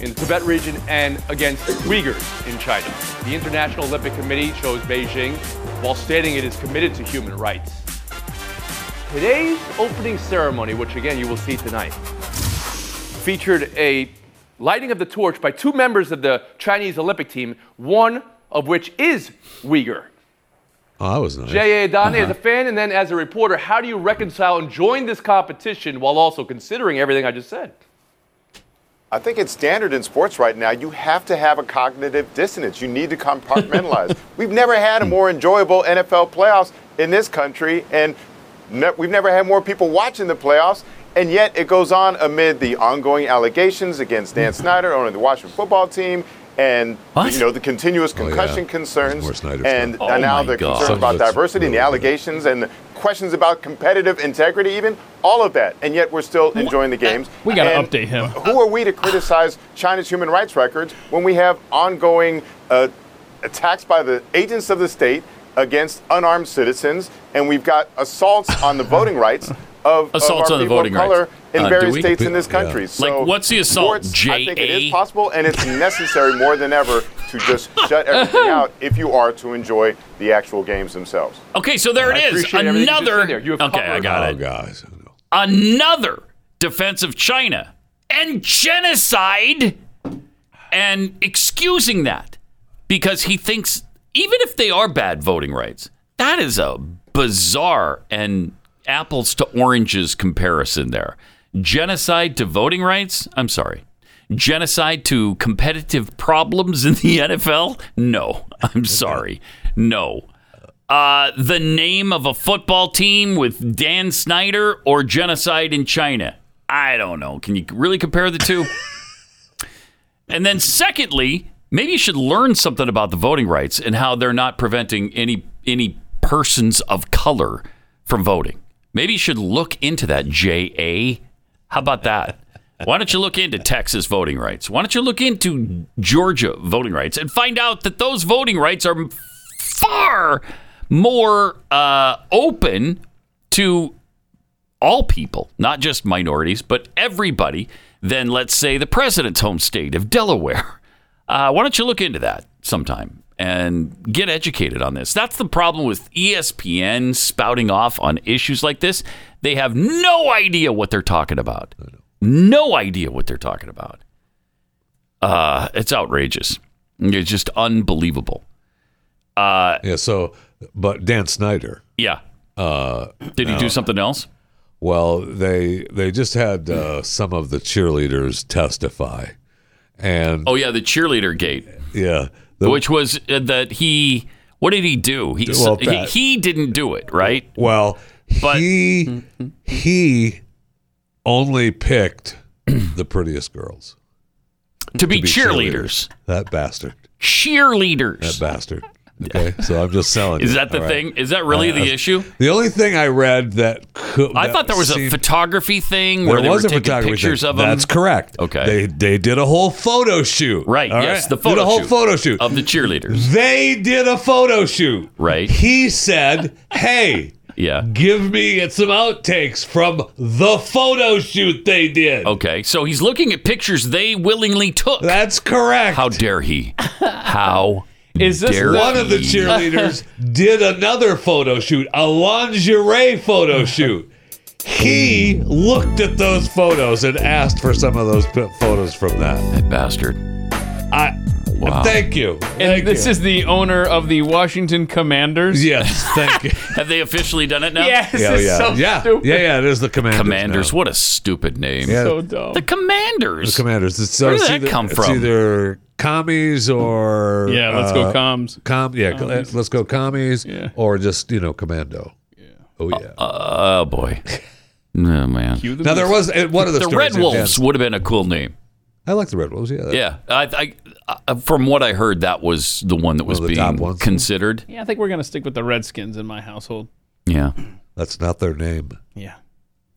[SPEAKER 15] in the Tibet region and against Uyghurs in China. The International Olympic Committee chose Beijing while stating it is committed to human rights. Today's opening ceremony, which again you will see tonight, featured a lighting of the torch by two members of the Chinese Olympic team, one of which is Uyghur.
[SPEAKER 3] Oh, that was nice.
[SPEAKER 15] J.A. Donne as
[SPEAKER 3] Uh-huh.
[SPEAKER 15] a fan and then as a reporter, how do you reconcile enjoying this competition while also considering everything I just said?
[SPEAKER 14] I think it's standard in sports right now. You have to have a cognitive dissonance. You need to compartmentalize. we've never had a more enjoyable NFL playoffs in this country, and ne- we've never had more people watching the playoffs. And yet, it goes on amid the ongoing allegations against
[SPEAKER 3] Hmm.
[SPEAKER 14] Dan Snyder, owner of the Washington football team, and you know the continuous concussion concerns, and
[SPEAKER 3] Oh
[SPEAKER 14] now
[SPEAKER 3] my
[SPEAKER 14] the
[SPEAKER 3] God.
[SPEAKER 14] concern about
[SPEAKER 3] That's
[SPEAKER 14] diversity and the
[SPEAKER 3] really-
[SPEAKER 14] allegations and the questions about competitive integrity, even all of that. And yet, we're still enjoying the games.
[SPEAKER 4] We got to
[SPEAKER 14] And-
[SPEAKER 4] update him.
[SPEAKER 14] who are we to criticize China's human rights records when we have ongoing uh, attacks by the agents of the state against unarmed citizens, and we've got assaults on the voting rights of of
[SPEAKER 2] assaults
[SPEAKER 14] our
[SPEAKER 2] on the
[SPEAKER 14] people of
[SPEAKER 2] voting
[SPEAKER 14] color
[SPEAKER 2] rights
[SPEAKER 14] in
[SPEAKER 2] Uh, do
[SPEAKER 14] various
[SPEAKER 2] we?
[SPEAKER 14] states in this country.
[SPEAKER 2] Like,
[SPEAKER 14] So
[SPEAKER 2] what's the assault?
[SPEAKER 14] Sports, I think it
[SPEAKER 2] JA?
[SPEAKER 14] is possible, and it's necessary more than ever to just shut everything out if you are to enjoy the actual games themselves.
[SPEAKER 2] Okay, so there
[SPEAKER 14] I
[SPEAKER 2] it is.
[SPEAKER 14] appreciate everything you just
[SPEAKER 2] Another.
[SPEAKER 14] said there. You have
[SPEAKER 2] okay, I
[SPEAKER 14] covered-
[SPEAKER 2] got
[SPEAKER 14] Oh,
[SPEAKER 2] it. Another defense of China and genocide and excusing that because he thinks even if they are bad voting rights, that is a bizarre and apples to oranges comparison there. Genocide to voting rights? I'm sorry. Genocide to competitive problems in the NFL? No, I'm sorry. No. Uh, the name of a football team with Dan Snyder or genocide in China? I don't know. Can you really compare the two? And then, secondly, maybe you should learn something about the voting rights and how they're not preventing any any persons of color from voting. Maybe you should look into that, J.A. How about that? Why don't you look into Texas voting rights? Why don't you look into Georgia voting rights and find out that those voting rights are far more uh, open to all people, not just minorities, but everybody, Then let's say the president's home state of Delaware. Uh, why don't you look into that sometime and get educated on this? That's the problem with E ESPN spouting off on issues like this. They have no idea what they're talking about. No idea what they're talking about. Uh, it's outrageous. It's just unbelievable. Uh,
[SPEAKER 3] yeah. So, but Dan Snyder.
[SPEAKER 2] Yeah.
[SPEAKER 3] Uh,
[SPEAKER 2] Did he do something else?
[SPEAKER 3] Well, they they just had uh, some of the cheerleaders testify, and
[SPEAKER 2] Oh yeah, the cheerleader gate.
[SPEAKER 3] yeah,
[SPEAKER 2] which was uh, that he. What did he do? He,
[SPEAKER 3] Well,
[SPEAKER 2] he
[SPEAKER 3] that-
[SPEAKER 2] he didn't do it, right?
[SPEAKER 3] Well, he he only picked the prettiest girls
[SPEAKER 2] to be, cheerleaders.
[SPEAKER 3] That bastard.
[SPEAKER 2] Cheerleaders.
[SPEAKER 3] That bastard. Okay, so I'm just selling.
[SPEAKER 2] Is
[SPEAKER 3] you.
[SPEAKER 2] that the
[SPEAKER 3] All right.
[SPEAKER 2] thing? Is that really
[SPEAKER 3] Uh,
[SPEAKER 2] the issue?
[SPEAKER 3] The only thing I read that could
[SPEAKER 2] I thought there was a
[SPEAKER 3] seemed-
[SPEAKER 2] photography thing
[SPEAKER 3] There
[SPEAKER 2] where they
[SPEAKER 3] was
[SPEAKER 2] were
[SPEAKER 3] a
[SPEAKER 2] taking
[SPEAKER 3] photography
[SPEAKER 2] pictures
[SPEAKER 3] thing.
[SPEAKER 2] of him.
[SPEAKER 3] That's correct. Okay. They they did a whole photo shoot.
[SPEAKER 2] Right.
[SPEAKER 3] All
[SPEAKER 2] yes,
[SPEAKER 3] right?
[SPEAKER 2] the photo
[SPEAKER 3] Did a whole
[SPEAKER 2] shoot
[SPEAKER 3] photo shoot.
[SPEAKER 2] of the cheerleaders.
[SPEAKER 3] They did a photo shoot.
[SPEAKER 2] Right.
[SPEAKER 3] He said, "Hey,
[SPEAKER 2] yeah,
[SPEAKER 3] give me some outtakes from the photo shoot they did."
[SPEAKER 2] Okay, so he's looking at pictures they willingly took.
[SPEAKER 3] That's correct.
[SPEAKER 2] How dare he? How
[SPEAKER 4] is
[SPEAKER 3] This
[SPEAKER 2] dare
[SPEAKER 3] one of the
[SPEAKER 2] he?
[SPEAKER 3] cheerleaders did another photo shoot, a lingerie photo shoot. He looked at those photos and asked for some of those p- photos from that.
[SPEAKER 2] That bastard.
[SPEAKER 3] I thank you.
[SPEAKER 4] And this is the owner of the Washington Commanders.
[SPEAKER 3] Yes, thank you.
[SPEAKER 2] Have they officially done it now?
[SPEAKER 4] Yes,
[SPEAKER 3] Yeah,
[SPEAKER 4] it's
[SPEAKER 3] yeah.
[SPEAKER 4] so
[SPEAKER 3] yeah.
[SPEAKER 4] stupid.
[SPEAKER 3] yeah, yeah, it is the commanders.
[SPEAKER 2] Commanders,
[SPEAKER 3] now.
[SPEAKER 2] what a stupid name.
[SPEAKER 3] Yeah. So
[SPEAKER 4] dumb.
[SPEAKER 2] The
[SPEAKER 3] The
[SPEAKER 2] Commanders.
[SPEAKER 3] commanders. It's, so
[SPEAKER 2] Where did
[SPEAKER 3] it's
[SPEAKER 2] that
[SPEAKER 3] either,
[SPEAKER 2] come
[SPEAKER 3] it's
[SPEAKER 2] from?
[SPEAKER 3] either commies or uh,
[SPEAKER 4] Yeah, let's go comms.
[SPEAKER 3] Com, yeah, co-
[SPEAKER 4] Commies.
[SPEAKER 3] let's go commies or just you know commando. Yeah. Oh yeah.
[SPEAKER 2] Oh boy. No man.
[SPEAKER 3] Now, there was- uh, one of the
[SPEAKER 2] the
[SPEAKER 3] stories
[SPEAKER 2] Red
[SPEAKER 3] in
[SPEAKER 2] Wolves
[SPEAKER 3] Kansas-
[SPEAKER 2] would have been a cool name.
[SPEAKER 3] I like the red wolves. Yeah.
[SPEAKER 2] Yeah, I, I, I, from what I heard, that was the one that was being considered.
[SPEAKER 4] Yeah, I think we're going to stick with the Redskins in my household.
[SPEAKER 2] Yeah.
[SPEAKER 3] That's not their name.
[SPEAKER 4] Yeah.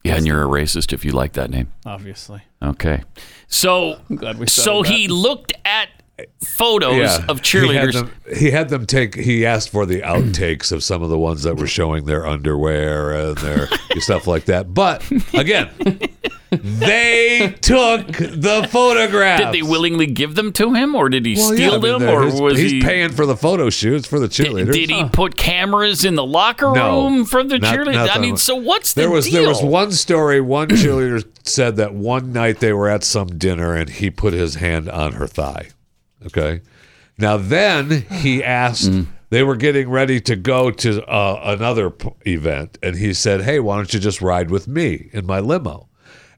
[SPEAKER 2] Yeah, and you're a racist if you like that name.
[SPEAKER 4] Obviously.
[SPEAKER 2] Okay. So, so
[SPEAKER 4] settled that.
[SPEAKER 2] he looked at photos Oh, of cheerleaders.
[SPEAKER 3] He had, them, he had them take. He asked for the outtakes of some of the ones that were showing their underwear and their stuff like that. But again, they took the photographs.
[SPEAKER 2] Did they willingly give them to him, or did he
[SPEAKER 3] Well, yeah,
[SPEAKER 2] steal
[SPEAKER 3] I mean,
[SPEAKER 2] them,
[SPEAKER 3] they're-
[SPEAKER 2] or
[SPEAKER 3] he's,
[SPEAKER 2] was
[SPEAKER 3] he's
[SPEAKER 2] he?
[SPEAKER 3] paying for the photo shoots for the cheerleaders?
[SPEAKER 2] Did he put cameras in the locker
[SPEAKER 3] No,
[SPEAKER 2] room for the
[SPEAKER 3] not-
[SPEAKER 2] cheerleaders? I
[SPEAKER 3] nothing.
[SPEAKER 2] mean, so what's the
[SPEAKER 3] there was
[SPEAKER 2] deal?
[SPEAKER 3] there was one story. One cheerleader said that one night they were at some dinner and he put his hand on her thigh. Okay, now then
[SPEAKER 2] Mm.
[SPEAKER 3] he asked. They were getting ready to go to uh, another p- event, and he said, "Hey, why don't you just ride with me in my limo?"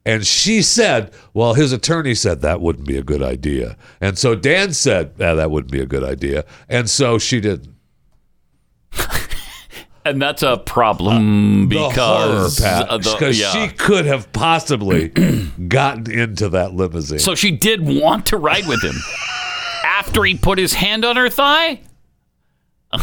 [SPEAKER 3] And she said, well, his attorney said that wouldn't be a good idea. And so Dan said, "Ah, that wouldn't be a good idea. And so she didn't.
[SPEAKER 2] and that's a problem because
[SPEAKER 3] Uh, the horror, Pat,
[SPEAKER 2] of the-
[SPEAKER 3] because
[SPEAKER 2] yeah.
[SPEAKER 3] she could have possibly gotten into that limousine.
[SPEAKER 2] So she did want to ride with him after he put his hand on her thigh?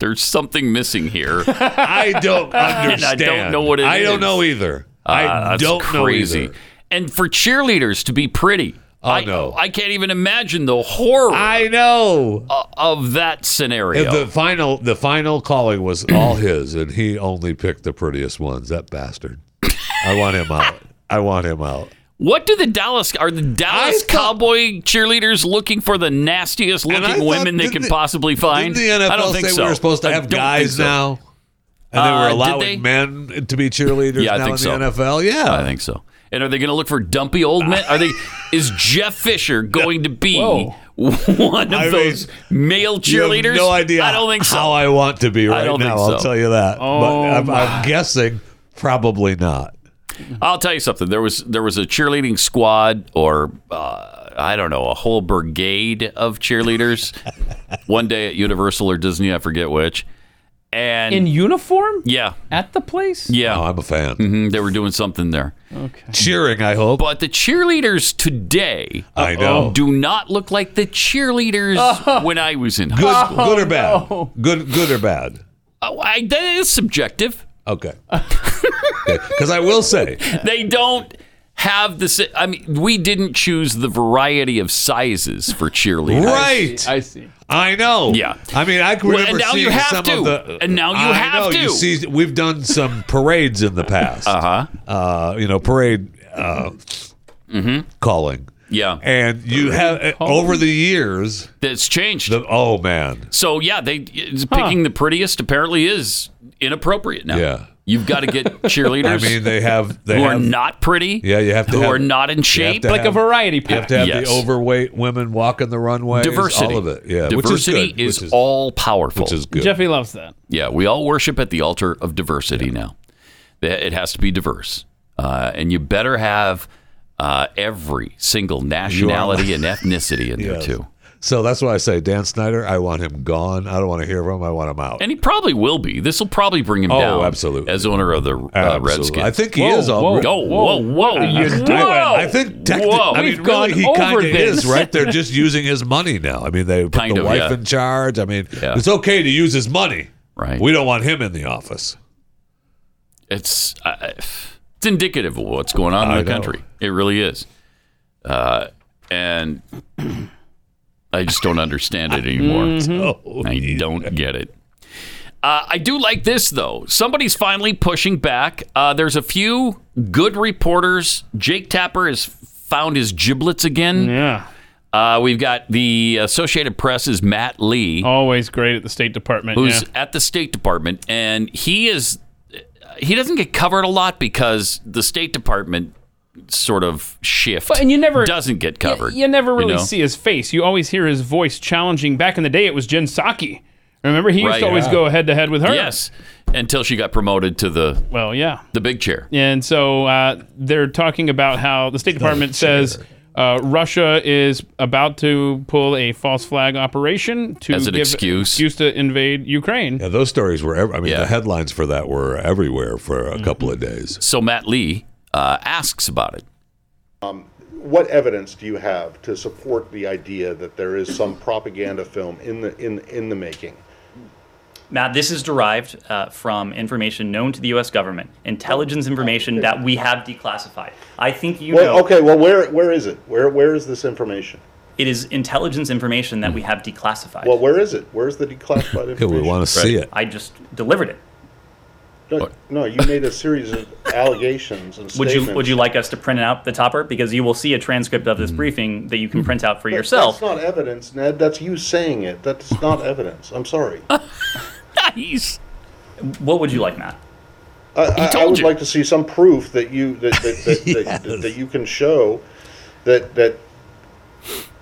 [SPEAKER 2] There's something missing here.
[SPEAKER 3] I don't
[SPEAKER 2] And I don't
[SPEAKER 3] understand.
[SPEAKER 2] know what it is.
[SPEAKER 3] I don't know either. I
[SPEAKER 2] Ah, that's
[SPEAKER 3] don't know
[SPEAKER 2] crazy.
[SPEAKER 3] either.
[SPEAKER 2] And for cheerleaders to be pretty. I know. I can't even imagine the horror. I
[SPEAKER 3] know
[SPEAKER 2] of that scenario.
[SPEAKER 3] And the final, the final calling was all his, and he only picked the prettiest ones. That bastard. I want him out. I want him out.
[SPEAKER 2] what do the Dallas are the Dallas Cowboy cheerleaders looking for the nastiest
[SPEAKER 3] I
[SPEAKER 2] looking
[SPEAKER 3] thought-
[SPEAKER 2] women they
[SPEAKER 3] didn't
[SPEAKER 2] can
[SPEAKER 3] the-
[SPEAKER 2] possibly find?
[SPEAKER 3] Didn't the NFL
[SPEAKER 2] I don't think
[SPEAKER 3] say
[SPEAKER 2] so.
[SPEAKER 3] we were supposed to
[SPEAKER 2] I
[SPEAKER 3] have
[SPEAKER 2] don't think
[SPEAKER 3] guys
[SPEAKER 2] so.
[SPEAKER 3] now? And they
[SPEAKER 2] Uh,
[SPEAKER 3] were
[SPEAKER 2] did
[SPEAKER 3] allowing
[SPEAKER 2] they?
[SPEAKER 3] men to be cheerleaders
[SPEAKER 2] Yeah, I
[SPEAKER 3] now
[SPEAKER 2] think so.
[SPEAKER 3] in the NFL? Yeah.
[SPEAKER 2] I think so. And are they going to look for dumpy old men? Are they? Is Jeff Fisher going to be
[SPEAKER 3] Whoa.
[SPEAKER 2] one of
[SPEAKER 3] I mean,
[SPEAKER 2] those male
[SPEAKER 3] You have
[SPEAKER 2] cheerleaders?
[SPEAKER 3] no idea
[SPEAKER 2] I don't think so.
[SPEAKER 3] how I want to be
[SPEAKER 2] I
[SPEAKER 3] right
[SPEAKER 2] don't
[SPEAKER 3] now.
[SPEAKER 2] think
[SPEAKER 3] I'll
[SPEAKER 2] so.
[SPEAKER 3] tell you that.
[SPEAKER 2] Oh,
[SPEAKER 3] but I'm,
[SPEAKER 2] my.
[SPEAKER 3] I'm guessing probably not.
[SPEAKER 2] I'll tell you something. There was there was a cheerleading squad, or uh, I don't know, a whole brigade of cheerleaders. one day at Universal or Disney, I forget which. And
[SPEAKER 4] In uniform?
[SPEAKER 2] yeah,
[SPEAKER 4] At the place?
[SPEAKER 2] yeah,
[SPEAKER 3] I'm a fan.
[SPEAKER 2] hmm they were doing something there.
[SPEAKER 4] Okay.
[SPEAKER 3] Cheering, I hope.
[SPEAKER 2] But the cheerleaders today, uh,
[SPEAKER 3] I know.
[SPEAKER 2] do not look like the cheerleaders when I was in high
[SPEAKER 3] Good,
[SPEAKER 2] school.
[SPEAKER 3] good or bad? Good, good or bad?
[SPEAKER 2] Oh, I, that is subjective.
[SPEAKER 3] Okay. Because I will say,
[SPEAKER 2] They don't have the. sa- I mean, we didn't choose the variety of sizes for cheerleaders.
[SPEAKER 3] right? I
[SPEAKER 4] see.
[SPEAKER 3] I know.
[SPEAKER 2] Yeah.
[SPEAKER 3] I mean, I can
[SPEAKER 2] Well,
[SPEAKER 3] remember
[SPEAKER 2] and now
[SPEAKER 3] seeing
[SPEAKER 2] you have
[SPEAKER 3] some
[SPEAKER 2] to.
[SPEAKER 3] of the.
[SPEAKER 2] And now you
[SPEAKER 3] I
[SPEAKER 2] have
[SPEAKER 3] know, You
[SPEAKER 2] to.
[SPEAKER 3] see, we've done some parades in the past. Uh-huh. You know, parade uh,
[SPEAKER 2] Mm-hmm.
[SPEAKER 3] calling.
[SPEAKER 2] Yeah.
[SPEAKER 3] And you have over the years.
[SPEAKER 2] That's changed.
[SPEAKER 3] The, oh man.
[SPEAKER 2] So yeah, they it's picking the prettiest apparently is inappropriate now.
[SPEAKER 3] Yeah.
[SPEAKER 2] You've got to get cheerleaders.
[SPEAKER 3] I mean, they have- they
[SPEAKER 2] who are
[SPEAKER 3] have-
[SPEAKER 2] not pretty.
[SPEAKER 3] Yeah, you have to
[SPEAKER 2] Who
[SPEAKER 3] have-
[SPEAKER 2] are not in
[SPEAKER 3] you have
[SPEAKER 2] shape.
[SPEAKER 3] to Like a have-
[SPEAKER 4] variety
[SPEAKER 3] You have to have
[SPEAKER 2] Yes.
[SPEAKER 3] the overweight women walking the runway.
[SPEAKER 2] diversity.
[SPEAKER 3] All of it. Yeah. which is
[SPEAKER 2] diversity
[SPEAKER 3] good,
[SPEAKER 2] is,
[SPEAKER 3] which is
[SPEAKER 2] all powerful.
[SPEAKER 3] which is good.
[SPEAKER 4] Jeffy loves that.
[SPEAKER 2] Yeah, we all worship at the altar of diversity now. That- It has to be diverse, uh, and you better have uh, every single nationality and ethnicity in there
[SPEAKER 3] Yes.
[SPEAKER 2] too.
[SPEAKER 3] So that's why I say Dan Snyder. I want him gone. I don't want to hear from him. I want him out.
[SPEAKER 2] And he probably will be. This will probably bring him
[SPEAKER 3] Oh,
[SPEAKER 2] down.
[SPEAKER 3] absolutely.
[SPEAKER 2] As owner of the uh,
[SPEAKER 3] Absolutely.
[SPEAKER 2] Redskins.
[SPEAKER 3] I think he is
[SPEAKER 2] Whoa,
[SPEAKER 3] already-
[SPEAKER 2] Whoa, whoa, whoa.
[SPEAKER 3] I,
[SPEAKER 2] whoa.
[SPEAKER 3] I, I think technically,
[SPEAKER 2] Whoa.
[SPEAKER 3] I mean,
[SPEAKER 2] We've
[SPEAKER 3] really,
[SPEAKER 2] gone
[SPEAKER 3] he
[SPEAKER 2] over
[SPEAKER 3] kind of
[SPEAKER 2] this.
[SPEAKER 3] is right. They're just using his money now. I mean, they put
[SPEAKER 2] Kind
[SPEAKER 3] the
[SPEAKER 2] of,
[SPEAKER 3] wife
[SPEAKER 2] yeah.
[SPEAKER 3] in charge. I mean, it's okay to use his money.
[SPEAKER 2] Right.
[SPEAKER 3] We don't want him in the office.
[SPEAKER 2] it's uh, it's indicative of what's going on
[SPEAKER 3] I
[SPEAKER 2] in the
[SPEAKER 3] know.
[SPEAKER 2] country. It really is, uh, and I just don't understand it anymore.
[SPEAKER 3] Mm-hmm. Oh.
[SPEAKER 2] I don't get it. Uh, I do like this though. Somebody's finally pushing back. Uh, there's a few good reporters. Jake Tapper has found his giblets again.
[SPEAKER 4] Yeah.
[SPEAKER 2] Uh, we've got the Associated Press's Matt Lee
[SPEAKER 4] Always great at the State Department.
[SPEAKER 2] who's
[SPEAKER 4] yeah.
[SPEAKER 2] at the State Department, and he is he doesn't get covered a lot because the State Department sort of shift
[SPEAKER 4] But- and you never-
[SPEAKER 2] doesn't get covered.
[SPEAKER 4] You never really
[SPEAKER 2] know?
[SPEAKER 4] see his face. You always hear his voice challenging. Back in the day, it was Jen Psaki. Remember, he used
[SPEAKER 2] Right.
[SPEAKER 4] to always
[SPEAKER 2] Yeah.
[SPEAKER 4] go head to head with her.
[SPEAKER 2] Yes, until she got promoted to the
[SPEAKER 4] Well, yeah.
[SPEAKER 2] the big chair.
[SPEAKER 4] And so uh, they're talking about how the State Department says uh, Russia is about to pull a false flag operation to
[SPEAKER 2] As an
[SPEAKER 4] give
[SPEAKER 2] excuse.
[SPEAKER 4] to invade Ukraine.
[SPEAKER 3] Yeah, those stories were. Ev- I mean, the headlines for that were everywhere for
[SPEAKER 2] Mm-hmm.
[SPEAKER 3] a couple of days.
[SPEAKER 2] So Matt Lee uh, asks about it.
[SPEAKER 8] what evidence do you have to support the idea that there is some propaganda film in the in in the making
[SPEAKER 16] Matt, this is derived uh, from information known to the U.S. government, intelligence information that we have declassified. I think you
[SPEAKER 8] Well,
[SPEAKER 16] know
[SPEAKER 8] okay, well, where where is it? Where where is this information?
[SPEAKER 16] it is intelligence information that we have declassified.
[SPEAKER 8] Well, where is it? Where's the declassified information?
[SPEAKER 3] want to see it.
[SPEAKER 16] I just delivered it.
[SPEAKER 8] No, no, you made a series of allegations and
[SPEAKER 16] Would
[SPEAKER 8] statements.
[SPEAKER 16] you would you like us to print out the topper because you will see a transcript of this
[SPEAKER 8] Hmm.
[SPEAKER 16] briefing that you can print out for
[SPEAKER 8] That-
[SPEAKER 16] yourself?
[SPEAKER 8] That's not evidence, Ned. That's you saying it. That's not evidence. I'm sorry.
[SPEAKER 2] nice.
[SPEAKER 16] What would you like, Matt?
[SPEAKER 8] I, I, I would like to see some proof that you that that, that, that, that you can show that that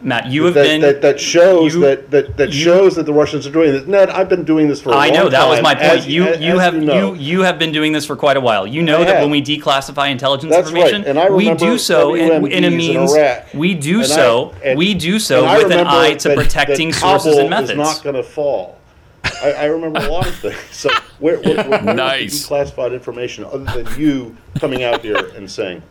[SPEAKER 16] Matt, you have
[SPEAKER 8] that,
[SPEAKER 16] been-
[SPEAKER 8] that, that shows that that, that shows that the Russians are doing this. Ned, I've been doing this for. a
[SPEAKER 16] I know
[SPEAKER 8] long
[SPEAKER 16] that was
[SPEAKER 8] time,
[SPEAKER 16] my point.
[SPEAKER 8] as-
[SPEAKER 16] you
[SPEAKER 8] as-
[SPEAKER 16] you
[SPEAKER 8] as
[SPEAKER 16] have
[SPEAKER 8] you, know.
[SPEAKER 16] you you have been doing this for quite a while. You know
[SPEAKER 8] I
[SPEAKER 16] that
[SPEAKER 8] have.
[SPEAKER 16] when we declassify intelligence
[SPEAKER 8] That's right,
[SPEAKER 16] information,
[SPEAKER 8] and I
[SPEAKER 16] we
[SPEAKER 8] remember
[SPEAKER 16] do so in, in a
[SPEAKER 8] WMDs in
[SPEAKER 16] means
[SPEAKER 8] Iraq,
[SPEAKER 16] we do
[SPEAKER 8] and I-
[SPEAKER 16] so
[SPEAKER 8] and-
[SPEAKER 16] we do so
[SPEAKER 8] and I
[SPEAKER 16] with an
[SPEAKER 8] remember
[SPEAKER 16] eye to
[SPEAKER 8] that- that
[SPEAKER 16] protecting sources and
[SPEAKER 8] Kabul Is
[SPEAKER 16] methods.
[SPEAKER 8] not going to fall. I, I remember a lot of things. So where, where, where, where
[SPEAKER 16] Nice.
[SPEAKER 8] classified information other than you coming out here and saying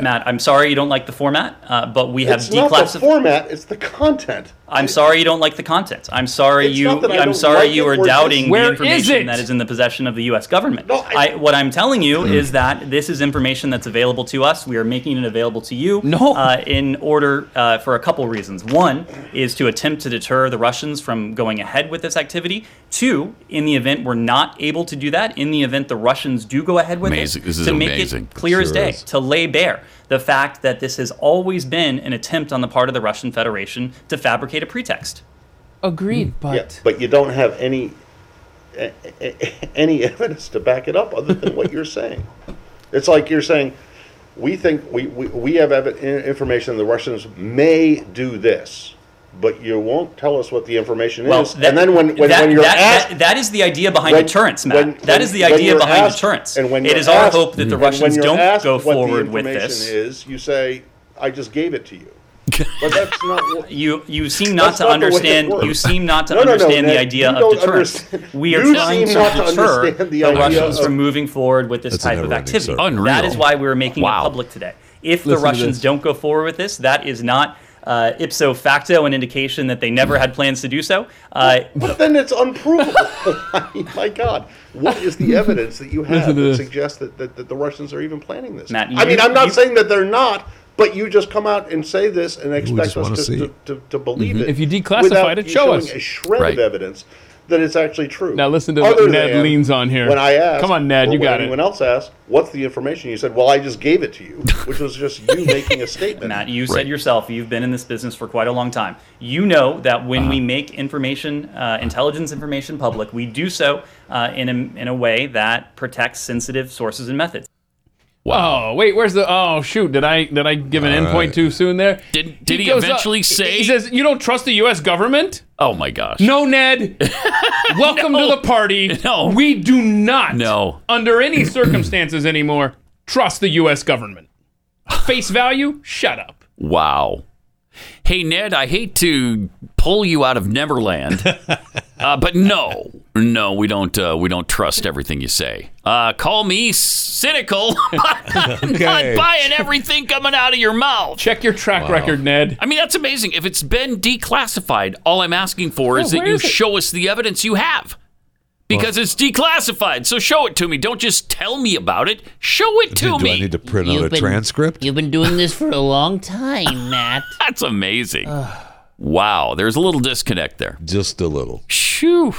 [SPEAKER 16] Matt, I'm sorry you don't like the format, uh, but we have
[SPEAKER 8] it's not the
[SPEAKER 16] declassified.
[SPEAKER 8] format, it's the content.
[SPEAKER 16] I'm sorry you don't like the content. I'm sorry
[SPEAKER 8] It's
[SPEAKER 16] you.
[SPEAKER 8] not that I
[SPEAKER 16] I'm
[SPEAKER 8] don't
[SPEAKER 16] sorry
[SPEAKER 8] like
[SPEAKER 16] you
[SPEAKER 8] it
[SPEAKER 16] are
[SPEAKER 8] or
[SPEAKER 16] doubting
[SPEAKER 8] dis- Where
[SPEAKER 16] the
[SPEAKER 8] is
[SPEAKER 16] information
[SPEAKER 8] it?
[SPEAKER 16] that is in the possession of the U.S. government. I, what I'm telling you is that this is information that's available to us. We are making it available to you. No. Uh, in order uh, for a couple reasons. One is to attempt to deter the Russians from going ahead with this activity. Two, in the event we're not able to do that, in the event the Russians do go ahead with
[SPEAKER 2] Amazing.
[SPEAKER 16] it,
[SPEAKER 2] This is
[SPEAKER 16] to make
[SPEAKER 2] amazing.
[SPEAKER 16] it clear as
[SPEAKER 2] Sure
[SPEAKER 16] day,
[SPEAKER 2] is.
[SPEAKER 16] to lay bare the fact that this has always been an attempt on the part of the Russian Federation to fabricate a pretext.
[SPEAKER 17] Agreed, but
[SPEAKER 8] Hmm. Yeah, but you don't have any a- a- any evidence to back it up other than what you're saying. It's like you're saying we think we, we, we have evi- in- information the Russians may do this, but you won't tell us what the information
[SPEAKER 16] Well,
[SPEAKER 8] is.
[SPEAKER 16] that-
[SPEAKER 8] and then when, when,
[SPEAKER 16] that-
[SPEAKER 8] when you're
[SPEAKER 16] that-
[SPEAKER 8] asked,
[SPEAKER 16] that- that is the idea behind
[SPEAKER 8] when-
[SPEAKER 16] deterrence, Matt.
[SPEAKER 8] when-
[SPEAKER 16] that
[SPEAKER 8] when-
[SPEAKER 16] is the
[SPEAKER 8] when
[SPEAKER 16] idea
[SPEAKER 8] you're
[SPEAKER 16] behind
[SPEAKER 8] asked-
[SPEAKER 16] deterrence.
[SPEAKER 8] And when
[SPEAKER 16] it
[SPEAKER 8] you're
[SPEAKER 16] is our
[SPEAKER 8] asked-
[SPEAKER 16] hope that the
[SPEAKER 8] and when
[SPEAKER 16] Russians
[SPEAKER 8] you're
[SPEAKER 16] don't
[SPEAKER 8] asked
[SPEAKER 16] go
[SPEAKER 8] what the
[SPEAKER 16] forward with
[SPEAKER 8] information
[SPEAKER 16] this.
[SPEAKER 8] Is you say I just gave it to you, but that's not. what-
[SPEAKER 16] You you seem not
[SPEAKER 8] That's
[SPEAKER 16] to
[SPEAKER 8] not the way it
[SPEAKER 16] understand. You
[SPEAKER 8] works.
[SPEAKER 16] seem not to
[SPEAKER 8] No, no, no,
[SPEAKER 16] understand the
[SPEAKER 8] Ned,
[SPEAKER 16] idea
[SPEAKER 8] you
[SPEAKER 16] of
[SPEAKER 8] don't
[SPEAKER 16] deterrence.
[SPEAKER 8] understand-
[SPEAKER 16] We are
[SPEAKER 8] you
[SPEAKER 16] trying
[SPEAKER 8] seem
[SPEAKER 16] to
[SPEAKER 8] not to
[SPEAKER 16] deter
[SPEAKER 8] understand the
[SPEAKER 16] the
[SPEAKER 8] idea
[SPEAKER 16] Russians
[SPEAKER 8] of-
[SPEAKER 16] from moving forward with this That's a type of never-ending activity. circle. Unreal. That is why we are making Wow.
[SPEAKER 2] Wow.
[SPEAKER 16] it public today. If
[SPEAKER 2] Listen
[SPEAKER 16] the
[SPEAKER 2] to
[SPEAKER 16] Russians
[SPEAKER 2] this.
[SPEAKER 16] don't go forward with this, that is not. Uh, ipso facto, an indication that they never had plans to do so. Uh,
[SPEAKER 8] But then it's unprovable. I mean, My God, what is the evidence that you have
[SPEAKER 16] Listen to
[SPEAKER 8] that
[SPEAKER 16] this.
[SPEAKER 8] suggests that, that, that the Russians are even planning this?
[SPEAKER 16] Matt,
[SPEAKER 8] I
[SPEAKER 16] you-
[SPEAKER 8] mean, I'm not
[SPEAKER 16] you-
[SPEAKER 8] saying that they're not, but you just come out and say this and expect
[SPEAKER 17] wanna
[SPEAKER 8] us
[SPEAKER 17] see
[SPEAKER 8] to, to,
[SPEAKER 17] it.
[SPEAKER 8] to, to believe
[SPEAKER 4] Mm-hmm.
[SPEAKER 17] Mhm.
[SPEAKER 8] it.
[SPEAKER 17] If you declassify
[SPEAKER 8] without
[SPEAKER 17] it,
[SPEAKER 8] you
[SPEAKER 17] show
[SPEAKER 8] showing
[SPEAKER 17] us.
[SPEAKER 8] a shred
[SPEAKER 17] Right.
[SPEAKER 8] of evidence that it's actually true. Now
[SPEAKER 4] listen to what
[SPEAKER 8] Other
[SPEAKER 4] Ned
[SPEAKER 8] than
[SPEAKER 4] leans on here.
[SPEAKER 8] When I asked,
[SPEAKER 4] Come on, Ned,
[SPEAKER 8] or
[SPEAKER 4] you
[SPEAKER 8] when
[SPEAKER 4] got it.
[SPEAKER 8] Anyone else asked, what's the information? You said, well, I just gave it to you, which was just you making a statement.
[SPEAKER 16] Matt, you said yourself you've been in this business for quite a long time. You know that when we
[SPEAKER 4] Uh-huh.
[SPEAKER 16] make information, uh, intelligence information public, we do so uh, in, a, in a way that protects sensitive sources and methods.
[SPEAKER 4] Wow. Oh, wait, where's the Oh shoot, did I did I give an endpoint too soon there? Did
[SPEAKER 2] did he eventually say-
[SPEAKER 4] He says, "You don't trust the US government?"
[SPEAKER 2] Oh my gosh.
[SPEAKER 4] No, Ned. Welcome to the party. No. We do not
[SPEAKER 2] No.
[SPEAKER 4] under any circumstances anymore trust the US government. Face value? Shut up.
[SPEAKER 2] Wow. Hey, Ned, I hate to pull you out of Neverland, uh, but no, no, we don't. Uh, we don't trust everything you say. Uh, call me cynical, but I'm not
[SPEAKER 4] Okay.
[SPEAKER 2] buying everything coming out of your mouth.
[SPEAKER 4] Check your track
[SPEAKER 2] Wow.
[SPEAKER 4] record, Ned.
[SPEAKER 2] I mean, that's amazing. If it's been declassified, all I'm asking for
[SPEAKER 4] Yeah,
[SPEAKER 2] is that
[SPEAKER 4] where
[SPEAKER 2] you
[SPEAKER 4] is it?
[SPEAKER 2] show us the evidence you have. Because it's declassified, so show it to me. Don't just tell me about it. Show it
[SPEAKER 18] do
[SPEAKER 2] to me.
[SPEAKER 18] I need to print
[SPEAKER 2] out a
[SPEAKER 18] transcript? You've been doing this for a long time, Matt.
[SPEAKER 2] That's amazing. wow, there's a little disconnect there.
[SPEAKER 3] Just a little.
[SPEAKER 2] Shoo.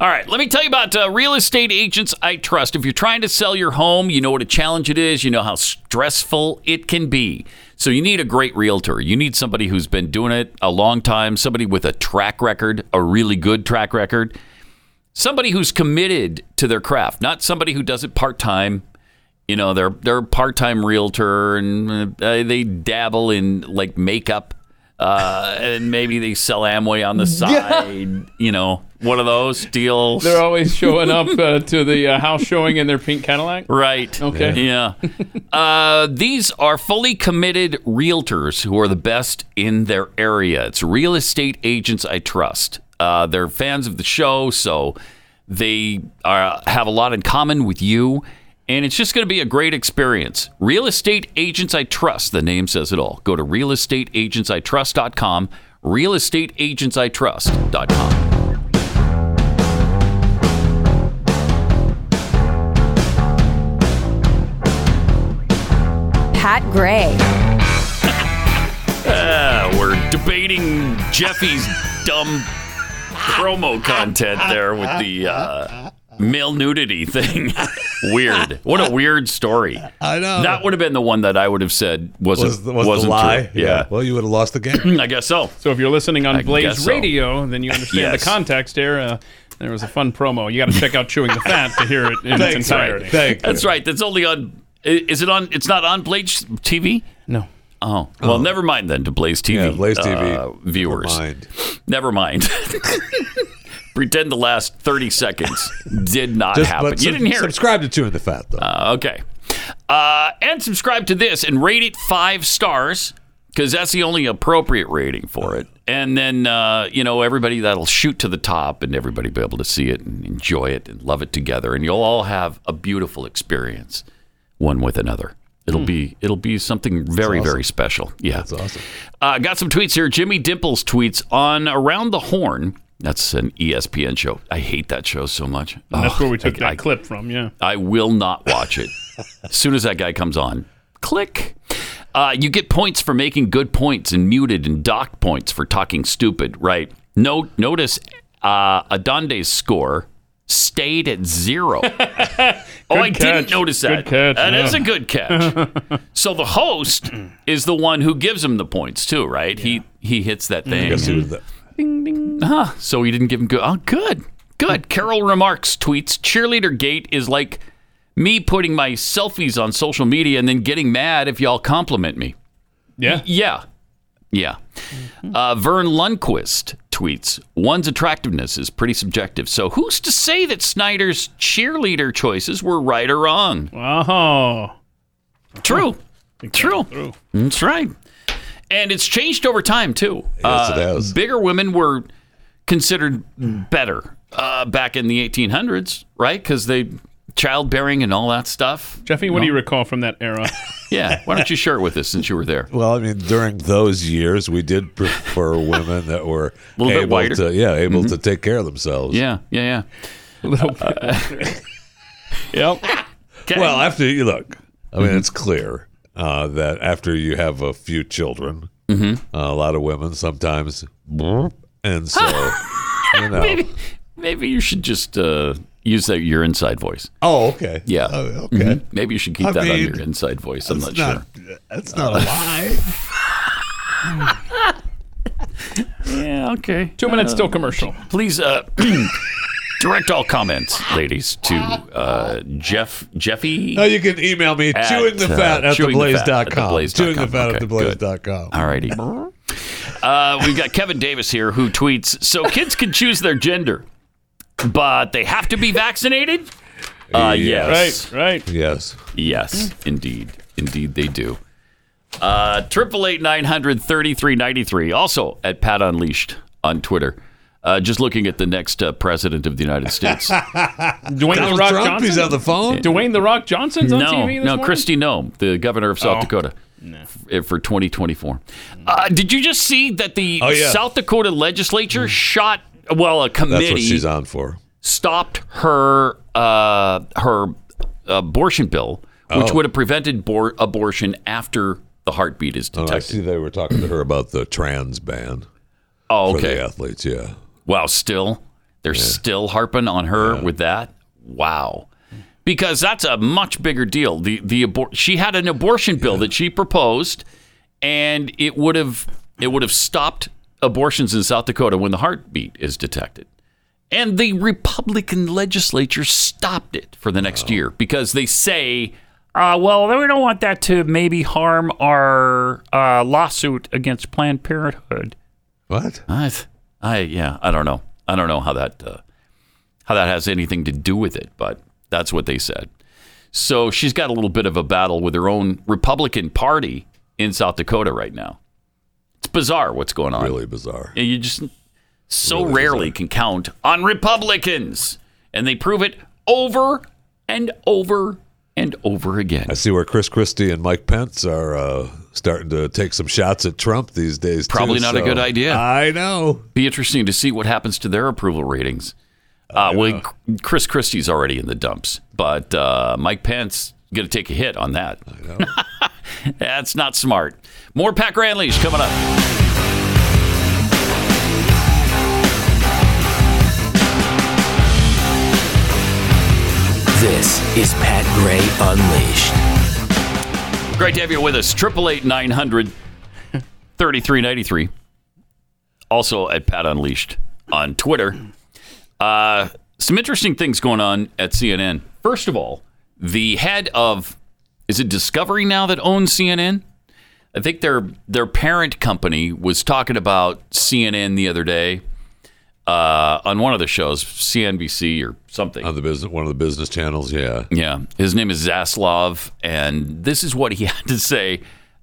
[SPEAKER 2] All right, let me tell you about uh, real estate agents I trust. If you're trying to sell your home, you know what a challenge it is, you know how stressful it can be. So, you need a great realtor. You need somebody who's been doing it a long time, somebody with a track record, a really good track record, somebody who's committed to their craft, not somebody who does it part time. You know, they're they're a part time realtor and uh, they dabble in like makeup. Uh, and maybe they sell Amway on the side, you know, one of those deals.
[SPEAKER 4] They're always showing up uh, to the uh, house showing in their pink Cadillac.
[SPEAKER 2] Right.
[SPEAKER 4] Okay.
[SPEAKER 2] Yeah. uh, these are fully committed realtors who are the best in their area. It's real estate agents I trust. Uh, they're fans of the show, so they are, have a lot in common with you, and it's just going to be a great experience. Real estate agents I trust. The name says it all. Go to realestateagentsitrust.com. Realestateagentsitrust.com.
[SPEAKER 5] Pat Gray.
[SPEAKER 2] Ah, we're debating Jeffy's dumb promo content there with the uh, male nudity thing. weird. What a weird story. I know. That would have been the one that I would have said wasn't
[SPEAKER 3] Was the- was the
[SPEAKER 2] not
[SPEAKER 3] lie?
[SPEAKER 2] True. Yeah.
[SPEAKER 3] Yeah. Well, you would have lost the game.
[SPEAKER 2] I guess so.
[SPEAKER 4] So if you're listening on
[SPEAKER 2] I
[SPEAKER 4] Blaze
[SPEAKER 2] guess so.
[SPEAKER 4] Radio, then you understand
[SPEAKER 2] Yes.
[SPEAKER 4] the context here. Uh, there was a fun promo. You got to check out Chewing the Fat to hear it in its entirety.
[SPEAKER 2] That's right. That's only on. i- Is it on? It's not on Blaze TV.
[SPEAKER 4] No.
[SPEAKER 2] Oh well, never mind then to Blaze TV.
[SPEAKER 3] Yeah, Blaze TV.
[SPEAKER 2] uh, viewers. Never mind. Pretend the last thirty seconds did not
[SPEAKER 3] Just-
[SPEAKER 2] happen.
[SPEAKER 3] but
[SPEAKER 2] you
[SPEAKER 3] sub-
[SPEAKER 2] didn't hear it.
[SPEAKER 3] Subscribe to Chewing the Fat, though.
[SPEAKER 2] Uh, okay. Uh, and subscribe to this and rate it five stars because that's the only appropriate rating for it. And then, uh, you know, everybody that'll shoot to the top and everybody be able to see it and enjoy it and love it together. And you'll all have a beautiful experience one with another. It'll be it'll be something very very special. Yeah, Hmm. that's
[SPEAKER 3] awesome.
[SPEAKER 2] Uh, got some tweets here. Jimmy Dimples tweets on Around the Horn. That's an E ESPN show. I hate that show so much.
[SPEAKER 4] And that's
[SPEAKER 2] Ugh,
[SPEAKER 4] where we took
[SPEAKER 2] I-
[SPEAKER 4] that
[SPEAKER 2] I-
[SPEAKER 4] clip from. Yeah.
[SPEAKER 2] I will not watch it. as soon as that guy comes on, click. Uh, you get points for making good points and muted and docked points for talking stupid, right? No, notice uh, Adonde's score stayed at zero. oh, I didn't
[SPEAKER 4] catch.
[SPEAKER 2] notice that.
[SPEAKER 4] Good catch,
[SPEAKER 2] That is
[SPEAKER 4] yeah.
[SPEAKER 2] a good catch. so the host is the one who gives him the points too, right? He he hits that thing.
[SPEAKER 4] Mm-hmm.
[SPEAKER 3] guess he was the-
[SPEAKER 2] Huh. So he didn't give him good. Oh, good. Good. Carol remarks tweets cheerleader gate is like me putting my selfies on social media and then getting mad if y'all compliment me.
[SPEAKER 4] Yeah.
[SPEAKER 2] Yeah. Yeah. Uh, Vern Lundquist tweets one's attractiveness is pretty subjective. So who's to say that Snyder's cheerleader choices were right or wrong?
[SPEAKER 4] Oh.
[SPEAKER 2] True. True. That's right. And it's changed over time too. Yes, it has. Bigger women were considered better uh, back in the 1800s, right? Because they childbearing and all that stuff.
[SPEAKER 4] Jeffy, what do you recall from that era?
[SPEAKER 2] Yeah. Why don't you share it with us since you were there?
[SPEAKER 3] Well, I mean, during those years, we did prefer women that were
[SPEAKER 2] A little bit
[SPEAKER 3] able
[SPEAKER 2] wider.
[SPEAKER 3] to, yeah, able to take care of themselves.
[SPEAKER 2] Yeah. Yeah. Yeah. yep.
[SPEAKER 3] Well, after you look, I
[SPEAKER 2] Mm-hmm.
[SPEAKER 3] mean, it's clear uh, that after you have a few children,
[SPEAKER 2] Mhm.
[SPEAKER 3] uh, a lot of women sometimes, and so you know.
[SPEAKER 2] Maybe, maybe you should just uh, use that your inside voice.
[SPEAKER 3] Oh, okay.
[SPEAKER 2] Yeah.
[SPEAKER 3] Oh, okay.
[SPEAKER 2] Mhm. Maybe you should keep
[SPEAKER 3] I
[SPEAKER 2] that on
[SPEAKER 3] mean,
[SPEAKER 2] your inside voice. I'm not,
[SPEAKER 3] that's not-
[SPEAKER 2] sure. Uh,
[SPEAKER 3] That's not a lie.
[SPEAKER 2] Yeah, okay.
[SPEAKER 4] Two minutes till commercial.
[SPEAKER 2] Please uh, direct all comments, ladies, to uh, Jeff Jeffy.
[SPEAKER 3] No, you can email me
[SPEAKER 2] At,
[SPEAKER 3] chewing the
[SPEAKER 2] uh,
[SPEAKER 3] fat at
[SPEAKER 2] chewing the fat at
[SPEAKER 3] theblaze.com.
[SPEAKER 2] theblaze.com.
[SPEAKER 3] Chewing the fat
[SPEAKER 2] Okay,
[SPEAKER 3] at theblaze.com.
[SPEAKER 2] All righty. Uh, we've got Kevin Davis here who tweets So kids can choose their gender, but they have to be vaccinated? Uh, yes.
[SPEAKER 4] Right, right.
[SPEAKER 3] Yes.
[SPEAKER 2] Yes, indeed. Indeed, they do. Uh, Triple eight nine hundred thirty three ninety three. Also at Pat Unleashed on Twitter. Uh, just looking at the next uh, president of the United States.
[SPEAKER 4] Dwayne
[SPEAKER 3] Donald
[SPEAKER 4] the Rock
[SPEAKER 3] Trump,
[SPEAKER 4] Johnson.
[SPEAKER 3] he's on the phone?
[SPEAKER 4] Dwayne the Rock Johnson's on
[SPEAKER 2] no,
[SPEAKER 4] TV. This
[SPEAKER 2] no,
[SPEAKER 4] morning?
[SPEAKER 2] Christy Noem, the governor of South
[SPEAKER 4] Oh.
[SPEAKER 2] Dakota, f- eh, for 2024. Uh, did you just see that the
[SPEAKER 3] Oh, yeah. Mm.
[SPEAKER 2] South Dakota legislature shot? Well, a committee
[SPEAKER 3] That's what she's on for.
[SPEAKER 2] stopped her uh, her abortion bill, which
[SPEAKER 3] Oh.
[SPEAKER 2] would have prevented bor- abortion after the heartbeat is
[SPEAKER 3] And Oh, I
[SPEAKER 2] detected.
[SPEAKER 3] see they were talking to her about the trans ban
[SPEAKER 2] Oh,
[SPEAKER 3] for
[SPEAKER 2] okay.
[SPEAKER 3] the athletes. Yeah.
[SPEAKER 2] Wow, still they're still harping on her with that. Wow. Because that's a much bigger deal. The the abor- she had an abortion bill that she proposed and it would have it would have stopped abortions in South Dakota when the heartbeat is detected. And the Republican legislature stopped it for the next year because they say uh, well, we don't want that to maybe harm our uh, lawsuit against Planned Parenthood.
[SPEAKER 3] What?
[SPEAKER 2] I, I yeah, I don't know. I don't know how that uh, how that has anything to do with it, but that's what they said. So she's got a little bit of a battle with her own Republican Party in South Dakota right now. It's bizarre what's going on.
[SPEAKER 3] Really bizarre.
[SPEAKER 2] Yeah, You just so rarely can count on Republicans, and they prove it over and over and over again.
[SPEAKER 3] I see where Chris Christie and Mike Pence are uh, starting to take some shots at Trump these days. too,
[SPEAKER 2] Probably not a
[SPEAKER 3] so-
[SPEAKER 2] good idea.
[SPEAKER 3] I know.
[SPEAKER 2] Be interesting to see what happens to their approval ratings. Uh, well, Chris Christie's already in the dumps, but uh, Mike Pence going to take a hit on that. That's not smart. More Pat Gray Unleashed coming up.
[SPEAKER 17] This is Pat Gray Unleashed.
[SPEAKER 2] Great to have you with us. Triple eight nine hundred thirty three ninety three. Also at Pat Unleashed on Twitter. Uh, some interesting things going on at CNN. First of all, the head of is it Discovery now that owns CNN? I think their their parent company was talking about CNN the other day uh, on one of the shows, CNBC or something.
[SPEAKER 3] On the business, one of the business channels, yeah.
[SPEAKER 2] Yeah. His name is Zaslav, and this is what he had to say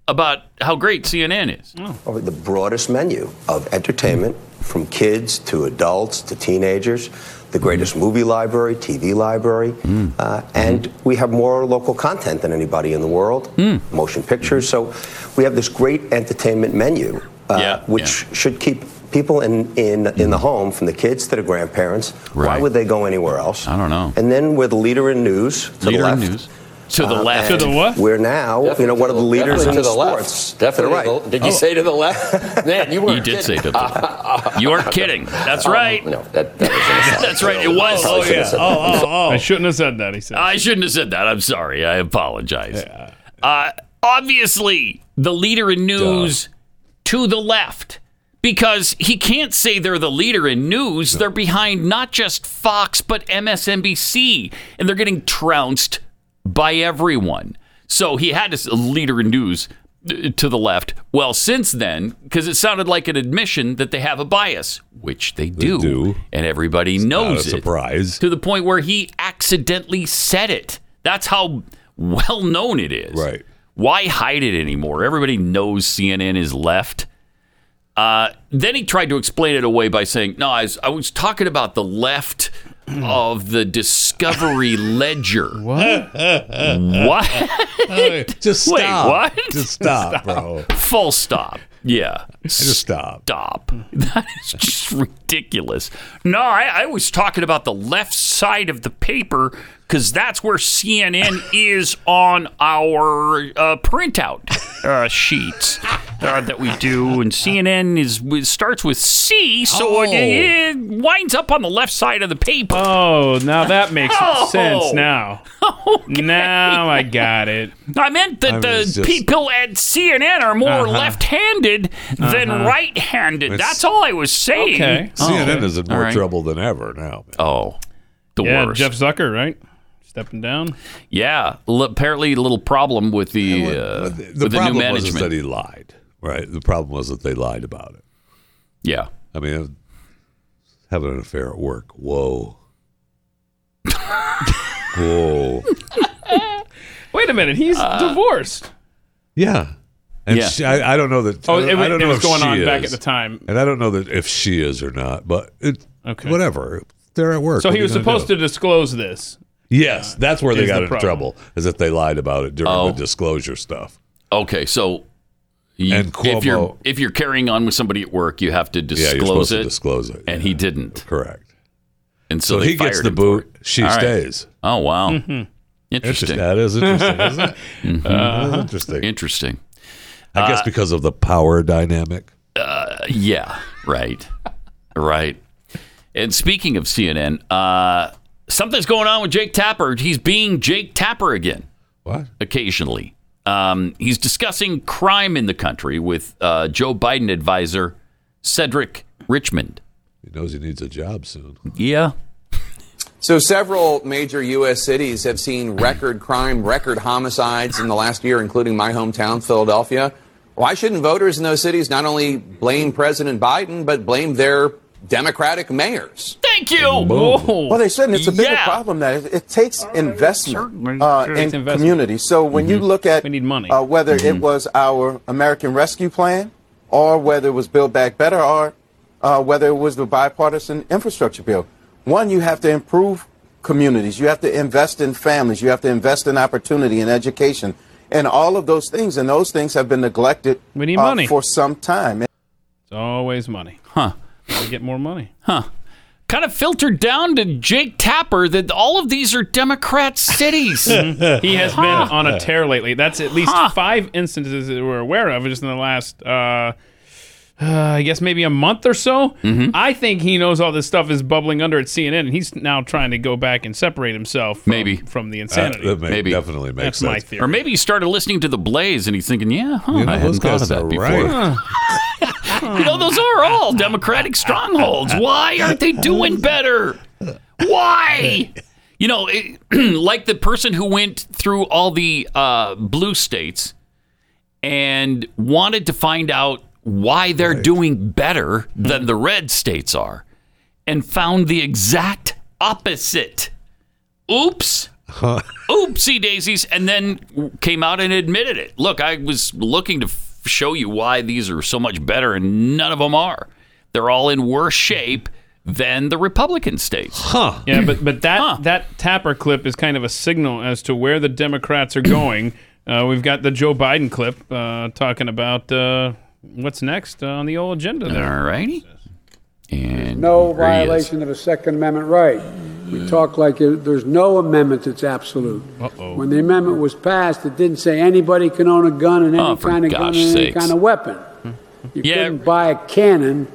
[SPEAKER 2] about how great CNN is.
[SPEAKER 19] Over the broadest menu of entertainment from kids to adults to teenagers, the greatest
[SPEAKER 4] Mm.
[SPEAKER 19] movie library, TV library, uh, and we have more local content than anybody in the world,
[SPEAKER 4] Hmm.
[SPEAKER 19] motion pictures. So we have this great entertainment menu, uh, which should keep people in, in, in the home, from the kids to the grandparents. Why
[SPEAKER 2] Right.
[SPEAKER 19] would they go anywhere else? I
[SPEAKER 2] don't know.
[SPEAKER 19] And then we're the leader in news to
[SPEAKER 2] Leader
[SPEAKER 19] the
[SPEAKER 2] in
[SPEAKER 19] left.
[SPEAKER 2] news. To the
[SPEAKER 19] Uh,
[SPEAKER 2] left.
[SPEAKER 19] and
[SPEAKER 2] To the what?
[SPEAKER 19] We're now, you know, one of the leaders in
[SPEAKER 20] Definitely to the left.
[SPEAKER 19] sports. To the
[SPEAKER 20] Definitely.
[SPEAKER 19] right. Oh.
[SPEAKER 20] the- Did you say to the left? Man, you were.
[SPEAKER 2] You did say to the left. You weren't kidding. That's
[SPEAKER 19] Oh,
[SPEAKER 2] right.
[SPEAKER 20] no, that, that was an aside.
[SPEAKER 2] That's right. It was.
[SPEAKER 20] Probably
[SPEAKER 2] Oh,
[SPEAKER 20] shouldn't
[SPEAKER 2] yeah.
[SPEAKER 20] have said
[SPEAKER 2] Oh,
[SPEAKER 20] that.
[SPEAKER 2] oh, Uh, oh.
[SPEAKER 4] I shouldn't have said that. He said.
[SPEAKER 2] I shouldn't have said that. I'm sorry. I apologize. Uh, obviously, the leader in news to the left because he can't say they're the leader in news. They're behind not just Fox, but MSNBC, and they're getting trounced by everyone. So he had to s- leader in news uh, to the left. Well, since then, because it sounded like an admission that they have a bias, which they do, and everybody knows
[SPEAKER 3] a
[SPEAKER 2] it. Surprise to the point where he accidentally said it. That's how well known it is. Right. Why hide it anymore? Everybody knows CNN is left. Uh, then he tried to explain it away by saying, "No, I was, I was talking about the left of the Discovery Ledger." What? what?
[SPEAKER 3] Just
[SPEAKER 2] Wait,
[SPEAKER 3] stop.
[SPEAKER 2] what?
[SPEAKER 3] Just stop, bro.
[SPEAKER 2] Full stop. Yeah.
[SPEAKER 3] Just stop.
[SPEAKER 2] Stop. That is just ridiculous. No, I, I was talking about the left side of the paper because that's where CNN is on our uh, printout uh, sheets uh, that we do. And CNN is it starts with C, so it,
[SPEAKER 4] Oh.
[SPEAKER 2] it winds up on the left side of the paper.
[SPEAKER 4] Oh, now that makes
[SPEAKER 2] Oh.
[SPEAKER 4] sense. Now, now I got it.
[SPEAKER 2] I meant that
[SPEAKER 4] I mean,
[SPEAKER 2] the
[SPEAKER 4] it's just-
[SPEAKER 2] people at CNN are more
[SPEAKER 4] Uh-huh.
[SPEAKER 2] left-handed than
[SPEAKER 3] Uh-huh.
[SPEAKER 2] right-handed.
[SPEAKER 3] It's-
[SPEAKER 2] That's all I was saying.
[SPEAKER 3] CNN is in
[SPEAKER 2] Oh, All
[SPEAKER 3] more
[SPEAKER 2] right.
[SPEAKER 3] trouble than ever now. Man.
[SPEAKER 2] Oh, the
[SPEAKER 4] yeah,
[SPEAKER 2] worst.
[SPEAKER 4] Jeff Zucker, right? Stepping down.
[SPEAKER 2] Yeah, l- apparently a little problem with the uh, with
[SPEAKER 3] The
[SPEAKER 2] the
[SPEAKER 3] problem
[SPEAKER 2] new
[SPEAKER 3] was is
[SPEAKER 2] management.
[SPEAKER 3] that he lied. Right. The problem was that they lied about it.
[SPEAKER 2] Yeah.
[SPEAKER 3] I mean, having an affair at work. Whoa. Whoa.
[SPEAKER 4] Wait a minute, he's divorced.
[SPEAKER 3] Yeah. And
[SPEAKER 4] Yeah.
[SPEAKER 3] she, I, I don't know that.
[SPEAKER 4] Oh,
[SPEAKER 3] I don't,
[SPEAKER 4] it was-
[SPEAKER 3] I don't
[SPEAKER 4] it
[SPEAKER 3] know
[SPEAKER 4] was
[SPEAKER 3] if
[SPEAKER 4] going
[SPEAKER 3] she
[SPEAKER 4] on back at
[SPEAKER 3] is.
[SPEAKER 4] the time.
[SPEAKER 3] and I don't know that if she is or not. But it, whatever, they're at work.
[SPEAKER 4] So
[SPEAKER 3] What
[SPEAKER 4] he
[SPEAKER 3] are
[SPEAKER 4] was
[SPEAKER 3] you gonna
[SPEAKER 4] supposed
[SPEAKER 3] do?
[SPEAKER 4] to disclose this.
[SPEAKER 3] Yes, that's where they
[SPEAKER 4] is
[SPEAKER 3] got
[SPEAKER 4] the
[SPEAKER 3] in
[SPEAKER 4] problem.
[SPEAKER 3] trouble. Is that they lied about it during
[SPEAKER 2] Oh.
[SPEAKER 3] the disclosure stuff.
[SPEAKER 2] Okay, so you,
[SPEAKER 3] And
[SPEAKER 2] if you're
[SPEAKER 3] Cuomo-
[SPEAKER 2] if you're carrying on with somebody at work, you have to
[SPEAKER 3] you're
[SPEAKER 2] disclose
[SPEAKER 3] supposed to
[SPEAKER 2] it.
[SPEAKER 3] disclose it,
[SPEAKER 2] and he didn't.
[SPEAKER 3] Correct.
[SPEAKER 2] And so,
[SPEAKER 3] So
[SPEAKER 2] they
[SPEAKER 3] he gets
[SPEAKER 2] fired
[SPEAKER 3] the
[SPEAKER 2] him for
[SPEAKER 3] boot,
[SPEAKER 2] it.
[SPEAKER 3] she
[SPEAKER 2] All right.
[SPEAKER 3] stays.
[SPEAKER 2] Oh wow,
[SPEAKER 3] Mhm.
[SPEAKER 2] interesting.
[SPEAKER 3] Interesting. That is interesting, isn't it? Mm-hmm.
[SPEAKER 2] Mhm.
[SPEAKER 3] That is interesting.
[SPEAKER 2] Interesting.
[SPEAKER 3] I guess
[SPEAKER 2] Uh,
[SPEAKER 3] because of the power dynamic.
[SPEAKER 2] Uh, yeah, right, right. And speaking of CNN, uh, something's going on with Jake Tapper. He's being Jake Tapper again.
[SPEAKER 3] What?
[SPEAKER 2] Occasionally, um, he's discussing crime in the country with uh, Joe Biden advisor Cedric Richmond.
[SPEAKER 3] He knows he needs a job soon.
[SPEAKER 2] Yeah.
[SPEAKER 21] So several major U.S. cities have seen record crime, record homicides in the last year, including my hometown, Philadelphia. Why shouldn't voters in those cities not only blame President Biden, but blame their Democratic mayors?
[SPEAKER 2] Thank you.
[SPEAKER 22] Well, they shouldn't. It's a bigger
[SPEAKER 21] Yeah.
[SPEAKER 22] problem that it, it takes investment uh,
[SPEAKER 4] Sure,
[SPEAKER 22] in
[SPEAKER 4] it's investment.
[SPEAKER 22] community. So when you look at
[SPEAKER 4] We need money.
[SPEAKER 22] Uh, whether it was our American Rescue Plan, or whether it was Build Back Better, or uh, whether it was the bipartisan infrastructure bill, one you have to improve communities. You have to invest in families. You have to invest in opportunity and education, and all of those things. And those things have been neglected
[SPEAKER 4] We need
[SPEAKER 22] uh,
[SPEAKER 4] money.
[SPEAKER 22] for some time.
[SPEAKER 4] It's always money.
[SPEAKER 2] Huh.
[SPEAKER 4] Gotta get more money.
[SPEAKER 2] Huh. kind of filtered down to Jake Tapper that all of these are Democrat cities.
[SPEAKER 4] he has been
[SPEAKER 2] Huh.
[SPEAKER 4] on a tear lately. That's at least five instances that we're aware of just in the last, uh, uh, I guess, maybe a month or so. I think he knows all this stuff is bubbling under at CNN, and he's now trying to go back and separate himself from, maybe. Uh, from the insanity.
[SPEAKER 3] that may- definitely makes
[SPEAKER 4] That's my
[SPEAKER 3] sense.
[SPEAKER 4] theory.
[SPEAKER 2] Or maybe he started listening to The Blaze and he's thinking, yeah, huh,
[SPEAKER 3] You know,
[SPEAKER 2] I
[SPEAKER 3] those
[SPEAKER 2] hadn't thought of
[SPEAKER 3] guys
[SPEAKER 2] that
[SPEAKER 3] are
[SPEAKER 2] before.
[SPEAKER 3] right.
[SPEAKER 2] You know, those are all Democratic strongholds. Why aren't they doing better? Why? You know, it, like the person who went through all the uh, blue states and wanted to find out why they're doing better than the red states are and found the exact opposite. Oops. Oopsie daisies. And then came out and admitted it. Look, I was looking to f- show you why these are so much better, and none of them are. They're all in worse shape than the Republican states. Huh.
[SPEAKER 4] Yeah, but but that that Tapper clip is kind of a signal as to where the Democrats are going. uh, we've got the Joe Biden clip uh, talking about uh, what's next on the old agenda. There,
[SPEAKER 2] all righty. And
[SPEAKER 6] No violation of a Second Amendment right. We talk like it- there's no amendment that's absolute.
[SPEAKER 4] Uh-oh.
[SPEAKER 6] When the amendment was passed, it didn't say anybody can own a gun and any
[SPEAKER 2] Oh, for
[SPEAKER 6] kind of gun
[SPEAKER 2] gosh
[SPEAKER 6] and any
[SPEAKER 2] sakes.
[SPEAKER 6] kind of weapon. You couldn't buy a cannon,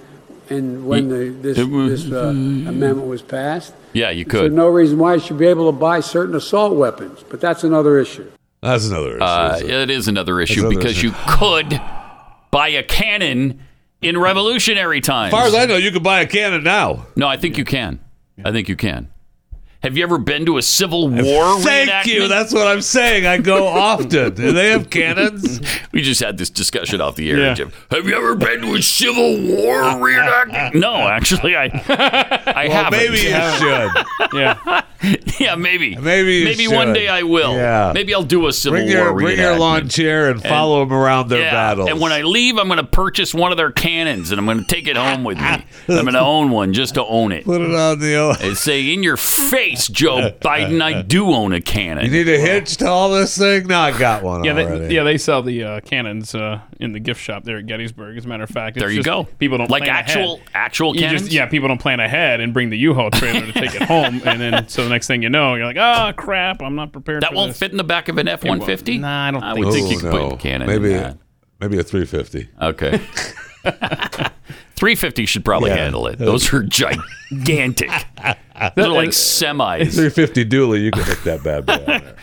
[SPEAKER 6] and when the, this, this uh, amendment was passed,
[SPEAKER 2] Yeah, you
[SPEAKER 6] there's
[SPEAKER 2] could.
[SPEAKER 6] no reason why you should be able to buy certain assault weapons. But that's another issue.
[SPEAKER 3] That's another issue.
[SPEAKER 2] Uh,
[SPEAKER 3] isn't it?
[SPEAKER 2] it is another issue
[SPEAKER 3] another
[SPEAKER 2] because
[SPEAKER 3] issue.
[SPEAKER 2] you could buy a cannon in revolutionary times.
[SPEAKER 3] As far as I know, you could buy a cannon now.
[SPEAKER 2] No, I think you can. I think you can. Have you ever been to a civil war?
[SPEAKER 3] Thank you.
[SPEAKER 2] reenactment?
[SPEAKER 3] That's what I'm saying. I go often. Do they have cannons?
[SPEAKER 2] We just had this discussion off the air,
[SPEAKER 3] Yeah.
[SPEAKER 2] Jim. Have you ever been to a Civil War reenactment? no, actually, I, I
[SPEAKER 3] Well,
[SPEAKER 2] haven't.
[SPEAKER 3] maybe you should.
[SPEAKER 4] yeah,
[SPEAKER 2] yeah, maybe,
[SPEAKER 3] Maybe you
[SPEAKER 2] maybe one
[SPEAKER 3] should.
[SPEAKER 2] day I will.
[SPEAKER 3] Yeah.
[SPEAKER 2] maybe I'll do a Civil
[SPEAKER 3] bring your
[SPEAKER 2] War
[SPEAKER 3] bring your
[SPEAKER 2] reenactment.
[SPEAKER 3] lawn chair and
[SPEAKER 2] And-
[SPEAKER 3] follow them around their
[SPEAKER 2] yeah,
[SPEAKER 3] battles.
[SPEAKER 2] and when I leave, I'm going to purchase one of their cannons and I'm going to take it home with me. I'm going to own one just to own it.
[SPEAKER 3] Put it on the old.
[SPEAKER 2] And say, in your face, Joe Biden, I do own a cannon.
[SPEAKER 3] You need a hitch to all this thing? No, I got one
[SPEAKER 4] yeah,
[SPEAKER 3] already.
[SPEAKER 4] they, yeah, they sell the uh, cannons uh, in the gift shop there at Gettysburg. As a matter of fact, It's
[SPEAKER 2] There you
[SPEAKER 4] just
[SPEAKER 2] go.
[SPEAKER 4] People don't
[SPEAKER 2] Like
[SPEAKER 4] plan
[SPEAKER 2] actual-
[SPEAKER 4] ahead.
[SPEAKER 2] actual
[SPEAKER 4] You
[SPEAKER 2] cannons?
[SPEAKER 4] yeah, people don't plan ahead and bring the U-Haul trailer to take it home, and then so the next thing you know, you're like, oh crap, I'm not prepared.
[SPEAKER 2] That
[SPEAKER 4] for
[SPEAKER 2] won't
[SPEAKER 4] this."
[SPEAKER 2] fit in the back of an F
[SPEAKER 4] It won't.
[SPEAKER 2] 150?
[SPEAKER 4] Nah, I don't
[SPEAKER 2] I
[SPEAKER 4] think
[SPEAKER 2] would
[SPEAKER 4] so.
[SPEAKER 2] think you could
[SPEAKER 3] Oh, no.
[SPEAKER 2] put a cannon
[SPEAKER 3] maybe
[SPEAKER 2] in that.
[SPEAKER 3] maybe a 350.
[SPEAKER 2] Okay. 350 should probably
[SPEAKER 3] Yeah.
[SPEAKER 2] handle it. Those are gigantic. They're like semis.
[SPEAKER 3] 350 dually, you can hook that bad boy. up.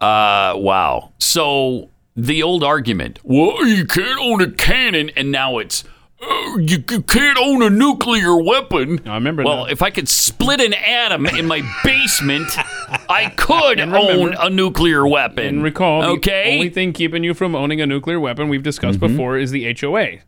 [SPEAKER 2] Uh, wow. So the old argument, well, you can't own a cannon, and now it's, uh, you, you can't own a nuclear weapon. I remember Well, if I could split an atom in my basement, I could
[SPEAKER 4] And remember-
[SPEAKER 2] own a nuclear weapon.
[SPEAKER 4] And recall, the
[SPEAKER 2] okay? Mm-hmm.
[SPEAKER 4] only thing keeping you from owning a nuclear weapon we've discussed before is the HOA. I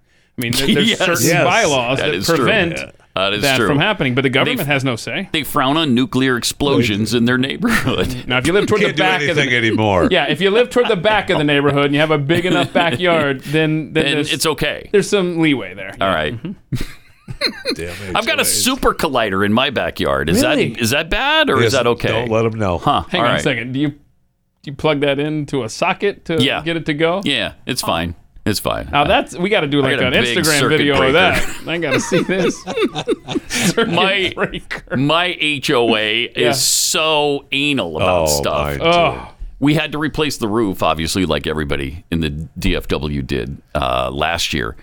[SPEAKER 4] mean, there- there's
[SPEAKER 2] Yes.
[SPEAKER 4] certain
[SPEAKER 2] Yes.
[SPEAKER 4] bylaws
[SPEAKER 2] That
[SPEAKER 4] that,
[SPEAKER 2] is true.
[SPEAKER 4] prevent
[SPEAKER 2] Yeah. That is true.
[SPEAKER 4] from happening, but the government
[SPEAKER 2] They've-
[SPEAKER 4] has no say.
[SPEAKER 2] they frown on nuclear explosions in their neighborhood.
[SPEAKER 4] Now, if you live toward the back of the
[SPEAKER 3] anymore.
[SPEAKER 4] yeah, if you live toward the back of the neighborhood and you have a big enough backyard, then
[SPEAKER 2] Then
[SPEAKER 4] then, there's-
[SPEAKER 2] it's okay.
[SPEAKER 4] There's some leeway there.
[SPEAKER 2] All right.
[SPEAKER 4] Mm-hmm.
[SPEAKER 3] Damn
[SPEAKER 2] I've got a super collider in my backyard. Is
[SPEAKER 4] Really?
[SPEAKER 2] that is that bad or
[SPEAKER 3] Yes,
[SPEAKER 2] is that okay?
[SPEAKER 3] don't let 'em know.
[SPEAKER 2] Huh?
[SPEAKER 4] Hang
[SPEAKER 2] all
[SPEAKER 4] on a
[SPEAKER 2] right.
[SPEAKER 4] second. Do you do you plug that into a socket to
[SPEAKER 2] Yeah.
[SPEAKER 4] get it to go?
[SPEAKER 2] Yeah, it's fine. It's fine.
[SPEAKER 4] Now that's we got to do
[SPEAKER 2] I
[SPEAKER 4] like
[SPEAKER 2] got
[SPEAKER 4] an
[SPEAKER 2] a big
[SPEAKER 4] Instagram
[SPEAKER 2] circuit
[SPEAKER 4] video
[SPEAKER 2] breaker.
[SPEAKER 4] of that. I got to see this.
[SPEAKER 2] my my HOA
[SPEAKER 4] Yeah.
[SPEAKER 2] is so anal about
[SPEAKER 4] Oh,
[SPEAKER 2] stuff.
[SPEAKER 4] mine too. Ugh.
[SPEAKER 2] We had to replace the roof, obviously, like everybody in the DFW did uh, last year,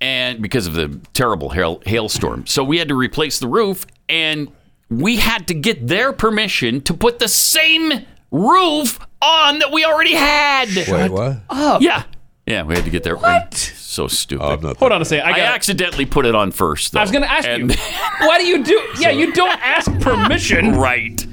[SPEAKER 2] and because of the terrible hail, hailstorm, so we had to replace the roof, and we had to get their permission to put the same roof on that we already had.
[SPEAKER 3] Wait, what?
[SPEAKER 2] Oh yeah, yeah, we had to get their what? So stupid.
[SPEAKER 4] Hold on a second. I
[SPEAKER 2] I,
[SPEAKER 4] gotta-
[SPEAKER 2] accidentally put it on first. Though,
[SPEAKER 4] I was going to ask
[SPEAKER 2] And-
[SPEAKER 4] you. Why do you do? Yeah, you don't ask permission.
[SPEAKER 2] Right.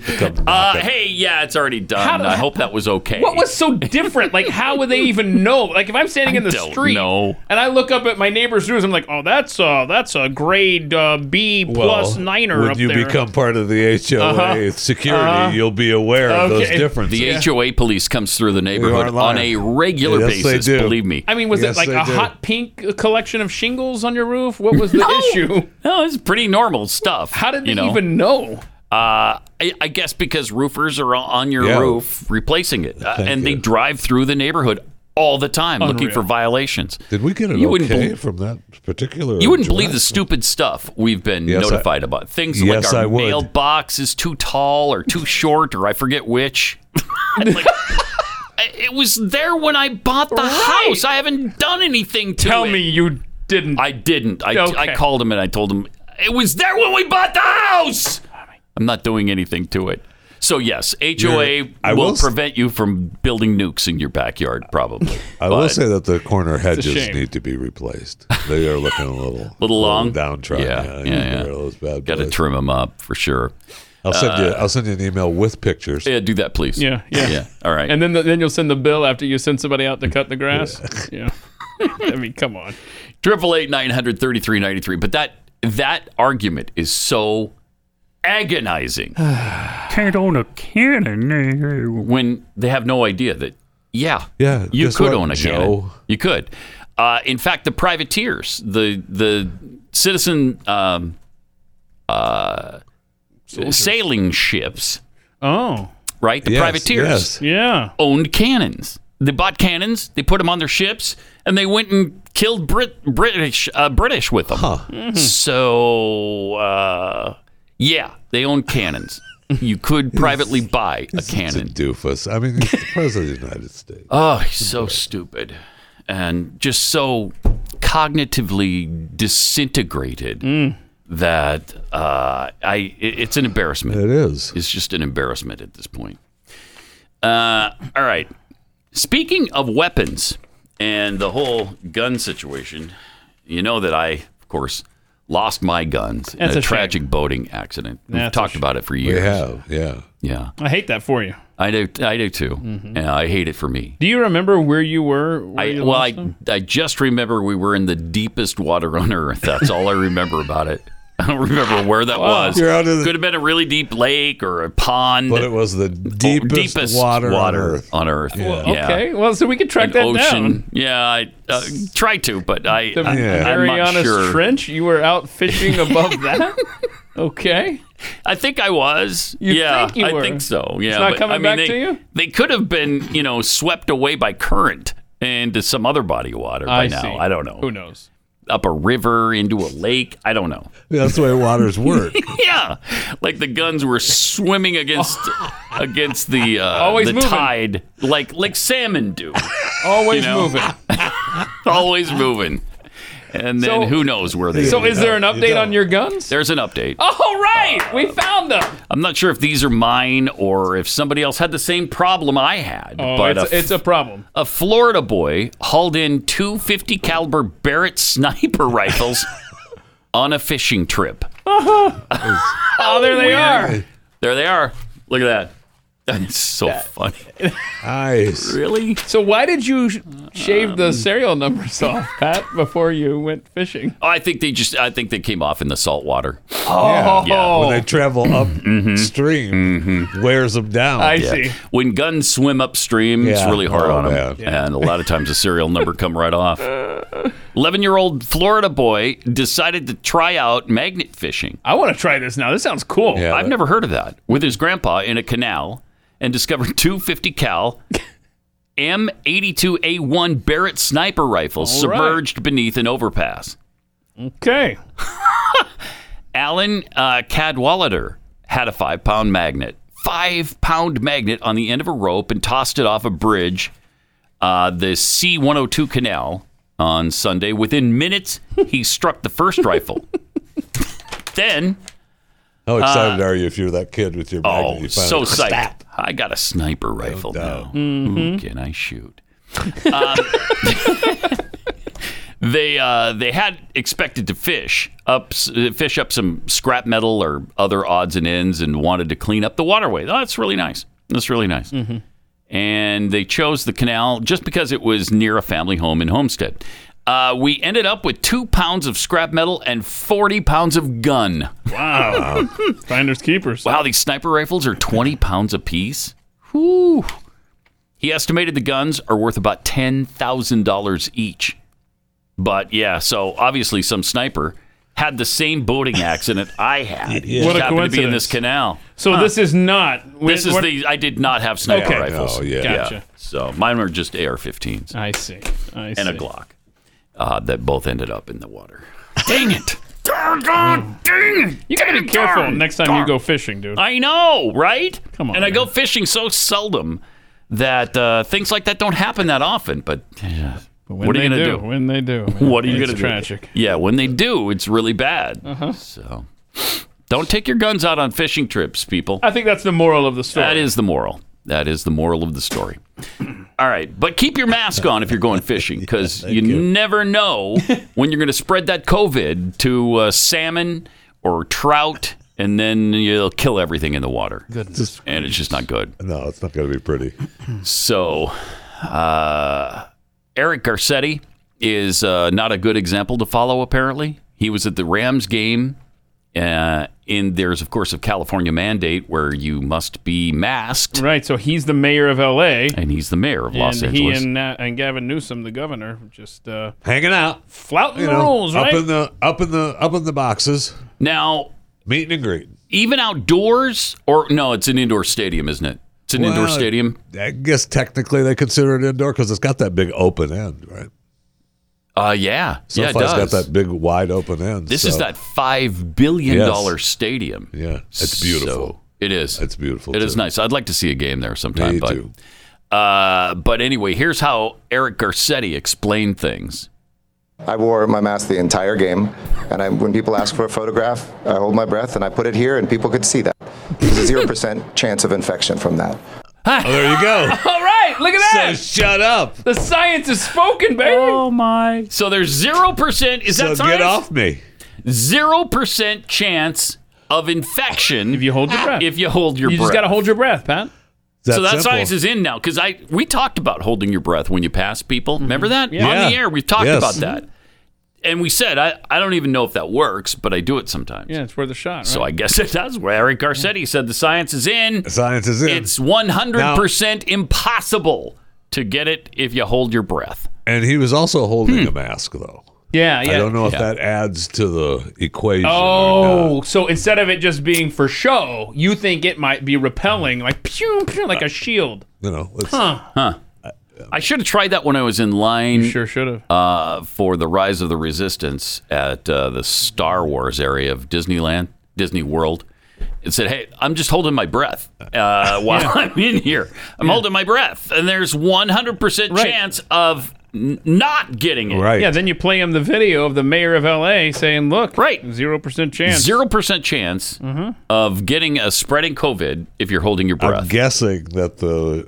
[SPEAKER 2] Uh, hey, yeah, it's already done.
[SPEAKER 4] How do-
[SPEAKER 2] I hope that was okay.
[SPEAKER 4] What was so different? Like, how would they even know? Like, if I'm standing in the
[SPEAKER 2] don't
[SPEAKER 4] street
[SPEAKER 2] know.
[SPEAKER 4] and I look up at my neighbor's roofs, I'm like, oh, that's a that's a grade uh, B plus niner
[SPEAKER 3] When
[SPEAKER 4] up
[SPEAKER 3] you
[SPEAKER 4] there.
[SPEAKER 3] become part of the HOA
[SPEAKER 4] Uh-huh.
[SPEAKER 3] security,
[SPEAKER 4] Uh-huh.
[SPEAKER 3] you'll be aware of those differences.
[SPEAKER 2] The HOA police comes through the neighborhood
[SPEAKER 3] aren't
[SPEAKER 2] on a
[SPEAKER 3] lying.
[SPEAKER 2] regular
[SPEAKER 3] Yes, they
[SPEAKER 2] basis.
[SPEAKER 3] do.
[SPEAKER 2] Believe me.
[SPEAKER 4] I mean, was
[SPEAKER 2] Yes,
[SPEAKER 4] it like
[SPEAKER 2] they
[SPEAKER 4] a
[SPEAKER 2] do.
[SPEAKER 4] hot pink collection of shingles on your roof? What was the issue?
[SPEAKER 2] No, it's pretty normal stuff. How
[SPEAKER 4] did they even know?
[SPEAKER 2] Uh, I, I guess because roofers are on your
[SPEAKER 3] Yeah.
[SPEAKER 2] roof replacing it, uh,
[SPEAKER 3] Thank
[SPEAKER 2] and they
[SPEAKER 3] you.
[SPEAKER 2] drive through the neighborhood all the time looking
[SPEAKER 3] Unreal.
[SPEAKER 2] for violations.
[SPEAKER 3] Did we get an
[SPEAKER 2] You wouldn't
[SPEAKER 3] okay
[SPEAKER 2] bel-
[SPEAKER 3] from that particular?
[SPEAKER 2] You wouldn't
[SPEAKER 3] draft?
[SPEAKER 2] believe the stupid stuff we've been
[SPEAKER 3] Yes, I-
[SPEAKER 2] notified about. Things
[SPEAKER 3] Yes,
[SPEAKER 2] like our
[SPEAKER 3] I would.
[SPEAKER 2] mailbox is too tall or too short or I forget which. Like, it was there when I bought the house. I haven't done anything to Tell it. Tell me
[SPEAKER 4] you didn't.
[SPEAKER 2] I didn't. I,
[SPEAKER 4] Okay.
[SPEAKER 2] I called him and I told him it was there when we bought the house. I'm not doing anything to it. So yes, HOA
[SPEAKER 3] You're- I
[SPEAKER 2] will,
[SPEAKER 3] will s-
[SPEAKER 2] prevent you from building nukes in your backyard, probably.
[SPEAKER 3] I will say that the corner hedges
[SPEAKER 2] shame.
[SPEAKER 3] need to be replaced. They are looking a little,
[SPEAKER 2] little long,
[SPEAKER 3] downtrodden.
[SPEAKER 2] Yeah,
[SPEAKER 3] you can get
[SPEAKER 2] yeah,
[SPEAKER 3] rid of those
[SPEAKER 2] yeah.
[SPEAKER 3] bad
[SPEAKER 2] Got to
[SPEAKER 3] boys.
[SPEAKER 2] trim them up for sure.
[SPEAKER 3] I'll send you.
[SPEAKER 2] Uh,
[SPEAKER 3] I'll send you an email with pictures.
[SPEAKER 2] Yeah, do that, please.
[SPEAKER 4] Yeah, yeah.
[SPEAKER 2] yeah. All right.
[SPEAKER 4] And then the, then you'll send the bill after you send somebody out to cut the grass. Yeah. I mean, come on.
[SPEAKER 2] Triple eight nine hundred thirty three ninety three. But that that argument is so agonizing
[SPEAKER 1] Can't own a cannon. eh?
[SPEAKER 2] when they have no idea that yeah
[SPEAKER 1] Yeah,
[SPEAKER 2] you
[SPEAKER 1] guess
[SPEAKER 2] could
[SPEAKER 1] what,
[SPEAKER 2] own a
[SPEAKER 1] Joe?
[SPEAKER 2] cannon. You could. Uh, in fact, the privateers, the the citizen um, uh, sailing ships.
[SPEAKER 4] Oh,
[SPEAKER 2] right. The
[SPEAKER 4] Yes,
[SPEAKER 2] privateers,
[SPEAKER 4] yes. yeah,
[SPEAKER 2] owned cannons. They bought cannons. They put them on their ships, and they went and killed Brit- British uh, British with them. So uh, yeah, they own cannons. you could privately buy a cannon.
[SPEAKER 3] doofus. I mean, he's the president of the United States.
[SPEAKER 2] Oh, he's so stupid and just so cognitively disintegrated that uh, I it- it's an embarrassment. It
[SPEAKER 3] is.
[SPEAKER 2] It's just an embarrassment at this point. Uh, all right. Speaking of weapons and the whole gun situation, you know that I, of course, lost my guns
[SPEAKER 4] That's
[SPEAKER 2] in a,
[SPEAKER 4] a shame.
[SPEAKER 2] tragic boating accident. We've
[SPEAKER 4] That's a
[SPEAKER 2] talked about it for
[SPEAKER 3] We
[SPEAKER 2] years.
[SPEAKER 3] have, yeah,
[SPEAKER 2] yeah.
[SPEAKER 4] I hate that for you.
[SPEAKER 2] I do. I do too. And I hate it for me.
[SPEAKER 4] Do you remember where you were? Where
[SPEAKER 2] I,
[SPEAKER 4] Mm-hmm. you
[SPEAKER 2] well,
[SPEAKER 4] lost them?
[SPEAKER 2] I, I just remember we were in the deepest water on earth. That's all I remember about it. I don't remember where that
[SPEAKER 3] Wow.
[SPEAKER 2] was.
[SPEAKER 3] You're out of the-
[SPEAKER 2] Could have been a really deep lake or a pond.
[SPEAKER 3] But it was the deepest,
[SPEAKER 2] deepest
[SPEAKER 3] water, on
[SPEAKER 2] water
[SPEAKER 3] Earth.
[SPEAKER 2] on Earth.
[SPEAKER 4] Well, Okay. Well, so we could track
[SPEAKER 2] An
[SPEAKER 4] that
[SPEAKER 2] ocean.
[SPEAKER 4] down.
[SPEAKER 2] Yeah, I uh, try to, but I,
[SPEAKER 4] The
[SPEAKER 2] I I'm not
[SPEAKER 4] Marianas
[SPEAKER 2] sure.
[SPEAKER 4] Trench. You were out fishing above that. Okay.
[SPEAKER 2] I think I was.
[SPEAKER 4] You
[SPEAKER 2] yeah,
[SPEAKER 4] think you
[SPEAKER 2] I
[SPEAKER 4] were.
[SPEAKER 2] think so. Yeah,
[SPEAKER 4] It's not
[SPEAKER 2] but,
[SPEAKER 4] coming
[SPEAKER 2] I mean,
[SPEAKER 4] back
[SPEAKER 2] they,
[SPEAKER 4] to you?
[SPEAKER 2] They could have been, you know, swept away by current into some other body of water by
[SPEAKER 4] I
[SPEAKER 2] now.
[SPEAKER 4] see.
[SPEAKER 2] I don't know.
[SPEAKER 4] Who knows?
[SPEAKER 2] Up a river into a lake. I don't know.
[SPEAKER 3] Yeah, that's the way waters work.
[SPEAKER 2] yeah, like the guns were swimming against against the uh,
[SPEAKER 4] Always
[SPEAKER 2] the
[SPEAKER 4] moving.
[SPEAKER 2] tide, like like salmon do.
[SPEAKER 4] Always
[SPEAKER 2] You know?
[SPEAKER 4] moving.
[SPEAKER 2] Always moving. And then
[SPEAKER 4] So-
[SPEAKER 2] who knows where they?
[SPEAKER 4] So
[SPEAKER 2] ended
[SPEAKER 4] is there an
[SPEAKER 2] up.
[SPEAKER 4] update on your guns?
[SPEAKER 2] There's an update.
[SPEAKER 4] All right, we found them.
[SPEAKER 2] I'm not sure if these are mine or if somebody else had the same problem I had.
[SPEAKER 4] Oh,
[SPEAKER 2] but
[SPEAKER 4] it's,
[SPEAKER 2] a,
[SPEAKER 4] it's a problem. Oh,
[SPEAKER 2] a Florida boy hauled in two 50 caliber Barrett sniper rifles on a fishing trip.
[SPEAKER 4] Oh, there they are.
[SPEAKER 2] There they are. Look at that. That's so funny.
[SPEAKER 3] Nice.
[SPEAKER 2] Really?
[SPEAKER 4] So why did you sh- shave
[SPEAKER 2] Um.
[SPEAKER 4] the serial numbers off, Pat, before you went fishing?
[SPEAKER 2] Oh, I think they just. I think they came off in the salt water.
[SPEAKER 4] Oh.
[SPEAKER 2] Uh, Yeah.
[SPEAKER 3] When they travel
[SPEAKER 2] Mm-hmm.
[SPEAKER 3] upstream, wears them down.
[SPEAKER 2] Yeah. When guns swim upstream, it's
[SPEAKER 3] Yeah.
[SPEAKER 2] really hard
[SPEAKER 3] Oh,
[SPEAKER 2] on them, and a lot of times the serial number come right off. Eleven-year-old Florida boy decided to try out magnet fishing.
[SPEAKER 4] I want to try this now. This sounds cool.
[SPEAKER 2] I've never heard of that. With his grandpa in a canal, and discovered two fifty cal M82A1 Barrett sniper rifles
[SPEAKER 4] All right.
[SPEAKER 2] submerged beneath an overpass.
[SPEAKER 4] Okay.
[SPEAKER 2] Alan uh, Cadwallader had a five pound magnet, five pound magnet on the end of a rope and tossed it off a bridge, uh, the C 102 canal on Sunday. Within minutes, he struck the first rifle. then,
[SPEAKER 3] How excited
[SPEAKER 2] Uh,
[SPEAKER 3] are you if you're that kid with your magnet?
[SPEAKER 2] oh,
[SPEAKER 3] you
[SPEAKER 2] so
[SPEAKER 3] finally-
[SPEAKER 2] psyched. I got a sniper rifle now. Who can I shoot? Um, They uh, they had expected to fish up uh, fish up some scrap metal or other odds and ends and wanted to clean up the waterway. Oh, that's really nice. That's really nice. And they chose the canal just because it was near a family home in Homestead. Uh, we ended up with two pounds of scrap metal and forty pounds of gun.
[SPEAKER 3] Uh,
[SPEAKER 4] Wow. Finders keepers.
[SPEAKER 2] Wow, these sniper rifles are twenty pounds apiece. Whew. He estimated the guns are worth about ten thousand dollars each. But yeah, so obviously some sniper had the same boating accident I had.
[SPEAKER 4] Yeah.
[SPEAKER 2] Just
[SPEAKER 4] What a
[SPEAKER 2] happened to be in this
[SPEAKER 4] coincidence.
[SPEAKER 2] canal.
[SPEAKER 4] So this is not.
[SPEAKER 2] This is the I did not have sniper
[SPEAKER 4] Okay.
[SPEAKER 2] rifles.
[SPEAKER 4] Oh, yeah. Gotcha.
[SPEAKER 2] So mine were just AR-15s.
[SPEAKER 4] I see. I
[SPEAKER 2] and
[SPEAKER 4] see.
[SPEAKER 2] a Glock uh, that both ended up in the water.
[SPEAKER 4] Dang it! Darn, dang it! You gotta be careful next time you go fishing, dude.
[SPEAKER 2] I know, right?
[SPEAKER 4] Come on,
[SPEAKER 2] And I go fishing so seldom that uh, things like that don't happen that often. But yeah,
[SPEAKER 4] When
[SPEAKER 2] what are
[SPEAKER 4] they
[SPEAKER 2] you gonna do?
[SPEAKER 4] When they do, man,
[SPEAKER 2] what are you
[SPEAKER 4] it's
[SPEAKER 2] gonna
[SPEAKER 4] tragic.
[SPEAKER 2] do? Yeah, when they do, it's really bad.
[SPEAKER 4] Uh-huh.
[SPEAKER 2] So don't take your guns out on fishing trips, people.
[SPEAKER 4] I think that's the moral of the story.
[SPEAKER 2] That is the moral. That is the moral of the story. All right, but keep your mask on if you're going fishing because you, never know when you're going to spread that COVID to uh, salmon or trout, and then you'll kill everything in the water.
[SPEAKER 3] Goodness
[SPEAKER 2] And it's just not good.
[SPEAKER 3] No, it's not going to be pretty.
[SPEAKER 2] So, uh, Eric Garcetti is uh, not a good example to follow, apparently. He was at the Rams game. Uh, in there's, of course, a California mandate where you must be masked.
[SPEAKER 4] Right. So he's the mayor of L.A.
[SPEAKER 2] And he's the mayor of Los
[SPEAKER 4] and
[SPEAKER 2] Angeles.
[SPEAKER 4] he and, uh, and Gavin Newsom, the governor, just uh,
[SPEAKER 3] Hanging out,
[SPEAKER 4] flouting
[SPEAKER 3] you
[SPEAKER 4] the
[SPEAKER 3] know,
[SPEAKER 4] rules,
[SPEAKER 3] up
[SPEAKER 4] right?
[SPEAKER 3] in the up in the up in the boxes.
[SPEAKER 2] Now,
[SPEAKER 3] meeting and greeting.
[SPEAKER 2] even outdoors, or no, it's an indoor stadium, isn't it? It's an indoor
[SPEAKER 3] Well,
[SPEAKER 2] stadium.
[SPEAKER 3] I guess technically they consider it indoor because it's got that big open end, right?
[SPEAKER 2] Uh, yeah, yeah, it
[SPEAKER 3] SoFi's
[SPEAKER 2] does.
[SPEAKER 3] got that big wide open end.
[SPEAKER 2] this
[SPEAKER 3] so-
[SPEAKER 2] is that five billion
[SPEAKER 3] Yes.
[SPEAKER 2] dollar stadium.
[SPEAKER 3] Yeah, it's
[SPEAKER 2] So-
[SPEAKER 3] beautiful.
[SPEAKER 2] it is. It's
[SPEAKER 3] beautiful.
[SPEAKER 2] It is
[SPEAKER 3] too.
[SPEAKER 2] nice. I'd like to see a game there sometime.
[SPEAKER 3] Me
[SPEAKER 2] but,
[SPEAKER 3] too.
[SPEAKER 2] Uh, but anyway, here's how Eric Garcetti explained things.
[SPEAKER 7] I wore my mask the entire game, and I, when people ask for a photograph, I hold my breath and I put it here, and people could see that. There's a zero percent chance of infection from that.
[SPEAKER 3] Oh, there you go.
[SPEAKER 4] All right. Look at that.
[SPEAKER 3] So shut up.
[SPEAKER 4] The science is spoken, baby. Oh
[SPEAKER 2] my. So there's zero percent. Is that
[SPEAKER 4] So
[SPEAKER 2] science?
[SPEAKER 4] get off
[SPEAKER 3] me.
[SPEAKER 2] Zero percent chance of infection if you hold your breath. If you hold your
[SPEAKER 4] you
[SPEAKER 2] breath.
[SPEAKER 4] just gotta hold your breath, Pat.
[SPEAKER 2] so that science is in now because I we talked about holding your breath when you pass people. Remember that
[SPEAKER 4] Mm-hmm. Yeah.
[SPEAKER 2] on the
[SPEAKER 4] Yeah.
[SPEAKER 2] air we talked
[SPEAKER 4] Yes.
[SPEAKER 2] about that, and we said I, I don't even know if that works, but I do it sometimes.
[SPEAKER 4] Yeah, it's worth a shot. Right?
[SPEAKER 2] So I guess it does. Where Eric Garcetti said the science is in.
[SPEAKER 3] Science is in.
[SPEAKER 2] It's one hundred percent impossible to get it if you hold your breath.
[SPEAKER 3] And he was also holding a mask, though.
[SPEAKER 4] Yeah, yeah.
[SPEAKER 3] I don't know if
[SPEAKER 4] Yeah.
[SPEAKER 3] that adds to the equation.
[SPEAKER 4] Oh, so instead of it just being for show, you think it might be repelling, like pew, pew,
[SPEAKER 2] Uh,
[SPEAKER 4] like a shield.
[SPEAKER 3] You know, it's,
[SPEAKER 4] Huh.
[SPEAKER 2] Huh. I should have tried that when I was in line. sure
[SPEAKER 4] should have.
[SPEAKER 2] Uh, for the Rise of the Resistance at uh, the Star Wars area of Disneyland, Disney World. It said, hey, I'm just holding my breath uh, while I'm in here. I'm holding my breath. And there's 100% chance of n- not getting it.
[SPEAKER 4] Yeah, then you play him the video of the mayor of LA saying, "Look,
[SPEAKER 2] right,
[SPEAKER 4] zero percent chance."
[SPEAKER 2] Zero percent chance of getting a spreading COVID if you're holding your breath.
[SPEAKER 3] I'm guessing that the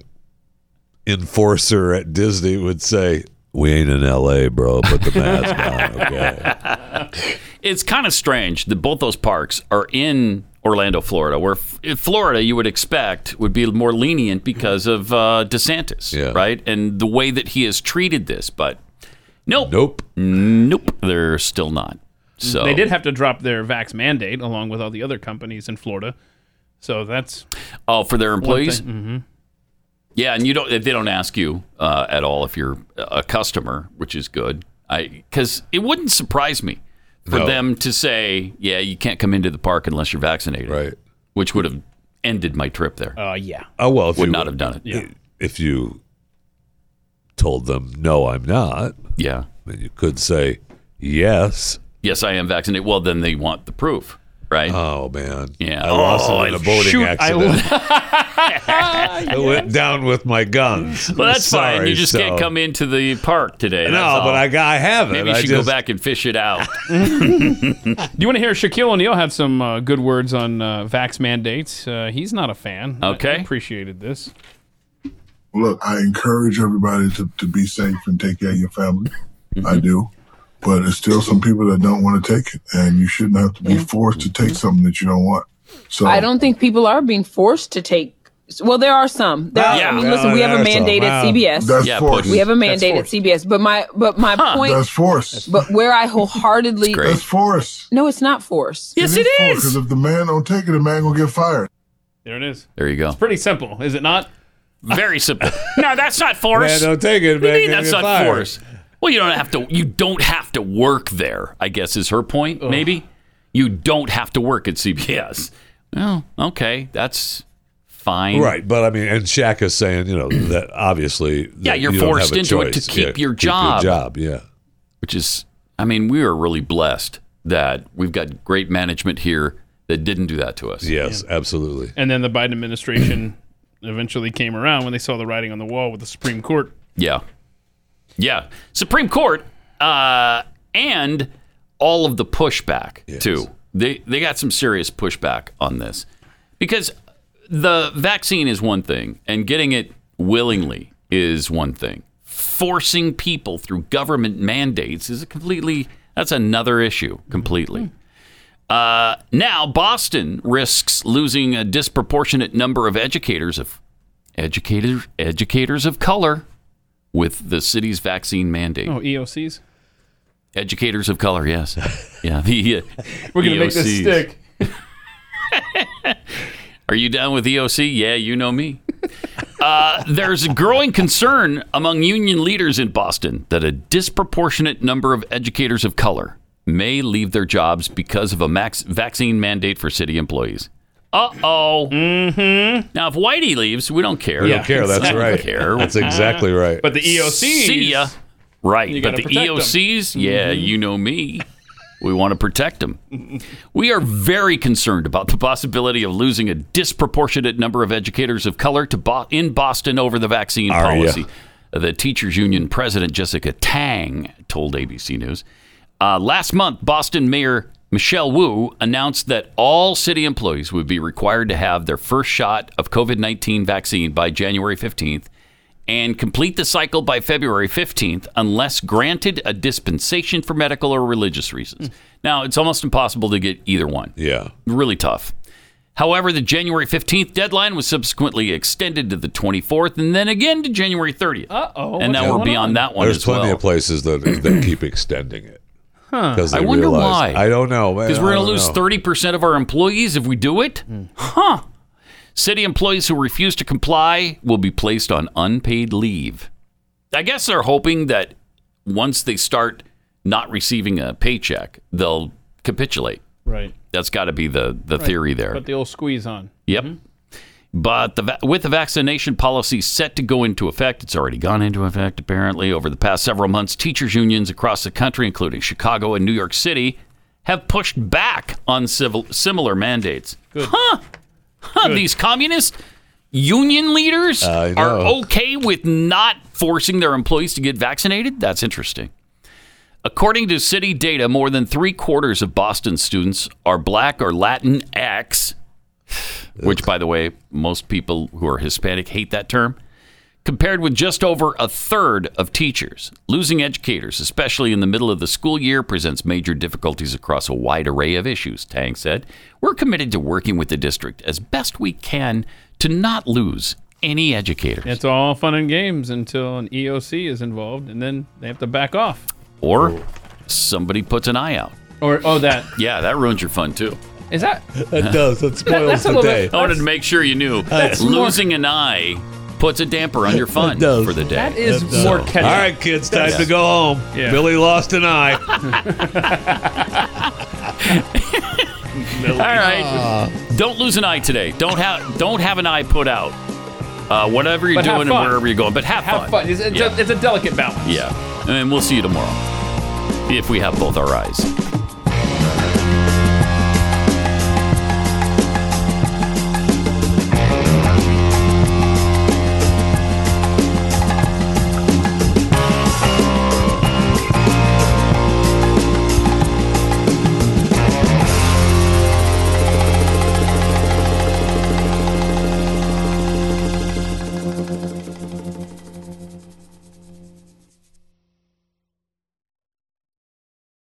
[SPEAKER 3] enforcer at Disney would say, "We ain't in L.A., bro. Put the mask on." Okay.
[SPEAKER 2] It's kind of strange that both those parks are in Orlando, Florida, where F- Florida you would expect would be more lenient because of uh, DeSantis, right? And the way that he has treated this, but nope,
[SPEAKER 3] nope,
[SPEAKER 2] nope, they're still not. So
[SPEAKER 4] Mm-hmm. They did have to drop their vax mandate along with all the other companies in Florida. So that's
[SPEAKER 2] oh for their employees.
[SPEAKER 4] hmm
[SPEAKER 2] Yeah, and you don't. They don't ask you uh, at all if you're a customer, which is good. I because it wouldn't surprise me for
[SPEAKER 3] No.
[SPEAKER 2] them to say, "Yeah, you can't come into the park unless you're vaccinated," right? Which would have ended my trip there.
[SPEAKER 4] Uh, yeah.
[SPEAKER 3] Oh well, if
[SPEAKER 2] would
[SPEAKER 3] you,
[SPEAKER 2] not have done it.
[SPEAKER 3] If you told them, "No, I'm not,"
[SPEAKER 2] yeah,
[SPEAKER 3] then you could say, "Yes."
[SPEAKER 2] Yes, I am vaccinated. Well, then they want the proof, right?
[SPEAKER 3] Oh man,
[SPEAKER 2] yeah. Oh,
[SPEAKER 3] I lost it in a boating
[SPEAKER 2] shoot,
[SPEAKER 3] accident.
[SPEAKER 2] I,
[SPEAKER 3] I went down with my guns.
[SPEAKER 2] well, that's fine. You
[SPEAKER 3] Sorry,
[SPEAKER 2] just
[SPEAKER 3] so-
[SPEAKER 2] can't come into the park today.
[SPEAKER 3] No,
[SPEAKER 2] that's all.
[SPEAKER 3] but I got- I have it.
[SPEAKER 2] Maybe you
[SPEAKER 3] I
[SPEAKER 2] should
[SPEAKER 3] just-
[SPEAKER 2] go back and fish it out.
[SPEAKER 4] Do you want to hear Shaquille O'Neal had some uh, good words on uh, vax mandates? Uh, he's not a fan. I- I
[SPEAKER 2] Okay.
[SPEAKER 4] appreciated this.
[SPEAKER 11] look, I encourage everybody to, to be safe and take care of your family.
[SPEAKER 23] Mm-hmm.
[SPEAKER 11] I do. But there's still some people that don't want to take it, and you shouldn't have to be forced to take something that you don't want. So
[SPEAKER 23] I don't think people are being forced to take. Well, there are some. There are,
[SPEAKER 11] Yeah.
[SPEAKER 23] I mean,
[SPEAKER 11] Yeah,
[SPEAKER 23] listen, we have
[SPEAKER 11] there
[SPEAKER 23] a
[SPEAKER 11] are some.
[SPEAKER 23] mandate
[SPEAKER 11] Wow.
[SPEAKER 23] at CBS.
[SPEAKER 11] That's Yeah, forced.
[SPEAKER 23] We have a
[SPEAKER 11] That's
[SPEAKER 23] mandate at
[SPEAKER 11] forced.
[SPEAKER 23] CBS. But my but my point.
[SPEAKER 11] that's force.
[SPEAKER 23] But where I wholeheartedly.
[SPEAKER 11] That's force.
[SPEAKER 23] No, it's not force.
[SPEAKER 11] Because if the man don't take it, the man gonna get fired.
[SPEAKER 4] There it is.
[SPEAKER 2] There you go.
[SPEAKER 4] It's pretty simple, is it not?
[SPEAKER 2] Very simple. no, that's not force.
[SPEAKER 4] Man, don't
[SPEAKER 3] take it,
[SPEAKER 2] What do you
[SPEAKER 3] man.
[SPEAKER 2] mean
[SPEAKER 3] You're
[SPEAKER 2] that's
[SPEAKER 3] gonna
[SPEAKER 2] not
[SPEAKER 3] get fired.
[SPEAKER 2] force. Well, you don't have to. You don't have to work there. I guess is her point. Maybe you don't have to work at CBS. Well, okay, that's fine.
[SPEAKER 3] Right, but I mean, and Shaq is saying, you know, that obviously,
[SPEAKER 2] Hmm. Yeah,
[SPEAKER 3] that
[SPEAKER 2] you're
[SPEAKER 3] you don't have
[SPEAKER 2] forced
[SPEAKER 3] a
[SPEAKER 2] into it to
[SPEAKER 3] choice.
[SPEAKER 2] keep
[SPEAKER 3] Yeah,
[SPEAKER 2] your job.
[SPEAKER 3] job, yeah.
[SPEAKER 2] Which is, I mean, we are really blessed that we've got great management here that didn't do that to us.
[SPEAKER 3] Yes, absolutely.
[SPEAKER 4] And then the Biden administration eventually came around when they saw the writing on the wall with the Supreme Court.
[SPEAKER 2] Yeah. Yeah. Supreme Court uh, and all of the pushback, too. They, they got some serious pushback on this because the vaccine is one thing, and getting it willingly is one thing. Forcing people through government mandates is a completely, that's another issue completely. Uh, now, Boston risks losing a disproportionate number of educators of educators educators of color with the city's vaccine mandate.
[SPEAKER 4] Oh, EOCs.
[SPEAKER 2] Educators of color, yes, yeah. The, uh,
[SPEAKER 4] We're gonna make this
[SPEAKER 2] EOCs.
[SPEAKER 4] stick.
[SPEAKER 2] Are you down with EOC? Yeah, you know me. Uh, there's a growing concern among union leaders in Boston that a disproportionate number of educators of color may leave their jobs because of a max vaccine mandate for city employees. Uh oh. Mm-hmm. Now, if Whitey leaves, we don't care.
[SPEAKER 3] We don't care. That's
[SPEAKER 2] We don't
[SPEAKER 3] right.
[SPEAKER 2] Care.
[SPEAKER 3] That's exactly right.
[SPEAKER 4] But the E EOCs.
[SPEAKER 2] See ya. Right.
[SPEAKER 4] You
[SPEAKER 2] but
[SPEAKER 4] gotta
[SPEAKER 2] the
[SPEAKER 4] protect Mm-hmm. 'em.
[SPEAKER 2] EOCs, yeah, you know me. We want to protect them. We are very concerned about the possibility of losing a disproportionate number of educators of color to Bo- in Boston over the vaccine
[SPEAKER 3] Are ya?
[SPEAKER 2] policy. The teachers union president Jessica Tang told ABC News uh, last month. Boston Mayor Michelle Wu announced that all city employees would be required to have their first shot of COVID nineteen vaccine by January fifteenth and complete the cycle by February 15th unless granted a dispensation for medical or religious reasons. Now, it's almost impossible to get either one.
[SPEAKER 3] Yeah.
[SPEAKER 2] Really tough. However, the January 15th deadline was subsequently extended to the 24th and then again to January 30th.
[SPEAKER 4] Uh-oh.
[SPEAKER 2] And now
[SPEAKER 3] what's
[SPEAKER 2] we're
[SPEAKER 3] going
[SPEAKER 2] beyond that one
[SPEAKER 3] There's
[SPEAKER 2] as
[SPEAKER 3] plenty
[SPEAKER 2] well.
[SPEAKER 3] of places that, that keep extending it
[SPEAKER 2] Huh.
[SPEAKER 3] because
[SPEAKER 2] I wonder why.
[SPEAKER 3] I don't know, man.
[SPEAKER 2] Because we're
[SPEAKER 3] I
[SPEAKER 2] going
[SPEAKER 3] don't
[SPEAKER 2] to lose
[SPEAKER 3] know. Hmm.
[SPEAKER 2] 30% of our employees if we do it? Huh. City employees who refuse to comply will be placed on unpaid leave. I guess they're hoping that once they start not receiving a paycheck, they'll capitulate.
[SPEAKER 4] Right.
[SPEAKER 2] That's got to be the, the
[SPEAKER 4] Right.
[SPEAKER 2] theory there.
[SPEAKER 4] Put the old squeeze on.
[SPEAKER 2] Yep. But the va- with the vaccination policy set to go into effect, it's already gone into effect apparently over the past several months. Teachers unions across the country, including Chicago and New York City, have pushed back on civil, similar mandates. Good. Huh? Huh? These communist union leaders
[SPEAKER 3] I
[SPEAKER 2] are
[SPEAKER 3] know.
[SPEAKER 2] okay with not forcing their employees to get vaccinated? That's interesting. According to city data, more than three quarters of Boston students are black or Latinx, which, by the way, most people who are Hispanic hate that term, compared with just over a third of teachers. Losing educators, especially in the middle of the school year, presents major difficulties across a wide array of issues, Tang said. We're committed to working with the district as best we can to not lose any educator
[SPEAKER 4] It's all fun and games until an EOC is involved, and then they have to back off.
[SPEAKER 2] or somebody puts an eye out.
[SPEAKER 4] Or oh, that
[SPEAKER 2] Yeah, that ruins your fun too.
[SPEAKER 4] is that.
[SPEAKER 3] That does. That spoils
[SPEAKER 4] That's a
[SPEAKER 3] the
[SPEAKER 4] little
[SPEAKER 3] day.
[SPEAKER 2] I wanted to make sure you knew
[SPEAKER 3] That's
[SPEAKER 2] losing an eye puts a damper on your fun for the day.
[SPEAKER 4] That is
[SPEAKER 3] That's-
[SPEAKER 4] more
[SPEAKER 3] so-
[SPEAKER 4] catch.
[SPEAKER 3] All right, kids, time
[SPEAKER 2] Yeah.
[SPEAKER 3] to go home.
[SPEAKER 2] Yeah.
[SPEAKER 3] Billy lost an eye.
[SPEAKER 2] All right,
[SPEAKER 4] Ah.
[SPEAKER 2] don't lose an eye today. Don't have don't have an eye put out. Uh, whatever you're
[SPEAKER 4] But have
[SPEAKER 2] doing and
[SPEAKER 4] fun.
[SPEAKER 2] wherever you're going, but have,
[SPEAKER 4] Have fun. It's, it's,
[SPEAKER 2] yeah.
[SPEAKER 4] a, it's a delicate balance.
[SPEAKER 2] yeah, and we'll see you tomorrow if we have both our eyes.